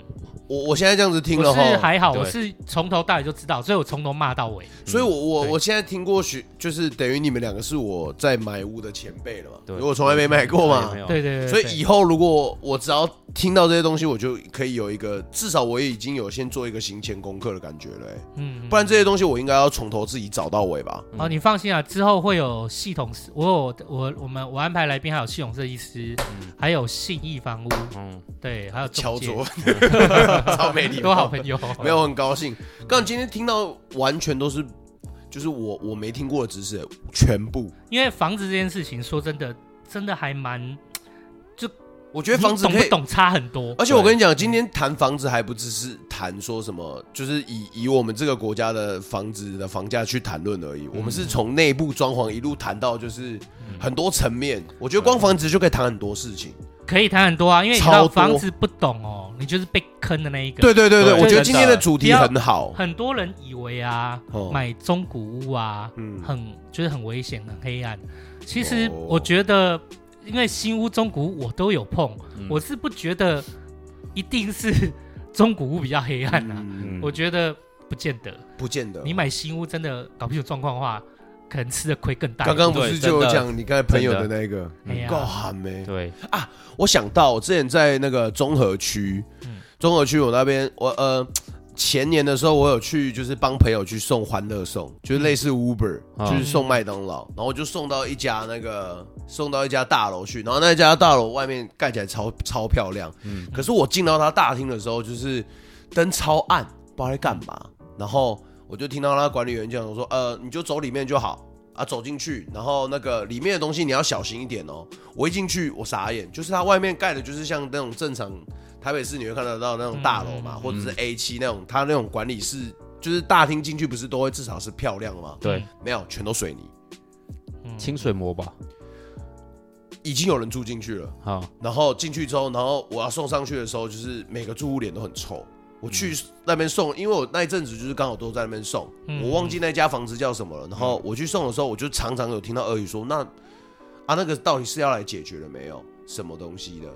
S2: 我我现在这样子听
S3: 我
S2: 了
S3: 是
S2: 哈，
S3: 还好，
S4: 对
S3: 我是从头到尾就知道，所以我从头骂到尾。
S2: 所以我我
S3: 对
S2: 我现在听过许，就是等于你们两个是我在买屋的前辈了嘛，
S4: 对
S2: 我从来没买过嘛
S4: 没，有
S3: 对对对，
S2: 所
S3: 对
S2: 以以后如果我只要听到这些东西，我就可以有一个，至少我也已经有先做一个行前功课的感觉了、欸
S3: 嗯，
S2: 不然这些东西我应该要从头自己找到尾吧。
S4: 嗯
S3: 哦，你放心啊，之后会有系统师，我有我我们我安排来宾还有系统设计师，
S4: 嗯
S3: 还有信义房屋，
S4: 嗯，
S3: 对，还有
S2: 敲
S3: 中介，
S2: 桌， 超没礼貌
S3: 都嗯好朋友。
S2: 没有很高兴。刚今天听到完全都是，就是我我没听过的知识、欸全部。
S3: 因为房子这件事情，说真的，真的还蛮，
S2: 我觉得房子
S3: 你
S2: 可
S3: 懂不
S2: 以，呃
S3: 懂差很多。
S2: 而且我跟你讲，今天谈房子还不只是谈说什么，就是以以我们这个国家的房子的房价去谈论而已。我们是从内部装潢一路谈到就是很多层面。我觉得光房子就可以谈很多事情。
S3: 可以谈很多啊，因为你知
S2: 超
S3: 道
S2: 多
S3: 房子不懂哦，你就是被坑的那一个。
S2: 对，对对对，
S4: 对
S2: 我觉
S4: 真
S2: 得
S4: 的
S2: 今天的主题很好。
S3: 很多人以为啊，
S2: 哦
S3: 买中古屋啊，
S2: 嗯
S3: 很就是很危险、很黑暗。其实
S2: 哦
S3: 我觉得，因为新屋、中古屋我都有碰，
S4: 嗯
S3: 我是不觉得一定是 中古屋比较黑暗啊。
S2: 嗯，
S3: 我觉得不见得，
S2: 不见
S4: 啊
S2: 得。
S3: 你买新屋真的搞不清楚状况的话，可能吃的亏更大。
S2: 刚刚不是
S4: 对真
S2: 就
S4: 的
S2: 有讲你刚才朋友的那个
S3: 哎呀
S2: 够欸喊没？
S4: 对，
S2: 我想到我之前在那个中和区
S3: 嗯，
S2: 中和区我那边我呃前年的时候我有去就是帮朋友去送欢乐送，就是类似 Uber，、
S4: 嗯
S2: 就是送麦当劳，然后我就送到一家那个送到一家大楼去，然后那家大楼外面盖起来超超漂亮，
S4: 嗯
S2: 可是我进到他大厅的时候就是灯超暗，不知道在干嘛，然后我就听到那管理员讲我说呃你就走里面就好。啊，走进去，然后那个里面的东西你要小心一点哦。我一进去，我傻眼，就是它外面盖的，就是像那种正常台北市你会看得到那种大楼嘛，
S3: 嗯
S2: 或者是 A 七那种，它那种管理室，就是大厅进去不是都会至少是漂亮的嘛？
S4: 对，
S2: 没有，全都水泥，
S3: 嗯
S4: 清水膜吧，
S2: 已经有人住进去了。
S4: 好，
S2: 然后进去之后，然后我要送上去的时候，就是每个住户脸都很臭。我去那边送，因为我那一阵子就是刚好都在那边送，
S3: 嗯
S2: 我忘记那家房子叫什么了。然后我去送的时候，我就常常有听到鳄鱼说：“那啊，那个到底是要来解决了没有？什么东西的？”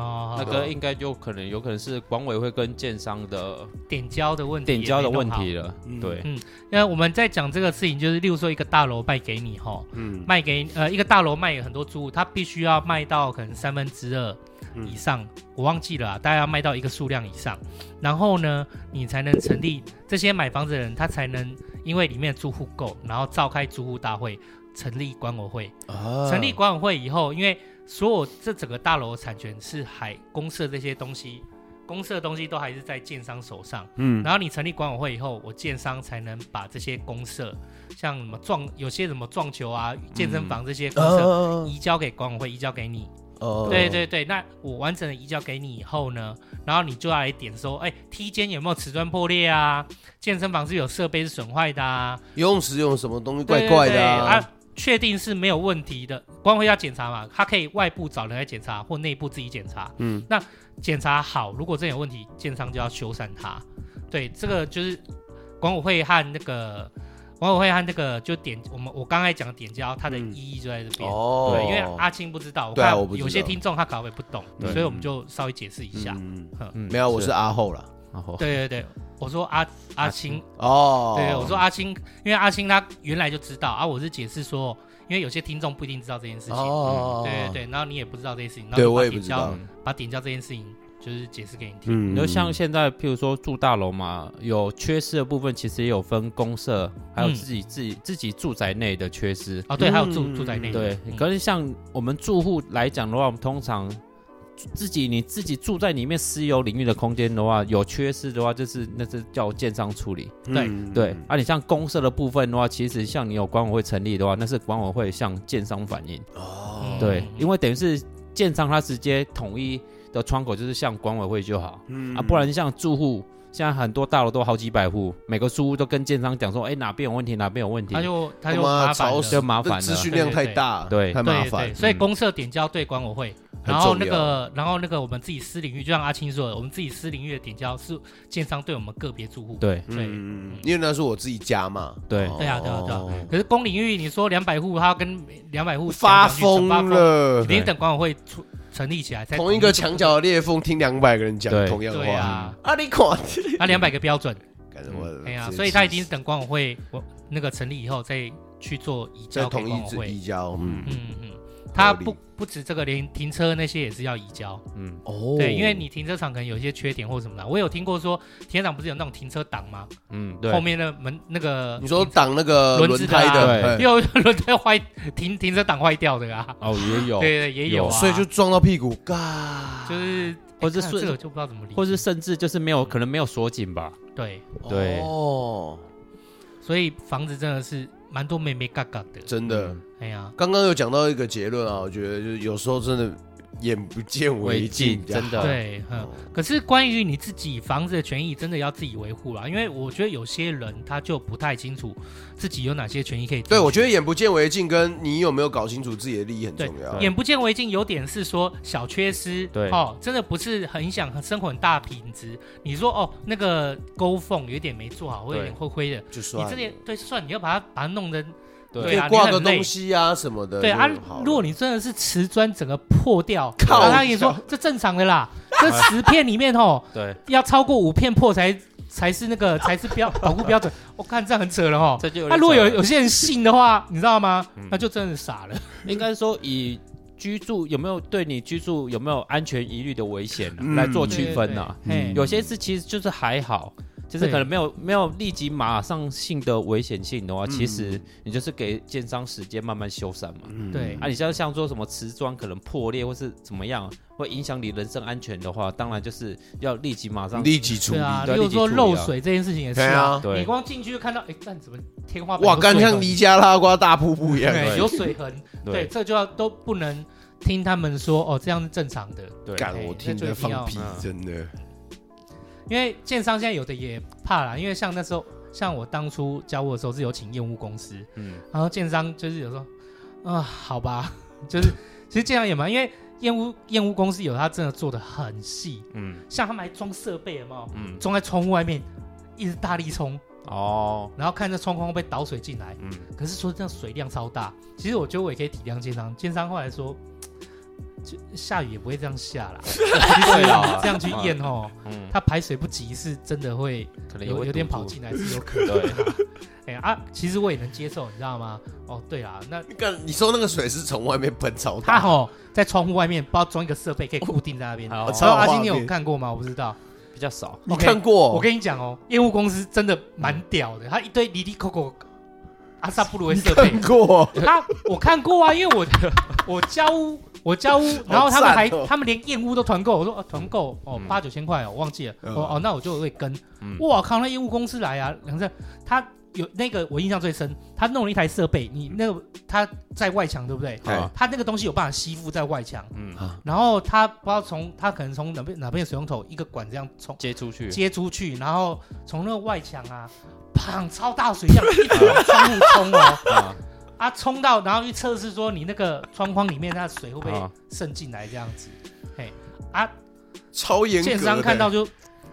S3: 哦，
S4: 那个应该就可能有可能是管委会跟建商的
S3: 点交的问题，
S4: 点交的问题。了
S2: 嗯，
S4: 对，
S3: 因为我们在讲这个事情，就是例如说一个大楼卖给你哈，
S2: 嗯，
S3: 卖给呃一个大楼卖给很多租户，他必须要卖到可能三分之二
S2: 嗯
S3: 以上，我忘记了啊，大概要卖到一个数量以上，然后呢，你才能成立这些买房子的人，他才能因为里面的住户够，然后召开住户大会，成立管委会。
S2: 啊
S3: 成立管委会以后，因为所有这整个大楼的产权是还公社这些东西，公社的东西都还是在建商手上。
S2: 嗯
S3: 然后你成立管委会以后，我建商才能把这些公社，像什么撞有些什么撞球啊、健身房这些公社、
S2: 哦
S3: 移交给管委会，移交给你。
S2: 哦
S3: 对对对，那我完整的移交给你以后呢，然后你就要来点说，哎，梯间有没有瓷砖破裂啊？健身房是不是有设备是损坏的啊？
S2: 游泳池用什么东西怪
S3: 对
S2: 怪的
S3: 对对啊，确定是没有问题的，管委会要检查嘛，他可以外部找人来检查，或内部自己检查。
S2: 嗯，
S3: 那检查好，如果真有问题，建商就要修缮它。对，这个就是管委会和那个管委会和那个就点我们我刚才讲的点交，它的
S2: 嗯
S3: 意义就在这边。
S2: 哦
S3: 对，因为阿青不知道，
S2: 对啊
S3: 看
S2: 我不知道
S3: 有些听众他搞不好也不懂，
S2: 对
S3: 所以我们就稍微解释一下。
S2: 嗯
S4: 嗯哦
S2: 没有，我是，阿后啦。
S4: 然后
S3: 对对对，我说阿阿青
S2: 哦，
S3: 对，我说阿青，因为阿青他原来就知道啊，我是解释说，因为有些听众不一定知道这件事情，
S2: 哦，
S3: 对对对，然后你也不知道这件事情，然后
S2: 对
S3: 就把
S2: 我也不
S3: 点
S2: 知
S3: 交
S2: 道，
S3: 把点交这件事情就是解释给你听，
S4: 嗯
S2: 嗯
S4: 你就像现在，譬如说住大楼嘛，有缺失的部分，其实也有分公社，还有
S3: 嗯
S4: 自己、自己自己住宅内的缺失。
S3: 哦对，还有住
S2: 嗯
S3: 住宅内的，
S4: 对，
S3: 嗯
S4: 可是像我们住户来讲的话，我们通常自己你自己住在里面私有领域的空间的话，有缺失的话，就是那是叫建商处理。
S3: 对
S2: 嗯
S4: 对，啊，你像公社的部分的话，其实像你有管委会成立的话，那是管委会向建商反映。
S2: 哦，
S4: 对
S3: 嗯，
S4: 因为等于是建商他直接统一的窗口就是像管委会就好
S2: 嗯
S4: 啊，不然像住户，现在很多大楼都好几百户，每个住户都跟建商讲说，哎，哪边有问题，哪边有问题
S3: 他，就他就
S2: 他妈
S3: 麻烦
S2: 吵
S3: 了
S2: 死
S4: 就麻烦
S2: 这资
S4: 了。
S2: 讯量太大，
S4: 对对对
S2: 太麻
S3: 对
S2: 烦
S3: 对，，所以
S4: 嗯
S3: 公社点交对管委会，
S2: 很
S3: 然后
S2: 重
S3: 那
S2: 要
S3: 个然后那个我们自己私领域，就像阿青说的，我们自己私领域的点交是建商对我们个别住户。
S4: 对
S3: 对
S2: 嗯，因为那是我自己家嘛，
S4: 对
S2: 哦
S3: 对啊对啊对啊可是公领域，你说两百户，他要跟两百户
S2: 发
S3: 讲两句
S2: 疯
S3: 什么发疯，
S2: 了
S3: 肯。定等管委会出成立起来才
S2: 同一个
S3: 同
S2: 墙角的裂缝，听两百个人讲
S4: 对
S2: 同样的
S3: 对
S2: 话
S3: 啊，
S2: 啊！你看，
S3: 啊两百个标准，
S2: 感觉我
S3: 哎呀，
S2: 直接
S3: 所以他一
S2: 气
S3: 定是
S2: 死
S3: 等管委会我那个成立以后再去做移
S2: 在
S3: 交给
S2: 同
S3: 管
S2: 一
S3: 委
S2: 只
S3: 会
S2: 移。交，嗯，
S3: 嗯嗯，嗯他
S2: 合理
S3: 不不止这个，连停车那些也是要移交。
S4: 嗯，
S2: 哦，
S3: 对，因为你停车场可能有一些缺点或什么的。我有听过说，停车场不是有那种停车档吗？
S4: 嗯，
S3: 后
S4: 对，
S3: 面的门那个
S2: 你说挡那个
S3: 轮
S2: 轮
S3: 子的
S2: 胎
S3: 啊
S2: 的，
S4: 对
S2: 哎
S3: 又有轮胎坏，停停车档坏掉的啊，
S1: 哦，也有，
S3: 对对也有啊，
S2: 所以就撞到屁股，嘎，
S3: 就是
S4: 或是
S3: 哎看
S4: 顺
S3: 这个就不知道怎么理，
S4: 或是甚至就是没有可能没有锁紧吧，
S3: 对，
S1: 对
S2: 哦，
S3: 所以房子真的是蛮多妹妹嘎嘎的，
S4: 嗯
S2: 真的。
S3: 哎呀，
S2: 刚刚有讲到一个结论啊，我觉得就是有时候真的眼不见为
S4: 为
S2: 净，
S4: 净真的
S3: 对，嗯。可是关于你自己房子的权益，真的要自己维护啦，因为我觉得有些人他就不太清楚自己有哪些权益可以争取。
S2: 对，我觉得眼不见为净跟你有没有搞清楚自己的利益很重要。
S3: 眼不见为净，有点是说小缺失，
S4: 对
S3: 哦，真的不是很影响生活很大的品质。你说哦，那个沟缝有点没做好，会有点
S4: 对
S3: 灰灰的，
S2: 就
S3: 你
S2: 算了
S3: 这里对算，你要把它把它弄得
S4: 对
S3: 对啊，
S2: 可以挂
S3: 你
S2: 个
S3: 很累
S2: 东。西啊什么的，
S3: 对啊
S2: 就好了，
S3: 如果你真的是瓷砖整个破掉，
S2: 靠
S3: 然后他跟你说这正常的啦，这十片里面哦，
S4: 对，
S3: 要超过五片破才才是那个才是标保护标准。我看这样很扯了哦。
S4: 这就
S3: 那
S4: 点
S3: 如果有
S4: 扯
S3: 有些人信的话，你知道吗
S4: 嗯？
S3: 那就真的傻了。
S4: 应该说以居住有没有对你居住有没有安全疑虑的危险啊、
S2: 嗯
S4: 来做区分啊嗯呐、
S3: 对，对对嘿
S4: 有些是其实就是还好，就是
S3: 嗯对
S4: 可能没有没有立即马上性的危险性的话，
S2: 嗯
S4: 其实你就是给建商时间慢慢修缮嘛。
S2: 嗯
S3: 对
S4: 啊，你像像说什么瓷砖可能破裂或是怎么样，会影响你人身安全的话，当然就是要立即马上。
S2: 立即处
S3: 对
S2: 理，
S3: 啊，
S4: 对
S3: 例如
S4: 立即
S3: 说
S4: 处理
S3: 漏
S4: 啊
S3: 水这件事情也是
S2: 对啊，
S3: 你
S4: 对，
S3: 光进去就看到，哎，干怎么天花板
S2: 哇，
S3: 有
S2: 干
S3: 水
S2: 像
S3: 痕
S2: 尼加拉瓜大瀑布一样，哎
S3: 对
S4: 对
S3: 有水痕，对，
S4: 对
S3: 这就要都不能听他们说哦，这样是正常的，
S4: 对
S2: 干
S3: 对
S2: 我
S3: 那
S2: 听
S3: 哎最
S2: 着
S3: 啊一定
S2: 放
S3: 要
S2: 屁
S4: 嗯，
S2: 真的，
S3: 因为建商现在有的也怕啦，因为像那时候，像我当初交屋的时候是有请验屋公司，
S4: 嗯，
S3: 然后建商就是有时候，啊，好吧， 就是其实建商也蛮，因为验屋验屋公司有他真的做的很细，
S4: 嗯
S3: 像他们还装设备有没有？
S4: 嗯，
S3: 装在窗户外面，一直大力冲，
S4: 哦，
S3: 然后看这窗框会不会倒水进来。
S4: 嗯，
S3: 可是说这样水量超大，其实我觉得我也可以体谅建商，建商后来说，就下雨也不会这样下 啦，
S4: 对啦
S3: 这样去验哦，
S4: 嗯，
S3: 它排水不及是真的会
S4: 可能也
S3: 有
S4: 会
S3: 有点
S4: 堵住
S3: 跑进来是 有可能
S4: 对，
S3: 的。哎啊，其实我也能接受，你知道吗？哦，对啦，那
S2: 干你说那个水是从外面喷超
S3: 它
S2: 大，
S3: 哦在窗户外面不知道装一个设备可以固定在那边。
S4: 好
S3: 然后阿
S2: 画
S3: 星，你有
S2: 面
S3: 看过吗？我不知道。
S4: 比较少。
S2: 你
S3: OK，
S2: 看过？
S3: 我跟你讲哦，业务公司真的蛮屌的，它一堆离离扣扣阿萨布鲁的设备，
S2: 看过，
S3: 他我看过啊，因为我我交屋，我交屋，然后他们还、
S2: 好赞哦
S3: 他们连燕屋都团购，我说哦团购哦
S4: 嗯
S3: 八九千块哦，我忘记了，
S2: 嗯
S3: 哦哦那我就会跟，
S4: 嗯
S3: 哇靠那燕屋公司来啊，两个他有那个我印象最深，他弄了一台设备，你那个他在外墙对不对？
S2: 哎
S3: 他那个东西有办法吸附在外墙，
S4: 嗯，
S3: 然后他不知道从他可能从哪边哪边的水龙头一个管这样冲
S4: 接出去，
S3: 接出去，然后从那个外墙啊，砰超大水这样一直往窗户冲哦。
S4: 啊
S3: 啊，冲到然后去测试说你那个窗框里面那水会不会
S4: 啊
S3: 渗进来这样子。
S2: 超严格的。
S3: 建商看到就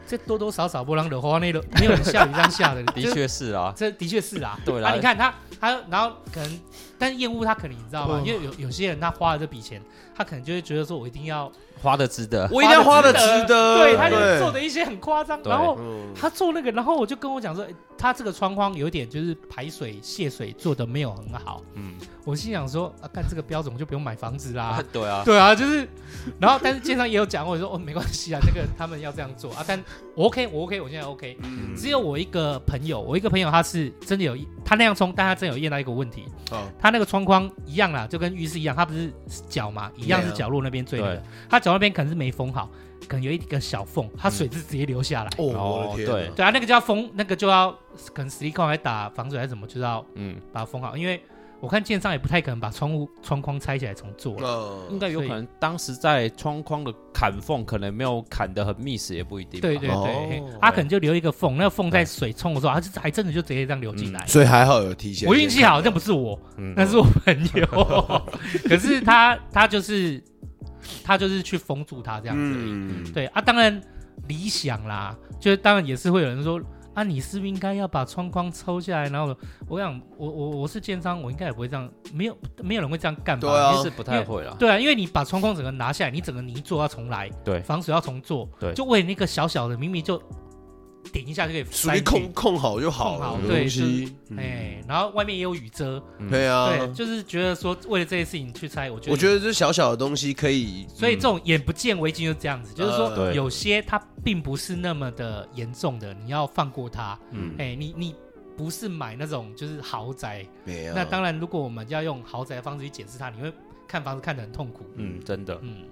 S3: 这多多少少波浪的花那个没有人下雨这样下的，
S4: 的
S3: 就，
S4: 确是啊，
S3: 这的确是啦。
S4: 对啦
S3: 啊，你看他他然后可能，但厌恶他可能你知道吗？
S2: 嗯
S3: 因为有有些人他花了这笔钱，他可能就会觉得说我一定要，
S4: 花的值得。
S2: 我一定要花的
S3: 的
S2: 值得，
S3: 对，他就做的一些很夸张，
S4: 对
S3: 然后。
S2: 嗯
S3: 他做那个，然后我就跟我讲说，诶哎他这个窗框有点就是排水泄水做的没有很好。
S4: 嗯，
S3: 我心想说，啊，干这个标准我就不用买房子啦。
S4: 啊， 对啊，
S3: 对啊，就是，然后但是建商也有讲过，我说哦没关系啊，那个他们要这样做啊，但我 OK，我 OK，我现在 OK。
S2: 嗯
S3: 只有我一个朋友，我一个朋友他是真的有一，他那样冲，但他真的有验到一个问题，
S2: 哦
S3: 他那个窗框一样啦，就跟浴室一样，他不是角嘛，一样是角落那边最那个
S4: 对，
S3: 他角落那边可能是没封好，可能有一个小缝，他水
S4: 嗯
S3: 是直接流下来。
S2: 哦，我的天哪，
S4: 对
S3: 对啊，那个就要封，那个就要可能实力控还打防水还是什么，就是要
S4: 嗯
S3: 把它封好，因为我看建商也不太可能把窗户窗框拆起来重做了。啊
S4: 应
S2: 嗯，
S4: 该有可能当时在窗框的砍缝可能没有砍得很密实，也不一定吧。
S3: 对对
S2: 哦
S3: 对，他可能就留一个缝，那个缝在水冲的时候，它还真的就直接这样流进来。
S2: 所以还好有提前。
S3: 我运气好，那不是我，
S4: 嗯
S3: 那是我朋友。可是他他就是他就是去封住他这样子而已。
S2: 嗯，
S3: 对啊，当然理想啦，就是当然也是会有人说啊，你是不是应该要把窗框抽下来？然后我想，我我我是建商，我应该也不会这样，没有没有人会这样干吧？
S2: 对啊
S4: 应该是不太会了。
S3: 对啊，因为你把窗框整个拿下来，你整个泥做要重来，
S4: 对
S3: 防水要重做，
S4: 对
S3: 就为那个小小的，明明就顶一下就可以
S2: 属
S3: 塞
S2: 于
S3: 进去
S2: 控，控好就好
S3: 控好
S2: 了，
S3: 对
S2: 东西。嗯
S3: 哎，然后外面也有雨遮，
S2: 对啊，
S3: 对，就是觉得说为了这些事情去拆，我觉得，
S2: 我觉得这小小的东西可以，
S3: 所以这种眼不见为净就这样子，就是
S2: 呃
S3: 说
S4: 嗯对
S3: 有些它并不是那么的严重的，你要放过它，
S2: 嗯，
S3: 哎，你你。不是买那种就是豪宅，
S2: 没有。
S3: 那当然，如果我们要用豪宅的方式去解释它，你会看房子看得很痛苦。
S4: 嗯，真的，
S3: 嗯，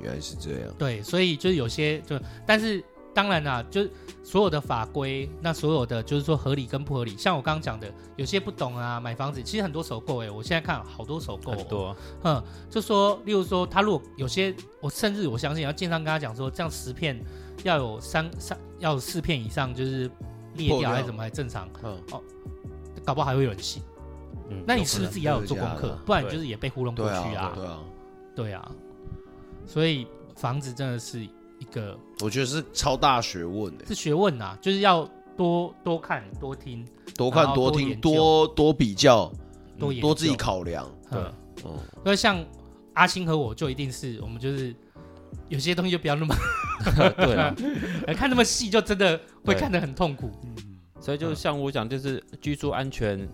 S2: 原来是这样，
S3: 对，所以就是有些就，但是当然啦，就是所有的法规，那所有的就是说合理跟不合理，像我刚刚讲的，有些不懂啊，买房子其实很多首购哎、我现在看好多首购、
S4: 很，多
S3: 嗯，就说例如说他如果有些，我甚至我相信，要建商跟他讲说，这样十片要有三三要有四片以上就是裂
S2: 破
S3: 掉
S2: 掉
S3: 还是怎么还正常，
S2: 嗯，
S3: 搞不好还会有人信。
S4: 嗯
S3: 那你是不是自己要有
S2: 有可
S3: 做
S2: 能
S3: 功
S2: 真的假
S3: 课
S2: 的，
S3: 不然你
S4: 对
S3: 就是也被糊弄过
S2: 对
S3: 去
S2: 啊，对啊，
S3: 对啊，所以房子真的是一个
S2: 我觉得是超大学问的，
S3: 是学问呐、就是要多多看、多听、
S2: 多看
S3: 然后
S2: 多
S3: 多
S2: 听
S3: 研究
S2: 多多比较
S3: 多研
S2: 嗯
S3: 究、
S2: 多自己。考量，
S3: 对，
S2: 嗯，
S3: 那像阿星和我就一定是我们就是有些东西就不要那么
S4: 对
S2: 啊
S4: 啦， 嗯
S3: 看那么细，就真的会
S4: 对
S3: 看得很痛苦。
S4: 所以就像我讲，就是居住安全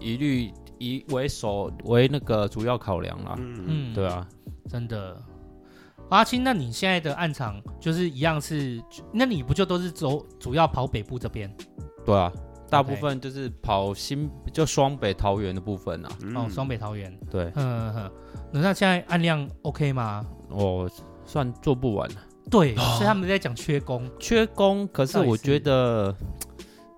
S4: 一律以为首为那个主要考量啦。
S3: 嗯，
S4: 对，啊，
S3: 真的。阿青，那你现在的暗场就是一样是，那你不就都是走主要跑北部这边、
S4: 对啊，大部分就是跑新就双北桃园的部分啊。
S2: 嗯
S3: 哦，双北桃园，
S4: 对，
S3: 嗯哼，那那现在按量 OK 吗？
S4: 我算做不完，
S3: 对，
S2: 哦
S3: 所以他们在讲缺工，
S4: 缺工，可是
S3: 到底
S4: 我
S3: 是
S4: 觉得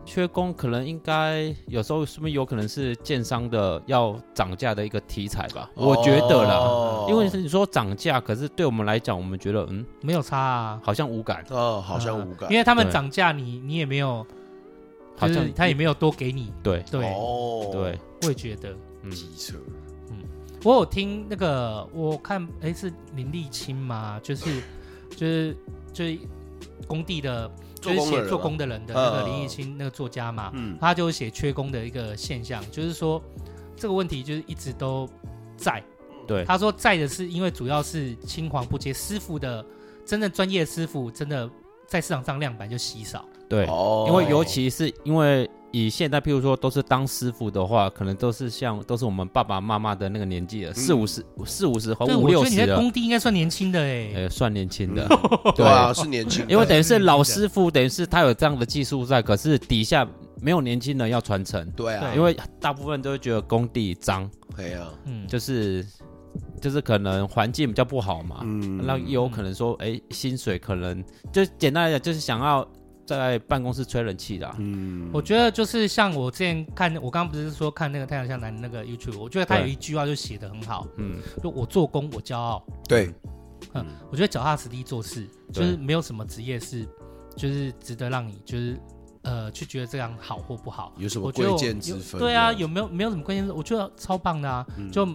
S4: 缺工可能应该有时候是不是有可能是建商的要涨价的一个题材吧？我觉得啦，
S2: 哦
S4: 因为是你说涨价，可是对我们来讲，我们觉得嗯，
S3: 没有差啊。嗯
S4: 好像无感，
S2: 哦，好像无感
S3: 因，为他们
S4: 对
S3: 涨价，你你也没有，
S4: 好
S3: 就
S4: 像
S3: 是他也没有多给你。
S4: 对
S3: 对，
S2: 哦，
S4: 对，，
S3: 我也觉得。
S4: 嗯，
S2: 机车，
S3: 我有听那个，我看哎是林立清吗？就是 就是就是工地的，就是写做工
S2: 的
S3: 的人的那个
S2: 嗯
S3: 林立清那个作家嘛，
S2: 人啊，
S3: 他就写缺工的一个现象，就是说这个问题就是一直都在。
S4: 对
S3: 他说在的是因为主要是青黄不接，师傅的真正专业师傅真的在市场上量板就稀少。
S4: 对
S2: 嗯，，哦，
S4: 因为尤其是因为。以现在，譬如说都是当师傅的话，可能都是像都是我们爸爸妈妈的那个年纪了，四五十、四五十和啊
S3: 对，
S4: 五
S3: 我觉
S4: 六
S3: 得你
S4: 十
S3: 在
S4: 了，
S3: 工地应该算年轻的哎、
S4: 呃，算年轻的。
S2: 对啊，是年轻人，
S4: 因为等于是
S3: 嗯
S4: 老师傅，等于是他有这样的技术在，可是底下没有年轻人要传承，
S2: 对啊
S3: 对，
S4: 因为大部分都会觉得工地脏，
S2: 哎呀，
S3: 嗯，
S4: 就是就是可能环境比较不好
S3: 啊
S4: 嘛，
S2: 嗯
S4: 那也有可能说，哎，薪水可能就简单来讲，就是想要在办公室吹冷气啦。
S2: 嗯
S3: 我觉得就是像我之前看，我刚刚不是说看那个《太阳下男》那个 YouTube，我觉得他有一句话就写的很好，
S4: 嗯，
S3: 就我做工我骄傲，
S2: 对，
S3: 我觉得脚踏实地做事，就
S4: 对
S3: 是没有什么职业是就是值得让你就是呃去觉得这样好或不好。
S2: 有什么
S3: 我觉得
S2: 贵
S3: 我
S2: 贱之分？
S3: 有对啊，有没有没有什么关键字？我觉得超棒的啊，就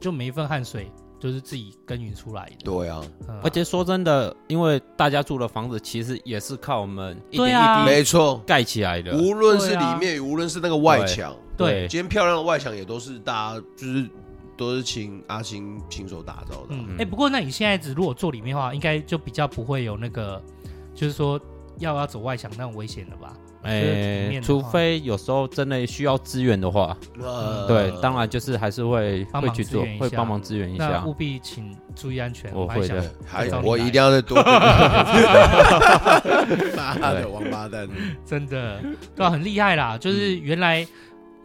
S3: 就每一份汗水就是自己耕耘出来的，
S2: 对啊，
S3: 嗯啊
S4: 而且说真的，因为大家住的房子其实也是靠我们一点
S3: 对啊
S4: 一滴
S2: 没错，
S4: 盖起来的。
S2: 无论是
S3: 对啊
S2: 里面，无论是那个外墙，
S3: 对
S4: 对，
S2: 今天漂亮的外墙也都是大家就是都是请阿星亲手打造的啊。
S3: 嗯，哎、不过那你现在只如果做里面的话，应该就比较不会有那个，就是说要要走外墙那种危险了吧？就是平
S4: 哎
S3: 面，的
S4: 除
S3: 话
S4: 非有时候真的需要资源的话，
S2: 那
S4: 对，当然就是还是会
S3: 呃帮
S4: 会
S3: 忙
S4: 去
S3: 支
S4: 做
S3: 援一，
S4: 会
S3: 下
S4: 帮忙支援一
S3: 那
S4: 下
S3: 务。必请注意安全。
S4: 我
S3: 还
S4: 会
S3: 想
S4: 的
S2: 对，还有
S3: 找你
S2: 我
S3: 来
S2: 一定要再多。 妈的，
S4: 对
S2: 王八蛋！
S3: 真的，对、啊，很厉害
S4: 嗯
S3: 啦。就是原来、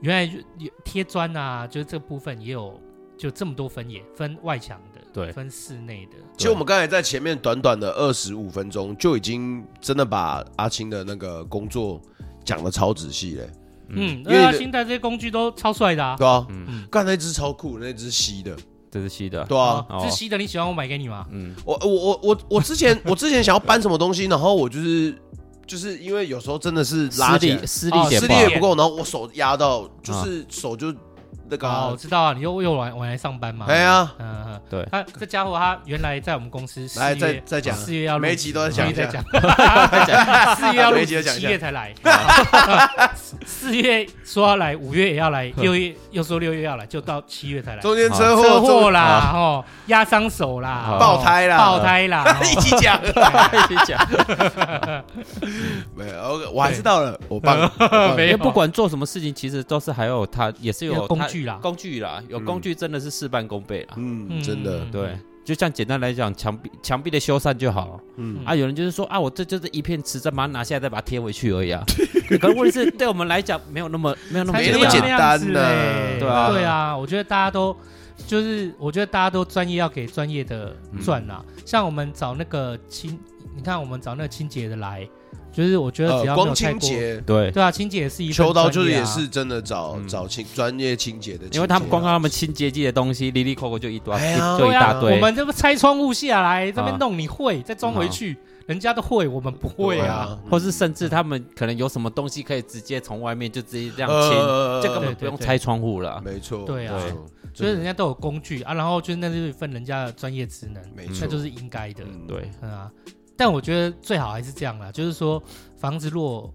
S3: 原来就有贴砖啊，就是这部分也有就这么多分野，分外墙的，
S4: 对
S3: 分室内的，
S2: 其实我们刚才在前面短短的二十五分钟，就已经真的把阿青的那个工作讲的超仔细嘞。
S3: 嗯，
S2: 因为
S3: 对啊，
S2: 你的
S3: 新台这些工具都超帅的啊，
S2: 对啊，
S4: 嗯，
S2: 干那只超酷，那只吸的，
S4: 这是西的，
S2: 对啊，
S3: 哦这吸的你喜欢我买给你吗？
S4: 嗯，
S2: 我我我我我之前我之前想要搬什么东西，然后我就是就是因为有时候真的是
S4: 私
S2: 拉起来
S4: 力私
S3: 哦
S4: 力点
S2: 视
S4: 吧
S2: 力也
S3: 吧
S2: 不够，然后我手压到，就是手就那个
S3: 哦，我
S2: 啊，
S3: 知道啊，你又又晚晚来上班嘛。
S2: 哎呀，
S3: 嗯，嗯，
S4: 对
S3: 他这家伙他原来在我们公司四
S2: 来再
S3: 月
S2: 再讲
S3: 四月要录
S2: 每一集都在
S3: 四
S2: 讲
S3: 月
S2: 一
S3: 在
S2: 下，
S3: 讲， 四 月要录
S2: 每一集都讲一
S3: 七
S2: 下
S3: 月才来， 四月说要来，五月也要来，六月又说六月要来，就到七月才来。
S2: 中间
S4: 好
S2: 车祸
S3: 啊车祸
S2: 中
S3: 啦，哦，压伤手啦，
S4: 好
S3: 哦
S2: 爆胎啦
S3: 爆 胎啦，
S2: 啊一起讲，
S4: 一起讲，
S2: 没有，我还是到了，我帮，我帮
S3: 没
S4: 哦因为
S3: 有
S4: 不管做什么事情，其实都是还有它也是
S3: 有
S4: 有
S3: 工
S4: 它
S3: 具啦
S4: 工具啦，有工具真的是事半功倍啦。
S2: 嗯，真的
S3: 嗯，
S4: 对，就像简单来讲，墙壁墙壁的修缮就好了。
S2: 嗯，
S4: 啊，有人就是说啊，我这就是一片瓷砖，把它拿下来再把它贴回去而已啊。 可是问题是，对我们来讲没有那么没有那么
S3: 才
S2: 没
S4: 简单
S2: 那
S4: 啊
S2: 么简单
S3: 这样子
S2: 呢
S3: 嘞
S4: 对啊
S3: 对啊，我觉得大家都就是，我觉得大家都专业要给专业的赚啦。
S2: 嗯
S3: 像我们找那个清，你看我们找那个清洁的来，就是我觉得只
S2: 呃，
S3: 要没有
S2: 光
S3: 太
S2: 清
S3: 过，
S2: 洁，
S4: 对，
S3: 对啊，清洁也是一份
S2: 秋刀就是
S3: 专业
S2: 也
S3: 啊
S2: 是真的找
S4: 嗯
S2: 找清专业清洁的清洁啊，
S4: 因为他们光靠他们清洁剂的东西，里里扣扣就一堆
S2: 哎呀，
S4: 就一
S3: 对
S4: 大
S3: 啊，
S4: 堆。
S3: 我们这不拆窗户下来，这边
S4: 啊
S3: 弄你会，再装回去，人家都会，我们不会
S2: 啊对
S3: 啊。
S2: 啊，
S4: 或是甚至他们可能有什么东西可以直接从外面就直接这样清，
S2: 呃
S4: 这根本不用拆窗户了。
S2: 没错，
S3: 对啊
S2: 没错，
S3: 所以人家都有工具啊，然后就是那就是一份人家的专业职能，
S2: 没
S3: 那
S2: 错，
S3: 就是应该的。
S2: 嗯
S4: 对，
S3: 嗯啊，但我觉得最好还是这样啦，就是说房子若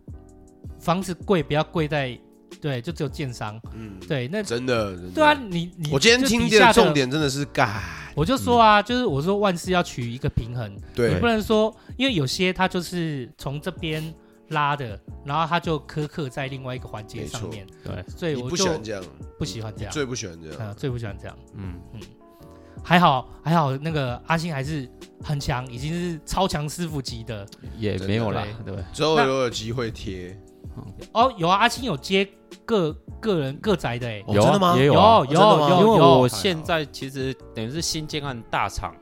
S3: 房子贵，不要贵在对，就只有建商
S2: 嗯，
S3: 对那
S2: 真的，真的
S3: 对啊，，你你
S2: 我今天
S3: 就
S2: 听
S3: 底
S2: 的
S3: 下的
S2: 重，点真的是干，
S3: 我就说啊，就是我说万事要取一个平衡，你
S2: 对
S3: 不，能说因为有些它就是从这边拉的，然后它就苛刻在另外一个环节
S2: 没
S3: 上
S2: 错
S3: 面，
S4: 对，
S3: 所以
S2: 你
S3: 我
S2: 不
S3: 就
S2: 喜欢这样，
S3: 不喜欢这样，
S2: 最不喜欢这
S3: 嗯，
S2: 样，
S3: 最不喜欢这样。
S4: 嗯，
S3: 还好还好，那个阿星还是很强，已经是超强师傅级嗯的。
S4: 也没有啦，对，
S2: 之后
S3: 那
S2: 如果有机会贴，
S3: 哦，有啊，阿星有接个个人个宅的哎、
S2: 哦
S4: 有
S2: 真的吗哦
S4: 也有
S3: 有
S4: 啊，
S2: 真的吗
S3: 有
S4: 因为
S3: 有
S4: 我现在其实等于是新建案大厂，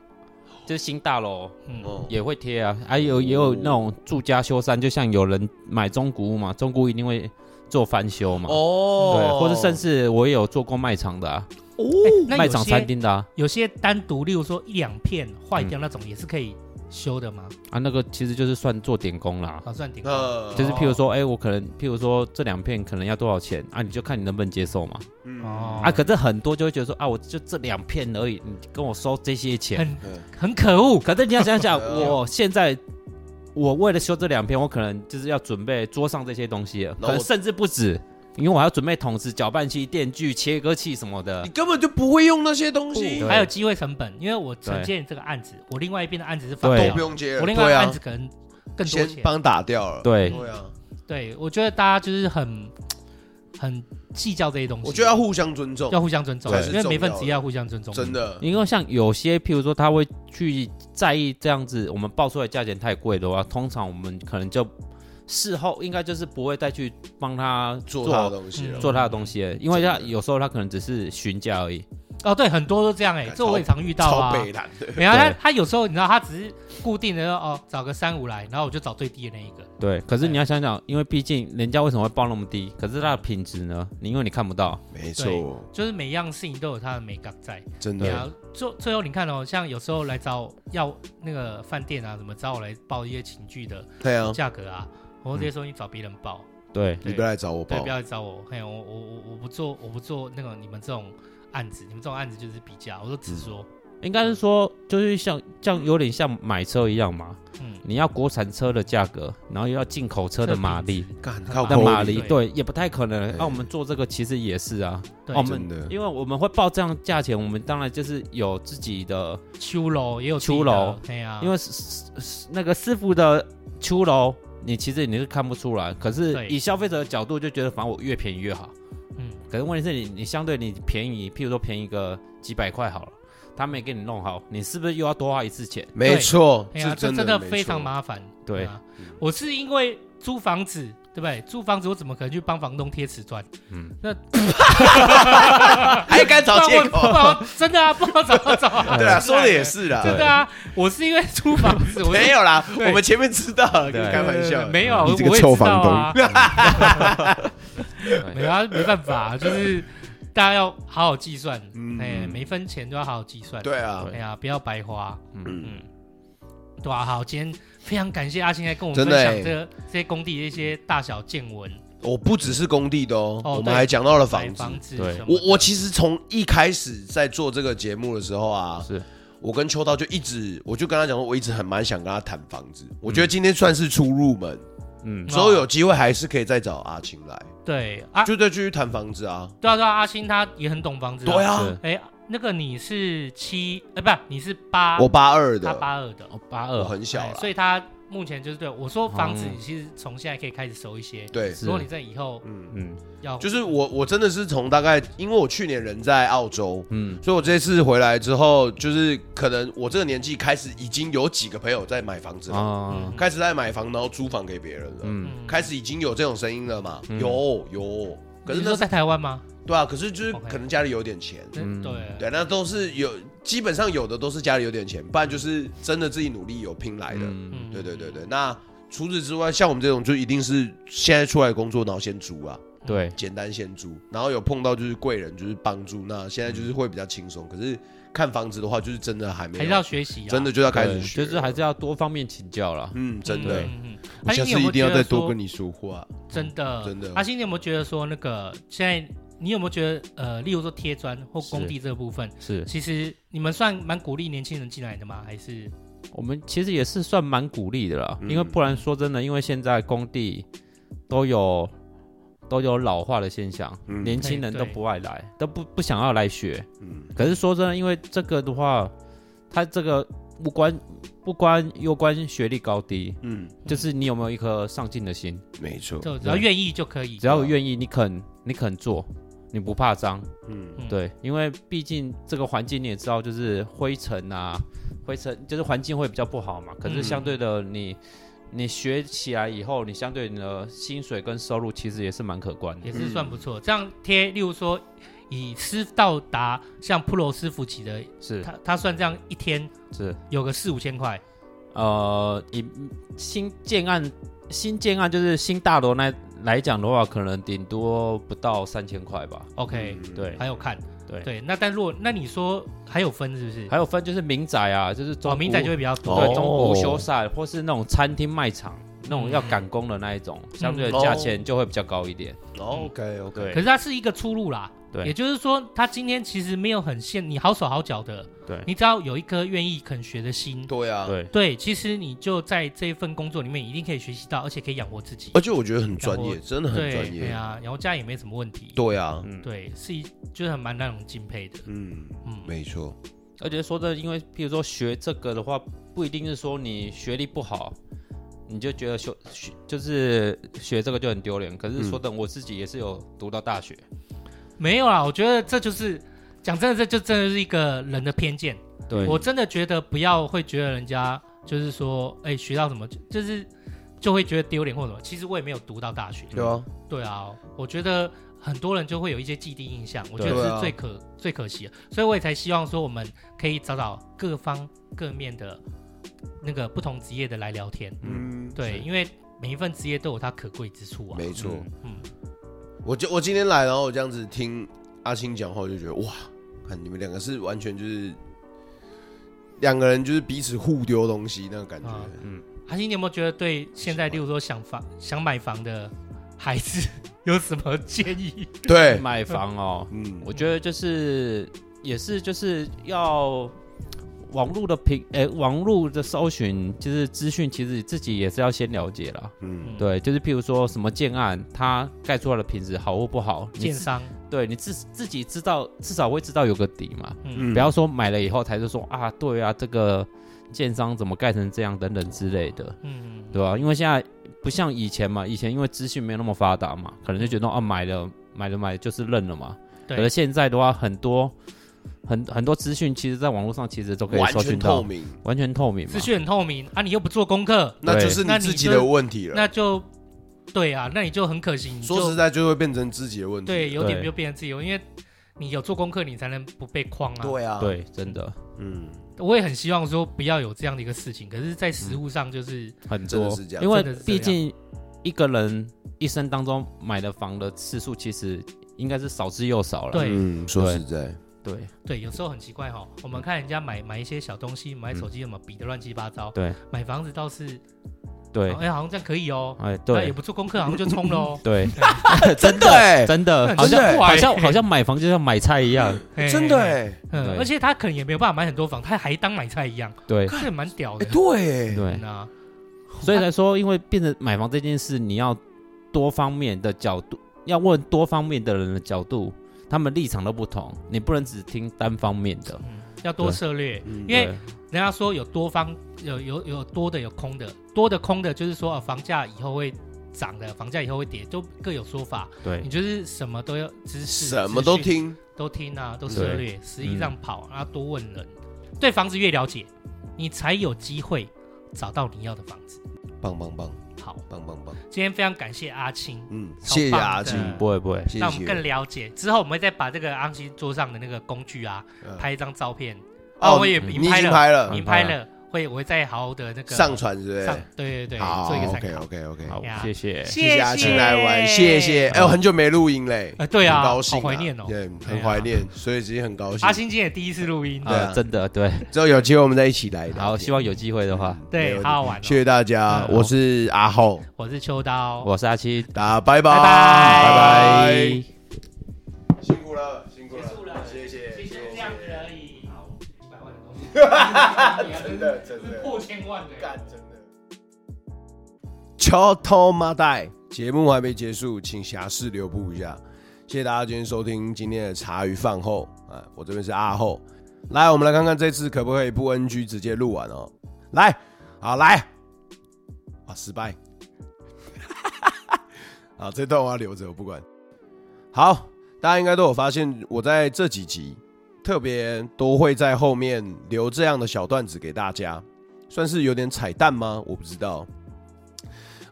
S4: 就是新大楼
S3: 嗯，
S2: 哦
S4: 也会贴啊，还有也
S3: 哦
S4: 有那种住家修缮，就像有人买中古屋嘛，中古屋一定会做翻修嘛，
S2: 哦，
S4: 对，或者甚至我也有做过卖场的啊，
S3: 哎那
S4: 卖
S3: 有
S4: 场餐
S3: 些
S4: 厅的啊，
S3: 有些单独，例如说一两片坏掉那种，也是可以修的吗？
S4: 啊那个其实就是算做点工啦，
S3: 好，算顶多。
S2: 呃
S4: 就是
S3: 哦
S4: 譬如说，哎、我可能譬如说这两片可能要多少钱啊？你就看你能不能接受嘛。
S2: 嗯
S3: 哦
S4: 啊，可是很多就会觉得说啊，我就这两片而已，你跟我收这些钱。
S3: 很
S2: 嗯
S3: 很可恶，
S4: 可是你要想 想，
S2: 呃
S4: 我现在我为了修这两片，我可能就是要准备桌上这些东西了，
S2: 那
S4: 可能
S2: 我
S4: 甚至不止，因为我还要准备桶子、搅拌器、电锯、切割器什么的
S2: 你。根本就不会用那些东西，
S4: 对
S3: 还有机会成本，因为我承
S4: 对
S3: 建这个案子，我另外一边的案子是反
S4: 对
S2: 都
S3: 掉
S2: 不，用接了，
S3: 我另外一
S2: 对
S3: 个
S2: 啊
S3: 案子可能更多
S2: 先
S3: 钱。
S2: 帮打掉了，
S4: 对，
S2: 对啊，
S3: 对，我觉得大家就是很很计较这些东西，
S2: 我觉得要互相尊重
S3: 要，互相尊重
S2: 对，
S3: 因为每
S2: 是重要
S3: 份
S2: 的
S3: 职业要互相尊重。
S2: 真的，
S4: 因为像有些，譬如说他会去在意这样子，我们报出来价钱太贵的话，通常我们可能就事后应该就是不会再去帮他
S2: 做他的东西
S3: 嗯
S2: 了，
S4: 做他的东西了，因为他
S2: 真的
S4: 有时候他可能只是询价而已。
S3: 哦，对，很多都这样哎、
S2: 感
S3: 这我也常遇到
S2: 超
S3: 啊。
S2: 北蓝的，
S3: 没有他
S4: 对，
S3: 他有时候你知道，他只是固定的哦，找个三五来，然后我就找最低的那一个。
S4: 对，可是你要想想，因为毕竟人家为什么会报那么低，可是他的品质呢？你因为你看不到，
S2: 没
S3: 对
S2: 错，
S3: 就是每样事情都有它的美感在。
S2: 真
S3: 对
S2: 的，
S3: 啊，最最后你看哦，像有时候来找要那个饭店啊，什么找我来报一些情趣的
S2: 对啊，
S3: 价格啊，我会直接
S2: 嗯
S3: 说你找别人报，
S4: 对，
S2: 你不要来找我
S3: 对，
S2: 报
S3: 不，要来找我。嘿，我我我我不做，我不做那个你们这种案子，你们这种案子就是比价，
S2: 嗯
S3: 我说直说，
S4: 应该是说就是像像有点像买车一样嘛，
S3: 嗯，
S4: 你要国产车的价格，然后又要进口车的马力，
S3: 这个品质，
S2: 干靠
S4: 那
S2: 谱
S4: 马力
S3: 对
S4: 对也不太可能。
S2: 对
S4: 那我们做这个其实也是啊，
S3: 对，
S4: 哦我
S2: 真
S4: 们
S2: 的，
S4: 因为我们会报这样价钱，我们当然就是有自己的，
S3: 秋楼也有
S4: 秋楼
S3: 自己的，对啊，
S4: 因为是是是那个师傅的秋楼，你其实你是看不出来，可是
S3: 对
S4: 以消费者的角度就觉得，反正我越便宜越好。
S3: 嗯，
S4: 可是问题是你你相对你便宜，譬如说便宜个几百块好了，他没给你弄好，你是不是又要多花一次钱？
S2: 没错，
S3: 哎呀，这
S2: 真
S3: 真
S2: 的
S3: 的非常
S2: 没错
S3: 麻烦。
S4: 对
S3: 啊，我是因为租房子，对不对？租房子我怎么可能去帮房东贴瓷砖？
S4: 嗯，
S2: 还敢找借
S3: 不然我
S2: 口？
S3: 不然我真的啊，不好找找 啊。
S2: 对啊，说的也是啦，
S3: 真的啊，我是因为租房子，我呃
S2: 没有啦，
S3: 对
S2: 我们前面知道了，跟你
S4: 对
S2: 啊
S3: 啊
S2: 开玩笑，
S3: 没有，
S2: 嗯
S1: 你这个
S3: 我也
S1: 臭
S3: 知道啊。没有啊，没办法，就是大家要好好计算，
S2: 嗯
S3: 哎，每一分钱都要好好计算，
S2: 对啊，
S3: 哎呀，不要白花，
S4: 嗯，
S3: 嗯，对啊，好，今天非常感谢阿星来跟我们
S2: 真
S3: 分
S2: 的
S3: 享
S2: 欸
S3: 这这些工地的一些大小见闻，
S2: 我不只是工地的哦，
S3: 哦
S2: 我
S3: 对
S2: 们还讲到了
S3: 买
S2: 房子。
S3: 房子
S1: 对
S3: 什么的，
S2: 我我其实从一开始在做这个节目的时候啊，
S1: 是
S2: 我跟秋刀就一直，我就跟他讲说，我一直很蛮想跟他谈房子。我觉得今天算是初入门，
S4: 嗯
S3: 嗯
S2: 之后有机会还是可以再找阿青来，
S3: 对啊，
S2: 就再继续谈房子啊。
S3: 对啊对啊，阿星他也很懂房子，
S2: 对，啊
S1: 是，
S3: 哎，那个你是七，哎，不，你是八，
S2: 我八二
S3: 他
S2: 的，
S3: 八二的，
S4: 哦，八
S2: 我
S4: 二，
S2: 很小啊
S3: 哎
S2: 了
S3: 所，以他目前就是对我说房子，
S4: 哦
S3: 你其实从现在可以开始熟一些，
S2: 对，
S4: 是
S3: 如果你在以后
S2: 嗯，
S4: 嗯
S3: 要
S2: 就是我我真的是从大概，因为我去年人在澳洲，
S4: 嗯
S2: 所以我这次回来之后，就是可能我这个年纪开始已经有几个朋友在买房子了，
S3: 嗯
S4: 啊，
S2: 开始在买房，然后租房给别人了，
S4: 嗯
S2: 开始已经有这种声音了嘛？
S4: 嗯
S2: 有有，可是
S3: 嗯你
S2: 那
S3: 说
S2: 是
S3: 在台湾吗？
S2: 对啊，可是就是
S3: OK
S2: 可能家里有点钱，
S4: 嗯
S3: 嗯，对，
S2: 对，那都是有，基本上有的都是家里有点钱，不然就是真的自己努力有拼来的。
S4: 嗯
S2: 对对对对，那除此之外，像我们这种就一定是现在出来工作，然后先租啊，
S3: 嗯
S1: 对，
S2: 简单先租，然后有碰到就是贵人就是帮助，那现在就是会比较轻松。可是看房子的话，就是真的还没
S3: 还
S2: 有
S3: 是要学习啊，
S2: 真的就要开始
S4: 对
S2: 学，
S4: 就是还是要多方面请教啦。
S2: 嗯，真的
S3: 对，
S1: 对
S3: 嗯嗯嗯
S2: 我
S3: 阿
S2: 下次
S3: 星你有没
S2: 一
S3: 有
S2: 定要
S3: 觉得
S2: 再多
S3: 说
S2: 跟你说话。
S3: 真的
S2: 真的
S3: 阿星，你有没有觉得说那个现在你有没有觉得呃，例如说贴砖或工地这部分，
S1: 是
S3: 其实你们算蛮鼓励年轻人进来的吗？还是
S4: 我们其实也是算蛮鼓励的啦，
S2: 嗯
S4: 因为不然说真的，因为现在工地都有都有老化的现象，
S2: 嗯
S4: 年轻人
S3: 对
S4: 都不爱来，都不不想要来学。
S2: 嗯，
S4: 可是说真的，因为这个的话，它这个不关不关攸关学历高低，
S2: 嗯，
S4: 就是你有没有一颗上进的心，
S2: 没错，
S3: 就只要愿意就可以？
S4: 只要有愿意，你肯你肯做，你不怕脏，
S2: 嗯
S3: 嗯
S4: 对，因为毕竟这个环境你也知道，就是灰尘啊，灰尘就是环境会比较不好嘛。可是相对的你，你学起来以后，你相对你的薪水跟收入其实也是蛮可观的
S3: 也。是算不错。这样贴，例如说以师到达像 Pro 师傅级的，
S4: 是
S3: 他他算这样一天
S4: 是，
S3: 有个四五千块，
S4: 呃，以新建案新建案就是新大楼那来讲的话，可能顶多不到三千块吧。
S2: 嗯
S3: OK，、
S4: 对
S3: 还有看，
S4: 对
S3: 嗯对，那但如果那你说还有分是不是？
S4: 还有分就是民宅啊，就是中
S3: 哦，明仔就
S4: 古
S3: 会比较多，
S4: 对
S1: 哦
S4: 中古修缮或是那种餐厅卖场那种要赶工的那一种，相对的价钱就会比较高一点。
S2: 哦，OK OK，
S4: 对
S3: 可是它是一个出路啦。
S4: 对
S3: 也就是说，他今天其实没有很限你好手好脚的，
S4: 对
S3: 你只要有一颗愿意肯学的心，
S2: 对啊，
S4: 对，
S3: 对，其实你就在这一份工作里面一定可以学习到，而且可以养活自己
S2: 而。且我觉得很专
S3: 然
S2: 业，
S3: 后
S2: 真的很
S3: 对
S2: 专
S3: 对
S2: 业，
S3: 啊，养活家也没什么问题。
S2: 对啊，
S4: 嗯，
S3: 对，是一就是很蛮让人敬佩的。
S2: 嗯，
S3: 嗯，
S2: 没错，
S4: 而且说真的，因为譬如说学这个的话，不一定是说你学历不好，你就觉得学学就是学这个就很丢脸。可是说真的，我自己也是有读到大学，
S3: 没有啦，我觉得这就是讲真的，这就真的是一个人的偏见。
S4: 对
S3: 我真的觉得不要会觉得人家就是说，哎、学到什么就就是就会觉得丢脸或什么。其实我也没有读到大学，
S2: 对啊，
S3: 对啊，我觉得很多人就会有一些既定印象，我觉
S2: 对
S3: 得
S2: 啊
S3: 是最可、最可惜的，所以我也才希望说我们可以找找各方各面的那个不同职业的来聊天，
S2: 嗯，
S3: 对，因为每一份职业都有它可贵之处啊，
S2: 没错。
S3: 嗯，
S2: 我就我今天来，然后我这样子听阿青讲话，我就觉得哇，看你们两个是完全就是两个人就是彼此互丢东西那个感觉，
S3: 啊阿星，你有没有觉得对现
S2: 喜
S3: 在，
S2: 欢
S3: 例如说想房想买房的孩子 有什么建议？
S2: 对，
S4: 买房哦，
S2: 嗯，
S4: 我觉得就是也是就是要网络的平诶、网络的搜寻，就是资讯，其实自己也是要先了解啦。
S2: 嗯，
S3: 嗯，
S4: 对，就是譬如说什么建案，它盖出来的品质好或不好，你
S3: 建
S4: 自
S3: 商，
S4: 对你自自己知道，至少会知道有个底嘛。
S3: 嗯，
S4: 不要说买了以后才是说啊，对啊，这个建商怎么盖成这样等等之类的，
S3: 嗯，
S4: 对啊吧、因为现在不像以前嘛，以前因为资讯没有那么发达嘛，可能就觉得啊买了买了买了就是认了嘛。可是
S3: 对，
S4: 现在的话，很多很很多资讯，其实在网络上其实都可以
S2: 完
S4: 搜寻
S2: 全
S4: 到，
S2: 透
S4: 完全
S2: 明，
S4: 透明嘛
S3: 资。讯很透明啊，你又不做功课，
S2: 那就是你
S3: 那你
S2: 自己
S3: 就
S2: 的问题了
S3: 那。就对啊，那你就很可惜，你
S2: 啊说
S3: 就
S2: 实在，就会变成自己的问题。
S3: 对，有点
S4: 对
S3: 就变成自由，因为你有做功课，你才能不被框啊。，
S2: 对啊，，
S4: 对，真的
S2: 嗯，
S3: 我也很希望说不要有这样
S4: 嗯
S3: 的一个事情，可是，在实物上就是
S4: 很
S2: 真
S4: 多
S2: 的是这样
S4: 因为
S3: 真的是这
S4: 毕
S3: 样
S4: 竟一个人一生当中买的房的次数，其实应该是少之又少了。
S3: 对
S2: 嗯，说实在，
S4: 对
S3: 对，有时候很奇怪哈，我们看人家买买一些小东西，买手机什么比的乱七八糟，
S4: 嗯对
S3: 买房子倒是，
S4: 对
S3: 哦，哎，好像这样可以哦，
S4: 哎
S3: 那也
S4: 对，
S3: 不做功课，好像就冲了哦
S4: 对，
S2: 真的欸，
S4: 真的
S3: 那
S4: 好
S3: 很奇
S4: 像
S3: 怪
S4: 好像好像买房就像买菜一样。
S3: 嘿
S2: 真的，
S3: 嘿嘿
S2: 哎，
S3: 嗯，
S4: 对
S3: 而且他可能也没有办法买很多房，他还当买菜一样，
S4: 对
S3: 这也蛮屌
S2: 哎
S3: 的，
S2: 对欸，
S4: 对
S3: 嗯，啊，
S4: 所以来说，因为变成买房这件事，你要多方面的角度，要问多方面的人的角度，他们立场都不同，你不能只听单方面的。
S3: 嗯，要多涉猎，
S2: 因
S3: 因为人家说有多方有有有多的有空的，多的空的就是说、呃、房价以后会涨的，房价以后会跌，都各有说法。
S4: 对
S3: 你就是什么都要知识，
S2: 什么都
S3: 资讯
S2: 听，嗯
S3: 都听啊，都涉
S4: 对
S3: 猎，实际上跑，然后多问人，对房子越了解，你才有机会找到你要的房子。
S2: 棒棒棒
S3: 好，
S2: 棒棒棒，
S3: 今天非常感谢阿青，
S2: 嗯，
S3: 超
S2: 谢谢
S3: 棒
S2: 阿
S3: 的
S2: 青，
S4: 嗯，不会不会，
S2: 谢
S3: 让我们更
S2: 谢。
S3: 了解。之后我们会再把这个阿青桌上的那个工具啊，
S2: 嗯
S3: 拍一张照片。哦，我也已
S2: 你
S3: 经
S2: 已
S3: 拍
S2: 经
S3: 了，
S2: 拍
S3: 已
S2: 了，嗯
S3: 经拍了，会我会再好好的那个
S2: 上传是不是？
S3: 上，对对对，
S2: 好
S3: 做一个参
S2: ，OK
S3: 考。
S2: OK OK，
S4: 好
S3: 呀，
S4: 谢谢。
S2: 谢谢阿青来玩，谢谢。哎，我很久没录音嘞，
S3: 呃，对啊，
S2: 很高兴啊，
S3: 好怀念哦。
S2: 对，很
S3: 对啊
S2: 怀念，所以今天很高兴。
S3: 阿星今天也第一次录音，
S2: 对啊
S4: 啊，真的对，
S2: 之后有机会我们再一起来聊天。
S4: 好，希望有机会的话，
S2: 没
S3: 对，
S2: 问题
S3: 好好玩哦。
S2: 谢谢大家，
S3: 嗯
S2: 我是阿浩，
S3: 我是秋刀，
S4: 我是阿七，
S2: 大家拜拜，
S3: 拜
S4: 拜
S3: 拜
S4: 拜。
S2: 辛苦了，辛苦
S3: 结束了
S2: 谢谢，
S3: 其
S2: 谢
S3: 实
S2: 谢
S3: 这样子而已。好，一百万的东西，啊
S2: 真的真
S3: 是
S2: 的
S3: 破千万的。
S2: 干真的。敲头麻袋，节目还没结束，请侠士留步一下。谢谢大家今天收听今天的茶余饭后啊，我这边是阿后，来，我们来看看这次可不可以不 NG 直接录完哦。来，好来，啊失败，啊这段我要留着，我不管。好，大家应该都有发现，我在这几集特别都会在后面留这样的小段子给大家。算是有点彩蛋吗？我不知道。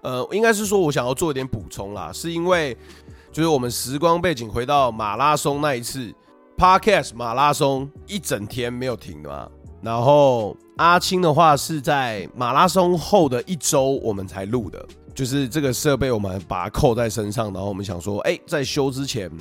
S2: 呃，应该是说我想要做一点补充啦，是因为就是我们时光背景回到马拉松那一次，Podcast 马拉松一整天没有停的嘛。然后阿青的话是在马拉松后的一周我们才录的，就是这个设备我们把它扣在身上，然后我们想说，哎、在修之前，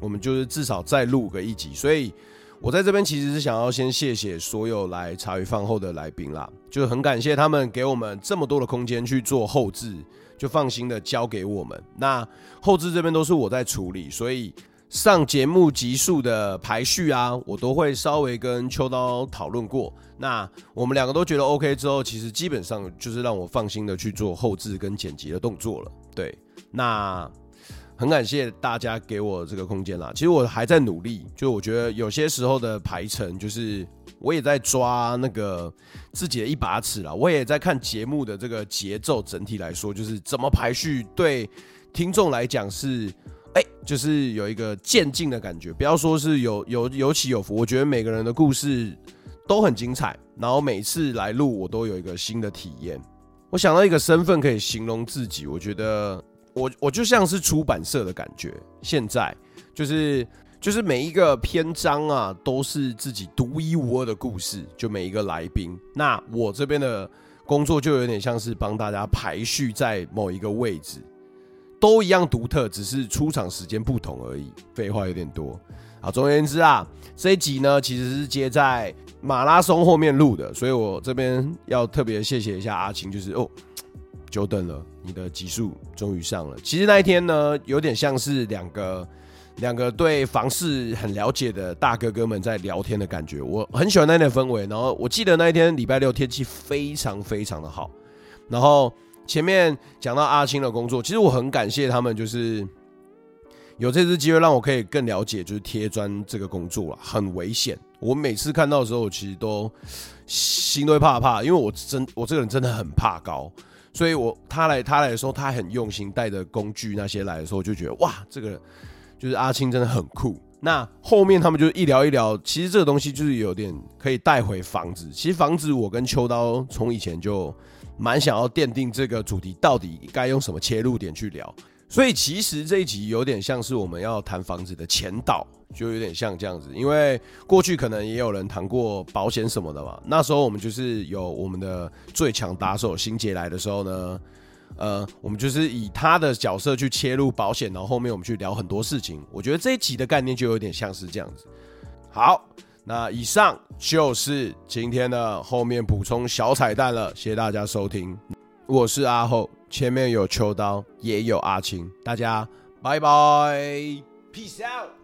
S2: 我们就是至少再录个一集，所以我在这边其实是想要先谢谢所有来茶余饭后的来宾啦，就是很感谢他们给我们这么多的空间去做后置，就放心的交给我们。那后置这边都是我在处理，所以上节目集数的排序啊，我都会稍微跟秋刀讨论过。那我们两个都觉得 OK 之后，其实基本上就是让我放心的去做后置跟剪辑的动作了。对，那很感谢大家给我这个空间啦。其实我还在努力，就我觉得有些时候的排程，就是我也在抓那个自己的一把尺啦。我也在看节目的这个节奏，整体来说就是怎么排序对听众来讲是。哎，就是有一个渐进的感觉，不要说是有有有起有伏，我觉得每个人的故事都很精彩，然后每次来录我都有一个新的体验。我想到一个身份可以形容自己，我觉得我我就像是出版社的感觉。现在就是就是每一个篇章啊，都是自己独一无二的故事，就每一个来宾。那我这边的工作就有点像是帮大家排序在某一个位置，都一样独特，只是出场时间不同而已。废话有点多。好，总而言之啊，这一集呢其实是接在马拉松后面录的，所以我这边要特别谢谢一下阿青，就是哦，久等了，你的集数终于上了。其实那一天呢，有点像是两个两个对房市很了解的大哥哥们在聊天的感觉，我很喜欢那天的氛围。然后我记得那一天礼拜六天气非常非常的好，然后前面讲到阿青的工作，其实我很感谢他们，就是。有这次机会让我可以更了解，就是贴砖这个工作啊，很危险。我每次看到的时候，我其实都心都会怕怕，因为我真我这个人真的很怕高，所以我他来他来的时候，他很用心带着工具那些来的时候，我就觉得哇，这个就是阿青真的很酷。那后面他们就一聊一聊，其实这个东西就是有点可以带回房子。其实房子我跟秋刀从以前就蛮想要奠定这个主题到底该用什么切入点去聊，所以其实这一集有点像是我们要谈房子的前导，就有点像这样子，因为过去可能也有人谈过保险什么的嘛。那时候我们就是有我们的最强打手新杰来的时候呢，呃，我们就是以他的角色去切入保险，然后后面我们去聊很多事情。我觉得这一集的概念就有点像是这样子。好，那以上就是今天的后面补充小彩蛋了，谢谢大家收听，我是阿厚，前面有秋刀，也有阿青，大家拜拜，peace out。